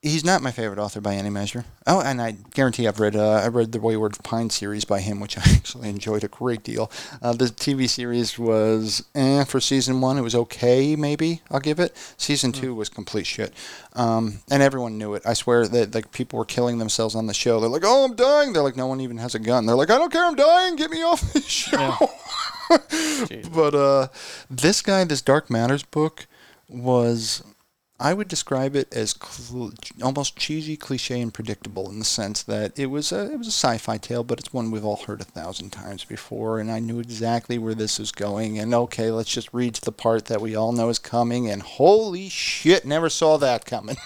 A: He's not my favorite author by any measure. Oh, and I guarantee I've read uh, I read the Wayward Pine series by him, which I actually enjoyed a great deal. Uh, the TV series was eh, for season one, it was okay, maybe I'll give it. Season two was complete shit, um, and everyone knew it. I swear that like people were killing themselves on the show. They're like, "Oh, I'm dying." They're like, "No one even has a gun." They're like, "I don't care, I'm dying. Get me off this show." but uh, this guy, this Dark Matters book, was I would describe it as cl- almost cheesy, cliche, and predictable in the sense that it was a it was a sci-fi tale, but it's one we've all heard a thousand times before, and I knew exactly where this was going. And okay, let's just read to the part that we all know is coming, and holy shit, never saw that coming.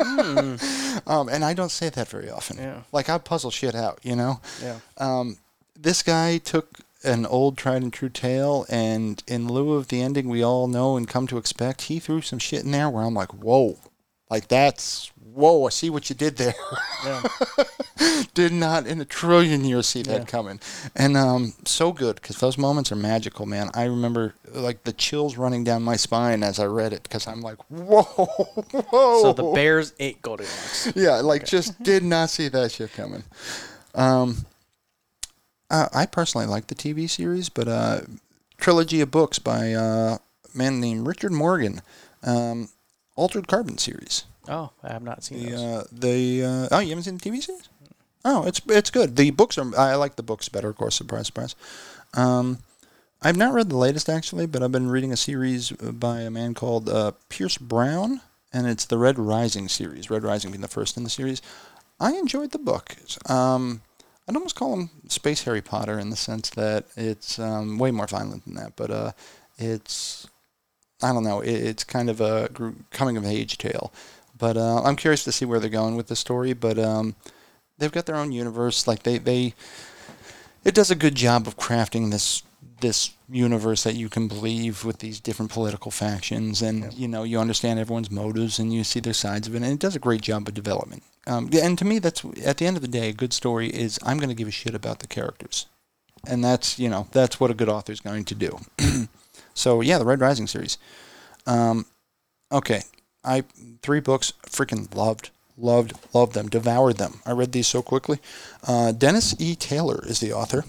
A: um, and I don't say that very often.
B: Yeah.
A: Like I puzzle shit out, you know
B: Yeah.
A: um, this guy took an old tried and true tale, and in lieu of the ending we all know and come to expect, he threw some shit in there where I'm like, whoa, like that's whoa, I see what you did there.
B: yeah.
A: did not in a trillion years see that
B: Yeah.
A: coming, and um, so good because those moments are magical, man. I remember like the chills running down my spine as I read it because I'm like, whoa, whoa.
B: So the Bears ate Goldilocks.
A: Yeah, like just did not see that shit coming. Um, uh, I personally like the TV series, but uh, trilogy of books by uh, a man named Richard Morgan, um, Altered Carbon series.
B: Oh, I have not seen
A: The
B: those.
A: uh, the uh, oh, you haven't seen the TV series? Oh, it's it's good. The books are I like the books better, of course. Surprise, surprise. Um, I've not read the latest actually, but I've been reading a series uh, by a man called uh, Pierce Brown, and it's the Red Rising series. Red Rising being the first in the series. I enjoyed the book. Um, I'd almost call him Space Harry Potter in the sense that it's um, way more violent than that, but uh, it's I don't know. It, it's kind of a gr- coming of age tale, but uh, I'm curious to see where they're going with the story. But um, they've got their own universe. Like they they it does a good job of crafting this this universe that you can believe with these different political factions and you know you understand everyone's motives and you see their sides of it and it does a great job of development um, yeah, and to me that's at the end of the day a good story is i'm going to give a shit about the characters and that's you know that's what a good author's going to do So yeah, the Red Rising series. Um, okay, I three books freaking loved, loved, loved them, devoured them. I read these so quickly. Uh, Dennis E. Taylor is the author,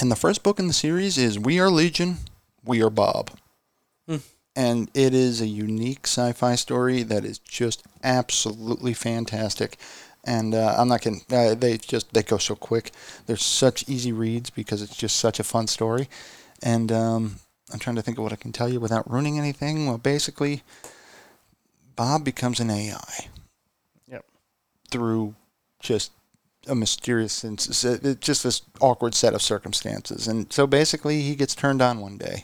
A: and the first book in the series is "We Are Legion, We Are Bob,"
B: Hmm.
A: and it is a unique sci-fi story that is just absolutely fantastic. And uh, I'm not kidding. Uh, they just they go so quick. They're such easy reads because it's just such a fun story. And um, I'm trying to think of what I can tell you without ruining anything. Well, basically, Bob becomes an AI.
B: Yep.
A: Through just a mysterious, ins- it's just this awkward set of circumstances, and so basically he gets turned on one day,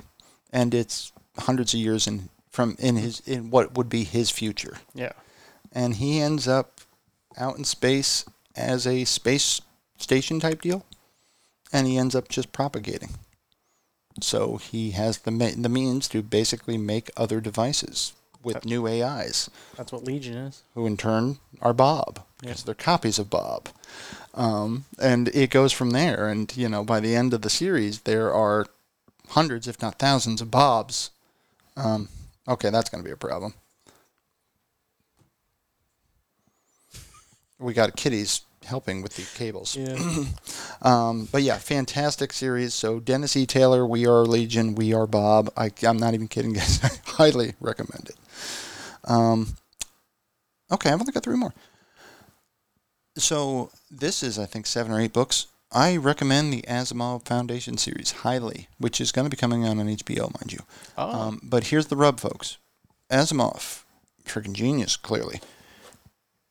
A: and it's hundreds of years in from in his in what would be his future,
B: Yeah.
A: and he ends up out in space as a space station type deal, and he ends up just propagating. So he has the ma- the means to basically make other devices with new AIs,
B: That's what Legion is.
A: who in turn are Bob because they're copies of Bob. Um, and it goes from there. And you know, by the end of the series, there are hundreds, if not thousands, of Bobs. Um, okay, that's going to be a problem. We got kitties helping with the cables.
B: Yeah.
A: Um, but yeah, fantastic series. So Dennis E. Taylor, We Are Legion, We Are Bob. I, I'm not even kidding, guys. I highly recommend it. Um, okay, I've only got three more. So this is, I think, seven or eight books. I recommend the Asimov Foundation series highly, which is going to be coming out on HBO, mind you.
B: oh.
A: Um, but here's the rub, folks. Asimov, freaking genius, clearly.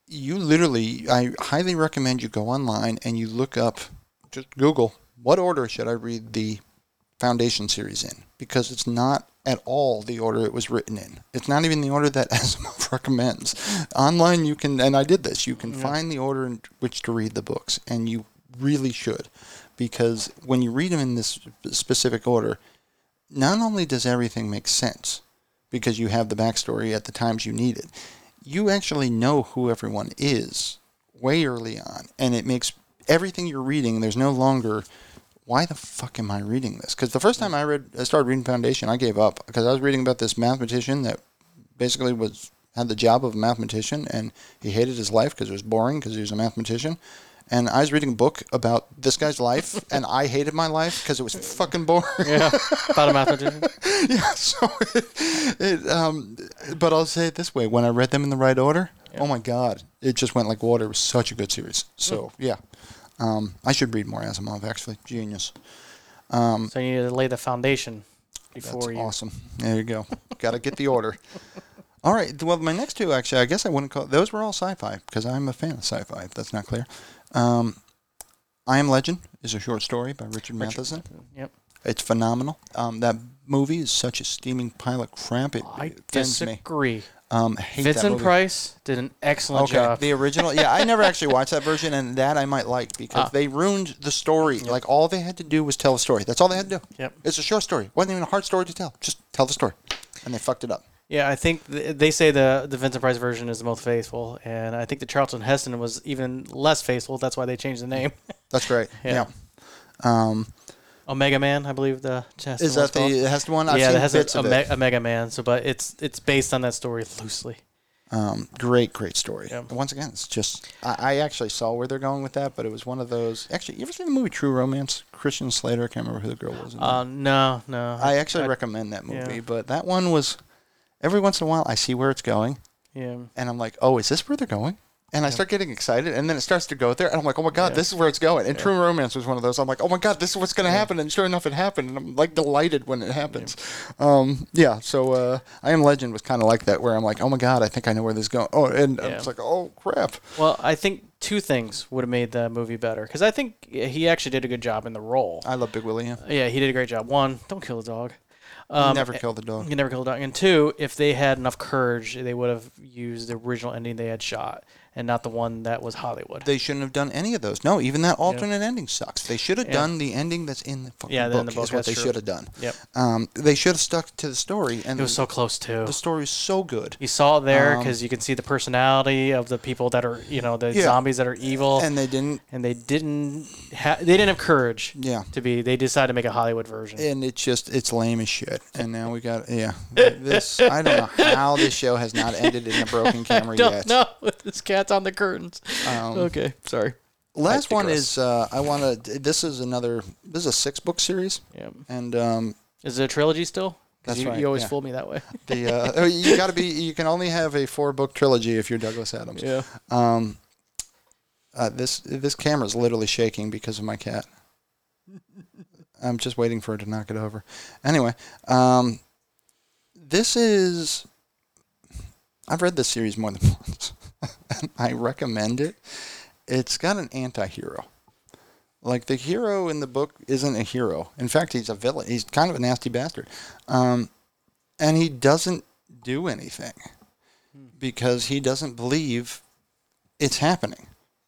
A: You literally, I highly recommend you go online and you look up, just Google, what order should I read the Foundation series in? Because it's not at all the order it was written in. It's not even the order that Asimov recommends. Online, you can, and I did this, you can find the order in which to read the books, and you really should. Because when you read them in this specific order, not only does everything make sense because you have the backstory at the times you need it, you actually know who everyone is way early on. And it makes everything you're reading, there's no longer, why the fuck am I reading this? Because the first time I read, I started reading Foundation, I gave up because I was reading about this mathematician that basically was had the job of a mathematician and he hated his life because it was boring because he was a mathematician. And I was reading a book about this guy's life, and I hated my life because it was fucking boring.
B: yeah. About a mathematician.
A: yeah, so it, it um but I'll say it this way, when I read them in the right order, oh my god, it just went like water. It was such a good series. So, yeah. Um I should read more Asimov actually. Genius.
B: So you need to lay the foundation before
A: That's
B: you.
A: awesome. There you go. Got to get the order. All right. Well, my next two actually, I guess I wouldn't call those were all sci-fi because I'm a fan of sci-fi. If that's not clear, um, I Am Legend is a short story by Richard, Matheson.
B: Yep.
A: It's phenomenal. Um, that movie is such a steaming pile of crap. It
B: I
A: offends me.
B: disagree.
A: Um, I hate that
B: Vincent
A: movie.
B: Price did an excellent
A: Okay,
B: job.
A: the original. Yeah, I never actually watched that version, and that I might like because
B: Ah.
A: they ruined the story. Like all they had to do was tell a story. That's all they had to do.
B: Yep.
A: It's a short story. wasn't even a hard story to tell. Just tell the story, and they fucked it up.
B: Yeah, I think th- they say the the Vincent Price version is the most faithful, and I think the Charlton Heston was even less faithful. That's why they changed the name.
A: That's great.
B: Yeah.
A: Yeah. Um,
B: Omega Man, I believe the Heston
A: is
B: one's
A: that the
B: called.
A: Heston one? I've
B: yeah,
A: seen
B: that has
A: bits
B: a,
A: of
B: me-
A: it.
B: Omega Man. So, but it's it's based on that story loosely.
A: Um, great, great story.
B: Yeah.
A: Once again, it's just I, I actually saw where they're going with that, but it was one of those. Actually, you ever seen the movie True Romance? Christian Slater. I can't remember who the girl was. in that.
B: Uh, no, no.
A: Hmm. I actually recommend that movie,
B: yeah.
A: but that one was every once in a while I see where it's going.
B: yeah.
A: and I'm like, oh, is this where they're going? And I start getting excited, and then it starts to go there, and I'm like, oh my god, this is where it's going. And True Romance was one of those. I'm like, oh my god, this is what's going to happen, and sure enough, it happened, and I'm like delighted when it happens. Yeah. Um, yeah. So uh, I Am Legend was kind of like that, where I'm like, oh my god, I think I know where this is going. Oh, and
B: Yeah.
A: it's like, oh crap.
B: Well, I think two things would have made the movie better because I think he actually did a good job in the role.
A: I love Big Willie. Yeah.
B: yeah, he did a great job. One, don't kill the dog. Um,
A: Never kill the dog.
B: You never killed a dog. And two, if they had enough courage, they would have used the original ending they had shot and not the one that was Hollywood.
A: They shouldn't have done any of those. No, even that alternate ending sucks. They should have done the ending that's in the fucking
B: Yeah,
A: book.
B: the- in the
A: is
B: book,
A: what
B: that's
A: they
B: true.
A: should have done.
B: Yep.
A: Um, they should have stuck to the story, and
B: It was so close too.
A: Hmm. the story is so good.
B: You saw it there because you can see the personality of the people that are, you know, the
A: Yeah.
B: zombies that are evil, and,
A: And they didn't.
B: they didn't ha- they didn't have courage.
A: Yeah.
B: To be, they decided to make a Hollywood version.
A: And it's just it's lame as shit. And now we got yeah. This I don't know how this show has not ended in a broken camera yet. Um,
B: no, this cat's on the curtains. okay, sorry.
A: Last one
B: digress.
A: is uh, I want to. This is another. This is a six book series,
B: Yeah.
A: and um,
B: Is it a trilogy still? 'Cause
A: That's
B: you,
A: right,
B: you always
A: yeah.
B: fool me that way.
A: the uh, oh, you got to be. You can only have a four book trilogy if you're Douglas Adams.
B: Yeah.
A: Um, uh, this this camera's literally shaking because of my cat. I'm just waiting for it to knock it over. Anyway, um, this is. I've read this series more than once. I recommend it. It's got an anti-hero. Like the hero in the book isn't a hero. In fact, he's a villain. He's kind of a nasty bastard, um, and he doesn't do anything because he doesn't believe it's happening.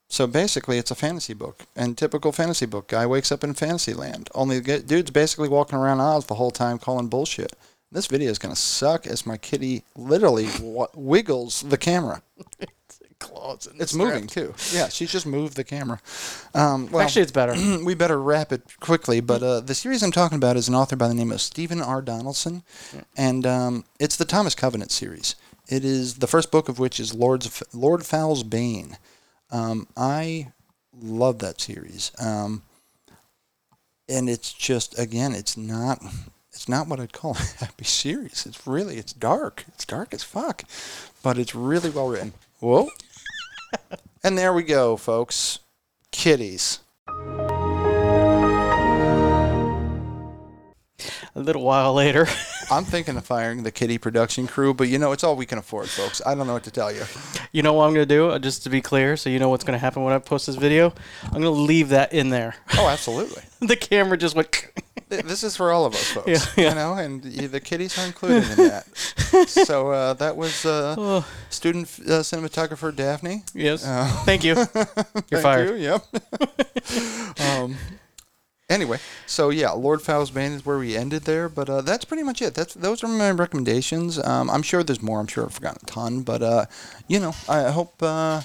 A: So basically, it's a fantasy book, and typical fantasy book guy wakes up in fantasy land. Only the dude's basically walking around Oz the whole time calling bullshit. This video is gonna suck as my kitty literally w- wiggles the camera.
B: Claws
A: It's moving too. Yeah, she's just moved the camera. Um, well,
B: Actually, it's better.
A: we better wrap it quickly, but uh, the series I'm talking about is an author by the name of Stephen R. Donaldson, and um, it's the Thomas Covenant series. It is the first book of which is Lord's Lord Fowl's Bane. Um, I love that series, um, and it's just again, it's not it's not what I'd call a happy series. It's really it's dark. It's dark as fuck, but it's really well written. Whoa. And there we go, folks. Kitties.
B: a little while later.
A: I'm thinking of firing the kitty production crew, but you know, it's all we can afford, folks. I don't know what to tell you.
B: You know what I'm going to do? Uh, Just to be clear, so you know what's going to happen when I post this video, I'm going to leave that in there.
A: Oh, absolutely.
B: the camera just went.
A: Th- this is for all of us, folks.
B: Yeah, yeah.
A: You know, and y- the kitties are included in that. so uh, that was uh,
B: Oh.
A: student f- uh, cinematographer Daphne.
B: yes. Thank you. You're fired.
A: Oh. Thank you. Yep. um, anyway, so yeah, Lord Fowl's Bane is where we ended there, but uh, that's pretty much it. That's those are my recommendations. Um, I'm sure there's more. I'm sure I've forgotten a ton, but uh, you know, I hope. Uh,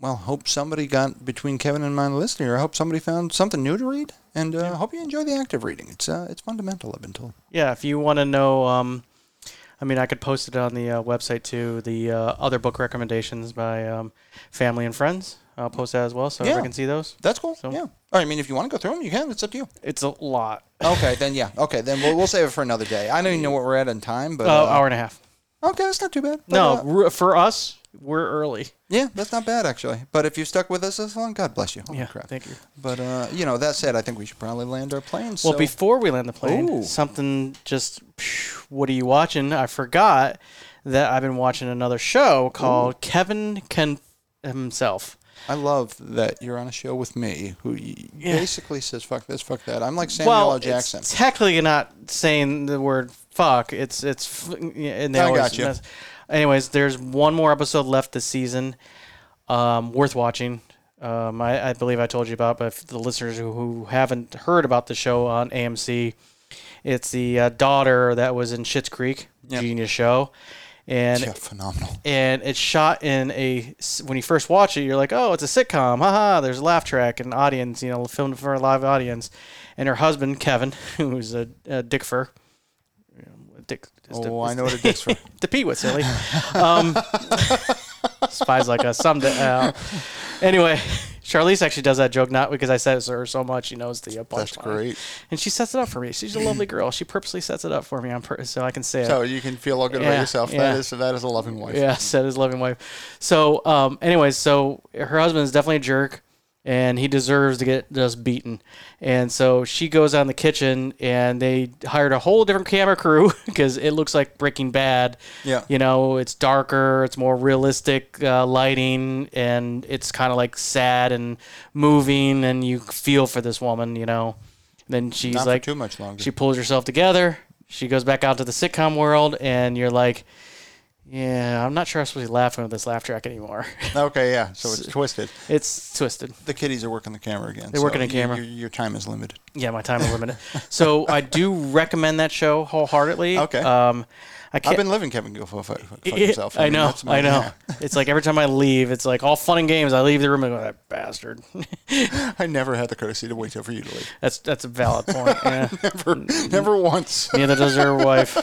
A: well, hope somebody got between Kevin and my list here. I hope somebody found something new to read, and uh, I hope you enjoy the active reading. It's uh, it's fundamental. I've been told.
B: Yeah, if you want to know, um, I mean, I could post it on the uh, website too. The uh, other book recommendations by um, family and friends. I'll post that as well, so
A: Yeah.
B: everyone can see those.
A: That's cool.
B: So-
A: yeah. All right, I mean, if you want to go through them, you can. It's up to you.
B: It's a lot.
A: Okay, then yeah. Okay, then we'll, we'll save it for another day. I don't even know what we're at in time, but
B: Uh,
A: uh,
B: hour and a half.
A: okay, that's not too bad. But,
B: No,
A: uh,
B: r- for us, we're early.
A: Yeah, that's not bad actually. But if you stuck with us this long, God bless you. Holy
B: Yeah,
A: crap.
B: thank you.
A: But uh, you know, that said, I think we should probably land our plane.
B: Well,
A: so
B: before we land the plane,
A: Ooh.
B: something just. phew, What are you watching? I forgot that I've been watching another show called Kevin Can Himself.
A: I love that you're on a show with me, who y basically says "fuck this, fuck that." I'm like Samuel
B: well,
A: L. Jackson.
B: It's technically not saying the word fuck. It's it's f- and they
A: I
B: always
A: got you.
B: mess- Anyways, there's one more episode left this season, um, worth watching. Um, I, I believe I told you about, but for the listeners who, who haven't heard about the show on AMC, it's the uh, daughter that was in Schitt's Creek, genius show, and
A: yeah, phenomenal.
B: and it's shot in a when you first watch it you're like oh it's a sitcom haha there's a laugh track and audience you know filmed for a live audience and her husband kevin who's a, a dick fur you know, a dick is the-
A: Oh, I
B: is
A: know what it dicks for.
B: to pee with silly um, spies like us someday uh, anyway charlize actually does that joke not because i said it to her so much she knows the uh, punchline
A: That's great.
B: and she sets it up for me she's a lovely girl she purposely sets it up for me on purpose so i can say it
A: So you can feel all good
B: Yeah,
A: about yourself.
B: yeah.
A: That is that is a loving wife.
B: yeah, said his loving wife. So, um, anyways, so her husband is definitely a jerk, and he deserves to get just beaten. And so she goes out in the kitchen, and they hired a whole different camera crew because it looks like Breaking Bad.
A: Yeah.
B: you know, it's darker, it's more realistic uh, lighting, and it's kind of like sad and moving, and you feel for this woman, you know. Then she's
A: Not
B: like
A: for too much longer.
B: she pulls herself together. She goes back out to the sitcom world, and you're like, Yeah, I'm not sure I'm supposed to be laughing with this laugh track anymore.
A: Okay, yeah. So it's twisted.
B: it's twisted.
A: The kiddies are working the camera again.
B: They're
A: so
B: working the
A: y-
B: camera.
A: Your, your time is limited.
B: Yeah, my time is limited. so I do recommend that show wholeheartedly.
A: Okay.
B: Um, I can't.
A: I've been living Kevin Go fuck, fuck
B: It-
A: himself.
B: I
A: mean,
B: know.
A: that's my-
B: I know.
A: yeah.
B: It's like every time I leave, it's like all fun and games. I leave the room and go, that bastard.
A: I never had the courtesy to wait till for you to leave.
B: that's that's a valid point. Yeah.
A: Never,
B: Mm,
A: never once.
B: Neither does her wife.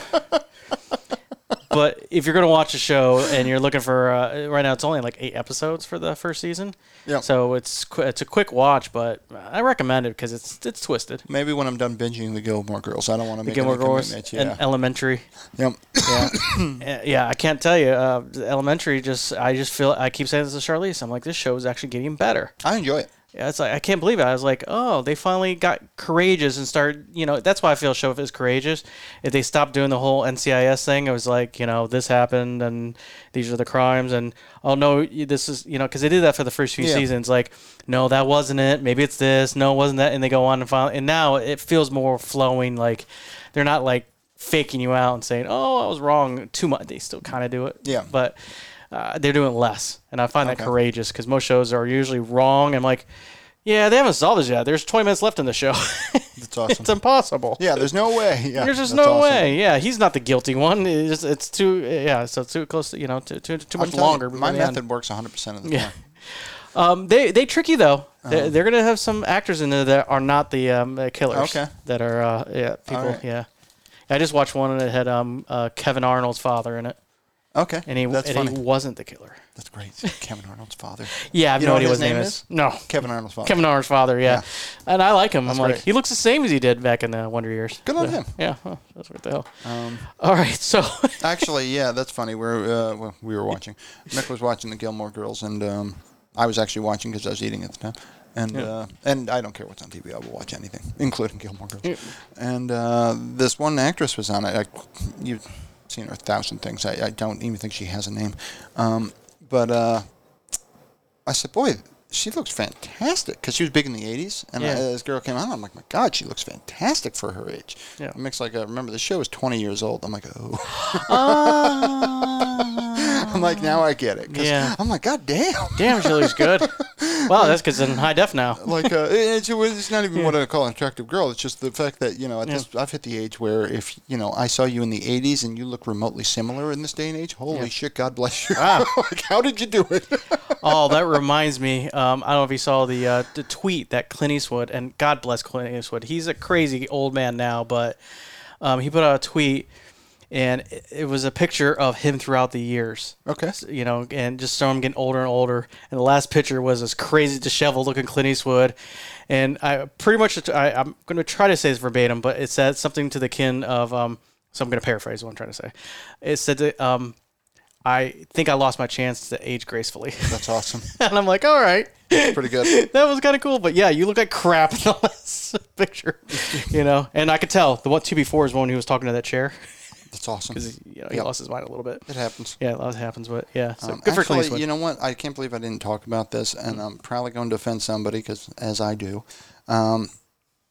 B: But if you're gonna watch a show and you're looking for uh, right now, it's only like eight episodes for the first season.
A: Yeah.
B: So it's qu- it's a quick watch, but I recommend it because it's it's twisted.
A: Maybe when I'm done binging the Gilmore Girls, I don't want to make
B: Gilmore
A: any
B: Girls
A: commitment. Yeah.
B: and Elementary.
A: yep.
B: Yeah. Uh, yeah, I can't tell you. Uh, elementary, just I just feel I keep saying this to Charlize. I'm like, this show is actually getting better.
A: I enjoy it.
B: Yeah, it's like I can't believe it. I was like, oh, they finally got courageous and started. You know, that's why I feel show is courageous. If they stopped doing the whole NCIS thing, it was like, you know, this happened and these are the crimes and oh no, you- this is you know because they did that for the first few
A: Yeah.
B: seasons. Like, no, that wasn't it. Maybe it's this. No, it wasn't that. And they go on and finally, and now it feels more flowing. Like they're not like faking you out and saying, oh, I was wrong too much. They still kind of do it.
A: Yeah.
B: but. Uh, they're doing less, and I find that
A: Okay.
B: courageous because most shows are usually wrong. I'm like, yeah, they haven't solved this yet. There's 20 minutes left in the show.
A: That's awesome.
B: it's impossible.
A: yeah, there's no way. Yeah,
B: There's just
A: that's
B: no
A: awesome.
B: way. Yeah, he's not the guilty one. It's, just- it's too yeah, so too close. To, you know, too too, too
A: I'm
B: much
A: telling you,
B: longer.
A: my
B: before the end.
A: method works 100% of the
B: Yeah.
A: time.
B: Um, they they trick you though.
A: Uh-huh.
B: They're, they're gonna have some actors in there that are not the um, uh, killers.
A: Okay.
B: That are uh, yeah people
A: right.
B: yeah. I just watched one that had um, uh, Kevin Arnold's father in it,
A: Okay.
B: and he
A: that's
B: and
A: funny.
B: he wasn't the killer.
A: That's great. Kevin Arnold's father.
B: Yeah, I have
A: You
B: no
A: know what
B: idea
A: his
B: what his name
A: name
B: is.
A: is?
B: No,
A: Kevin Arnold's father.
B: Kevin Arnold's father, yeah. And I like him. I'm like,
A: great.
B: he looks the same as he did back in the Wonder Years.
A: Good on
B: So,
A: him.
B: Yeah, well, that's what the hell.
A: Um,
B: All right, so
A: Actually, yeah, that's funny. We're uh, well, we were watching. Mick was watching the Gilmore Girls, and um, I was actually watching because I was eating at the time. And uh, and I don't care what's on TV. I will watch anything, including Gilmore Girls. And uh, this one actress was on it. I, you've seen her a thousand things. I, I don't even think she has a name. Um, but uh, I said, boy, she looks fantastic because she was big in the 80s. And
B: Yeah.
A: I, this girl came out, I'm like, my God, she looks fantastic for her age.
B: Yeah.
A: It makes like, I remember the show was 20 years old. I'm like, oh.
B: Ah.
A: I'm like, now I get it. 'cause
B: Yeah.
A: I'm like, God damn.
B: damn, she looks good. Wow, that's because in high def now.
A: Like, uh, it's, it was- it's not even what I call an attractive girl. It's just the fact that, you know, at
B: Yeah.
A: this, I've hit the age where if, you know, I saw you in the 80s and you look remotely similar in this day and age, holy
B: Yeah. Ah.
A: shit, God bless you. like, how did you do it?
B: Oh, that reminds me. Um, I don't know if you saw the uh, the tweet that Clint Eastwood and God bless Clint Eastwood. He's a crazy old man now, but um, he put out a tweet, and it, it was a picture of him throughout the years.
A: okay.
B: you know, and just saw him getting older and older. And the last picture was this crazy, disheveled-looking Clint Eastwood. And I pretty much, I, I'm going to try to say this verbatim, but it said something to the kin of, um, so I'm going to paraphrase what I'm trying to say. It said, that, um, I think I lost my chance to age gracefully.
A: That's awesome.
B: and I'm like, all right,
A: Pretty good.
B: that was kind of cool. But yeah, you look like crap in the last picture, you know. And I could tell the one two before is when he was talking to that chair.
A: That's awesome.
B: You know, he
A: Yeah.
B: lost his mind a little bit.
A: It happens.
B: Yeah, that happens, but yeah. So
A: Um,
B: good for
A: actually,
B: Clint Eastwood.
A: you know what? I can't believe I didn't talk about this, and I'm probably going to offend somebody because, as I do, um,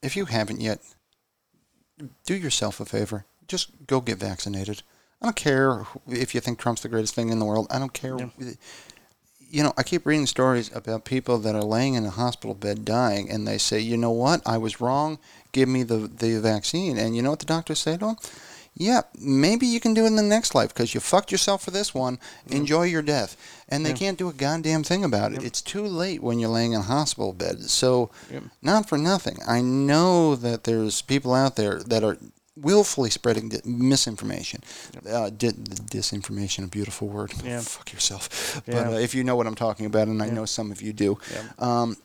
A: if you haven't yet, do yourself a favor. Just go get vaccinated. I don't care who- if you think Trump's the greatest thing in the world. I don't care. You know, I keep reading stories about people that are laying in a hospital bed dying, and they say, "You know what? I was wrong. Give me the the vaccine." And you know what the doctors say to them? Yeah, maybe you can do it in the next life because you fucked yourself for this one. Enjoy your death. And they can't do a goddamn thing about it. It's too late when you're laying in a hospital bed. So, not for nothing. I know that there's people out there that are willfully spreading di- misinformation. Uh, di- disinformation, a beautiful word.
B: Yeah.
A: Fuck yourself.
B: Yeah.
A: But uh, if you know what I'm talking about, and I know some of you do, um,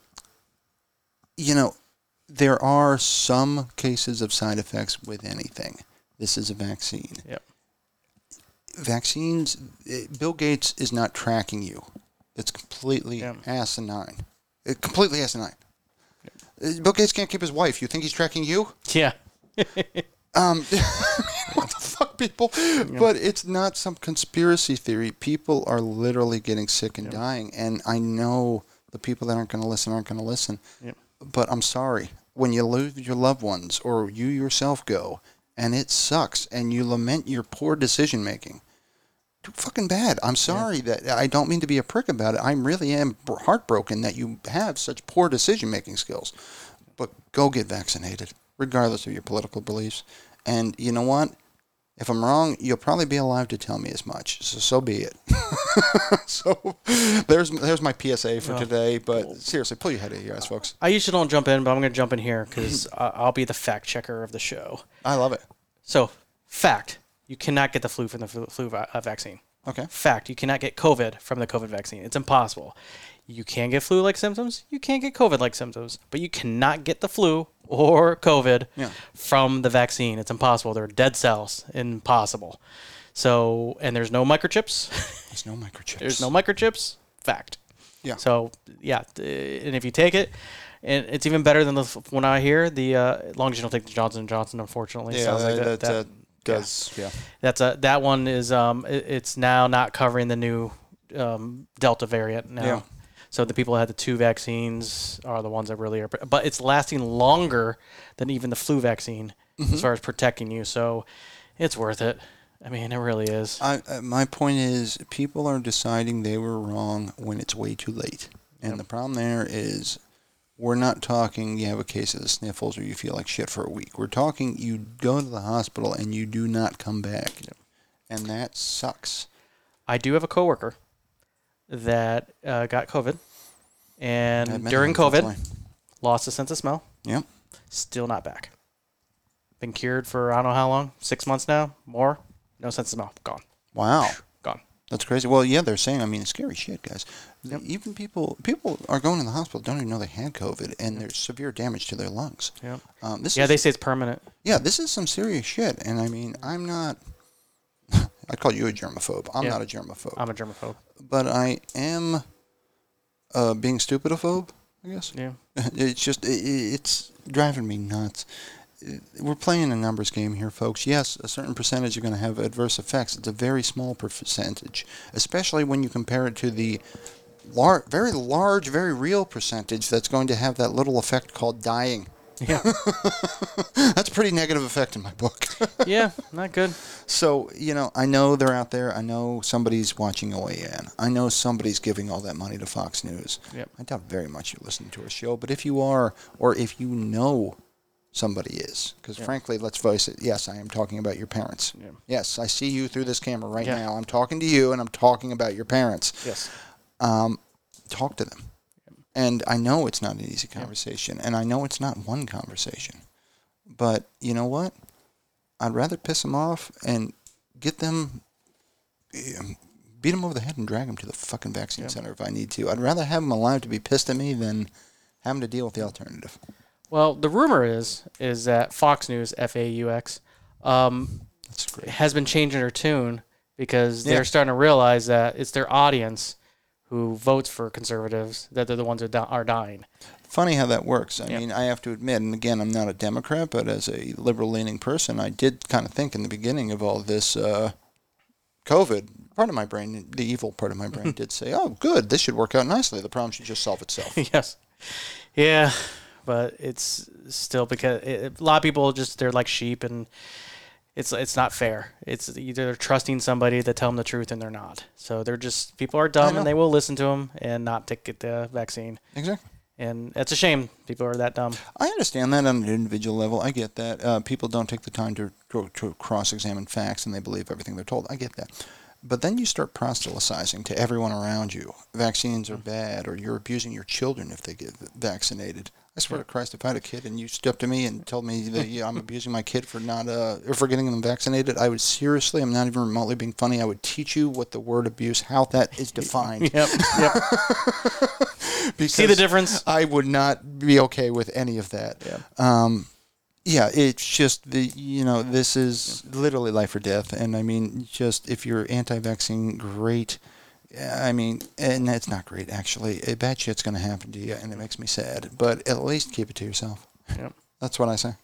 A: you know, there are some cases of side effects with anything. This is a vaccine.
B: Yep.
A: Vaccines, it, Bill Gates is not tracking you. It's completely
B: Yeah.
A: asinine. It, completely asinine. Uh, Bill Gates can't keep his wife. You think he's tracking you?
B: Yeah.
A: Um, what the fuck, people? But it's not some conspiracy theory. People are literally getting sick and dying, and I know the people that aren't going to listen aren't going to listen.
B: Yep.
A: But I'm sorry when you lose your loved ones or you yourself go, and it sucks, and you lament your poor decision making. fucking bad. I'm sorry that I don't mean to be a prick about it. I really am br- heartbroken that you have such poor decision making skills. But go get vaccinated, regardless of your political beliefs. And you know what? If I'm wrong, you'll probably be alive to tell me as much. So so be it. so there's there's my PSA for today. But seriously, pull your head out of your ass, folks.
B: I usually don't jump in, but I'm going to jump in here because I'll be the fact checker of the show.
A: I love it.
B: So, fact: you cannot get the flu from the flu, flu va- uh, vaccine.
A: Okay.
B: Fact: you cannot get COVID from the COVID vaccine. It's impossible. You can get flu-like symptoms. You can get COVID-like symptoms, but you cannot get the flu or COVID
A: Yeah.
B: from the vaccine. It's impossible. They're dead cells. Impossible. So, and there's no microchips.
A: There's no microchips.
B: There's no microchips. Fact.
A: Yeah.
B: So yeah, th- and if you take it, and it's even better than the f- one I hear. The uh, as long as you don't take the Johnson and Johnson, unfortunately,
A: yeah,
B: sounds like
A: that,
B: that,
A: that,
B: that-
A: does. Yeah.
B: that's a that one is um i- it's now not covering the new um, Delta variant now.
A: Yeah.
B: So the people who had the two vaccines are the ones that really are, but it's lasting longer than even the flu vaccine
A: Mm-hmm.
B: as far as protecting you. So it's worth it. I mean, it really is.
A: I, uh, my point is, people are deciding they were wrong when it's way too late. And the problem there is, we're not talking you have a case of the sniffles or you feel like shit for a week. We're talking you go to the hospital and you do not come back. And that sucks.
B: I do have a coworker that uh, got COVID,
A: I've
B: and
A: been
B: during
A: there,
B: COVID,
A: unfortunately.
B: lost a sense of smell.
A: Yep.
B: Still not back. Been cured for I don't know how long, six months now, more. No sense of smell. Gone.
A: Wow.
B: Gone.
A: That's crazy. Well, yeah, they're saying. I mean, it's scary shit, guys. Even people, people are going to the hospital, don't even know they had COVID, and there's severe damage to their lungs.
B: Yep.
A: Um, this
B: Yeah,
A: is
B: they say it's permanent.
A: yeah, this is some serious shit. And I mean, I'm not. I call you a germaphobe. I'm
B: Yeah. Uh,
A: not a germaphobe,
B: I'm a germaphobe.
A: but I am uh, being stupidophobe. I guess.
B: Yeah.
A: It's just i- i it's driving me nuts. We're playing a numbers game here, folks. Yes, a certain percentage are going to have adverse effects. It's a very small percentage, especially when you compare it to the lar- very large, very real percentage that's going to have that little effect called dying.
B: Yeah.
A: that's a pretty negative effect in my book.
B: yeah. Not good.
A: So, you know, I know they're out there. I know somebody's watching OAN. I know somebody's giving all that money to Fox News.
B: Yep.
A: I doubt very much you're listening to our show, but if you are, or if you know somebody is, because frankly, let's face it, yes, I am talking about your parents.
B: Yeah.
A: Yes, I see you through this camera right
B: Yeah.
A: now. I'm talking to you and I'm talking about your parents.
B: Yes.
A: Talk to them. And I know it's not an easy conversation, and I know it's not one conversation. But you know what? I'd rather piss them off and get them, um, beat them over the head and drag them to the fucking vaccine center if I need to. I'd rather have them alive to be pissed at me than having to deal with the alternative.
B: Well, the rumor is is that Fox News, F A U X, um,
A: That's great.
B: has been changing her tune because they're
A: Yeah.
B: starting to realize that it's their audience who votes for conservatives that they're the ones that di- are dying.
A: Funny how that works. I
B: Yeah.
A: mean, I have to admit, and again, I'm not a Democrat, but as a liberal leaning person, I did kind of think in the beginning of all this uh, COVID, part of my brain, the evil part of my brain, did say, oh, good, this should work out nicely. The problem should just solve itself.
B: yes. Yeah, but it's still because it, a lot of people just they're like sheep and it's it's not fair. It's either they're trusting somebody to tell them the truth and they're not. So they're just people are dumb
A: know.
B: and they will listen to them and not take get the vaccine.
A: exactly.
B: And that's a shame. People are that dumb.
A: I understand that on an individual level. I get that. Uh, people don't take the time to, to, to cross examine facts and they believe everything they're told. I get that. But then you start proselytizing to everyone around you. Vaccines are bad, or you're abusing your children if they get vaccinated. I swear to Christ, if I had a kid and you stepped to me and told me that yeah, I'm abusing my kid for not uh, or for getting them vaccinated, I would seriously, I'm not even remotely being funny. I would teach you what the word abuse, how that is defined.
B: Yep. Yep. See the
A: because-
B: difference?
A: I would not be okay with any of that.
B: Yeah.
A: Um, yeah, it's just the you know this is literally life or death, and I mean just if you're anti-vaccine, great. I mean, and that's not great actually. Uh, Bad shit's gonna happen to you, and it makes me sad. But at least keep it to yourself.
B: Yep.
A: That's what I say.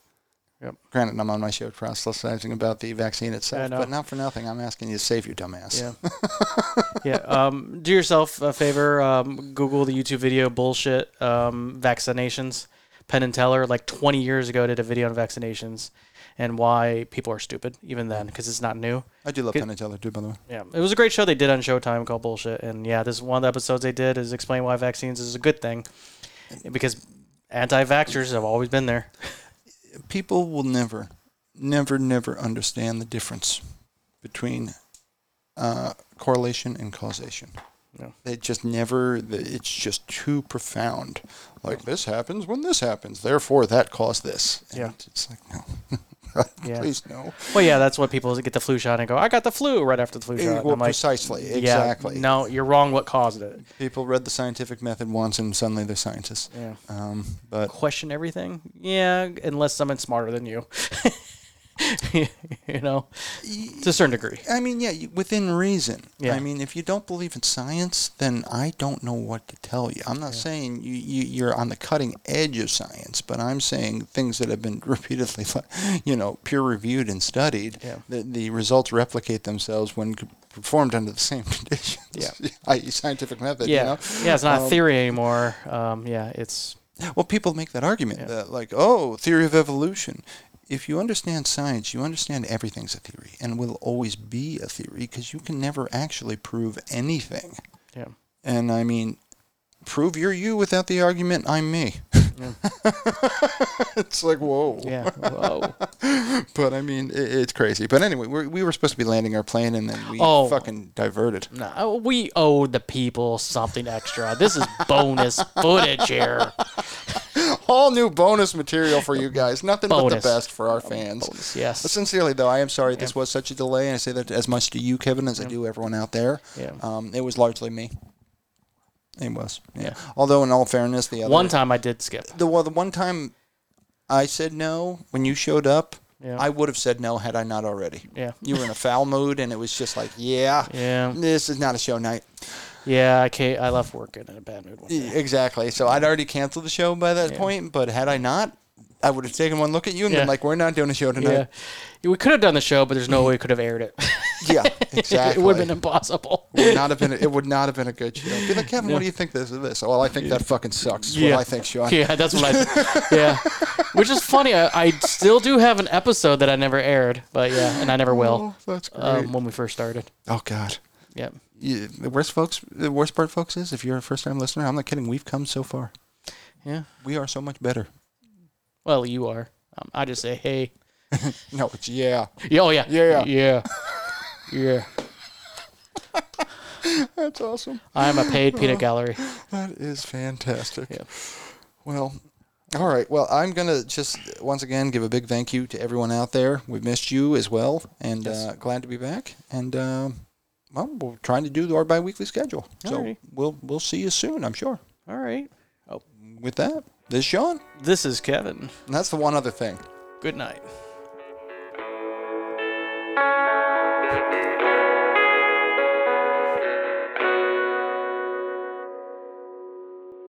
B: Yep.
A: Granted, I'm on my show proselytizing about the vaccine
B: I
A: itself,
B: know.
A: but not for nothing. I'm asking you to save your dumbass.
B: Yeah. yeah. Um, do yourself a favor. Um, Google the YouTube video bullshit um, vaccinations Penn and Teller like 20 years ago did a video on vaccinations and why people are stupid even then because it's not new.
A: I do love Penn and Teller too, by the way.
B: Yeah, it was a great show they did on Showtime called Bullshit, and yeah, this is one of the episodes they did is explain why vaccines is a good thing because anti-vaxxers have always been there.
A: People will never, never, never understand the difference between uh, correlation and causation.
B: No.
A: They just never. It's just too profound. Like this happens when this happens, therefore that caused this. And
B: Yeah.
A: it's like no.
B: Yeah.
A: Please no.
B: Well, yeah, that's what people get the flu shot and go, "I got the flu" right after the flu shot. And
A: well,
B: I'm like,
A: precisely.
B: "Yeah,
A: Exactly.
B: No, you're wrong. What caused it?
A: People read the scientific method once, and suddenly they're scientists.
B: Yeah.
A: Um, but
B: Question everything. Yeah, unless someone's smarter than you. you know, to a certain degree.
A: I mean, yeah, you- within reason.
B: Yeah.
A: I mean, if you don't believe in science, then I don't know what to tell you. I'm not saying you, you, you're on the cutting edge of science, but I'm saying things that have been repeatedly, you know, peer reviewed and studied.
B: Yeah.
A: The, the results replicate themselves when c- performed under the same conditions.
B: Yeah.
A: i.e., scientific method.
B: yeah,
A: You know?
B: yeah, it's not
A: Um,
B: theory anymore. Um, yeah, it's
A: Well, people make that argument
B: Yeah.
A: that, like, oh, theory of evolution. If you understand science, you understand everything's a theory and will always be a theory because you can never actually prove anything.
B: yeah.
A: And I mean, prove you're you without the argument, I'm me. it's like, whoa.
B: Yeah. Whoa.
A: But I mean, i it's crazy. But anyway, we're, we were supposed to be landing our plane and then we
B: Oh.
A: fucking diverted.
B: no, we owe the people something extra. This is bonus footage here.
A: All new bonus material for you guys. Nothing but
B: Bonus.
A: the best for our fans.
B: Yes.
A: But sincerely, though, I am sorry this was such a delay, and I say that as much to you, Kevin, as I do everyone out there.
B: Yeah.
A: Um, it was largely me. It was. Yeah.
B: Yeah.
A: Although, in all fairness, the other
B: One time I did skip.
A: the well, the one time I said no when you showed up,
B: Yeah.
A: I would have said no had I not already.
B: Yeah.
A: You were in a foul mood, and it was just like, yeah,
B: Yeah.
A: this is not a show night.
B: Yeah, I can't, I left work in a bad mood. One
A: E-
B: day.
A: Exactly. So I'd already canceled the show by that
B: Yeah.
A: point, but had I not, I would have taken one look at you and
B: Yeah.
A: been like, we're not doing a show
B: Yeah.
A: tonight.
B: We could have done the show, but there's no way we could have aired it.
A: Yeah, exactly.
B: it would have been impossible.
A: would not have been. It would not have been a good show. Be like, Kevin, what do you think this is this? Well, I think that fucking sucks. Is
B: Yeah.
A: what I think, Sean.
B: Yeah, that's what I. yeah, which is funny. I, I still do have an episode that I never aired, but yeah, and I never will.
A: Oh, that's great.
B: Um, when we first started.
A: oh God.
B: Yeah.
A: You, the worst, folks. The worst part, folks, is if you're a first-time listener, I'm not kidding. We've come so far.
B: Yeah.
A: We are so much better.
B: Well, you are. Um, I just say hey.
A: No, it's yeah.
B: Yeah, Oh yeah.
A: Yeah.
B: Yeah. yeah.
A: That's awesome.
B: I'm a paid peanut gallery.
A: That is fantastic.
B: Yeah.
A: Well, all right. Well, I'm going to just once again give a big thank you to everyone out there. We've missed you as well, and
B: Yes.
A: uh, glad to be back. And, um, well, we're trying to do our bi weekly schedule. So
B: Alrighty.
A: we'll, we'll see you soon, I'm sure.
B: All right.
A: With that, this is Sean.
B: This is Kevin.
A: And that's the one other thing.
B: Good night.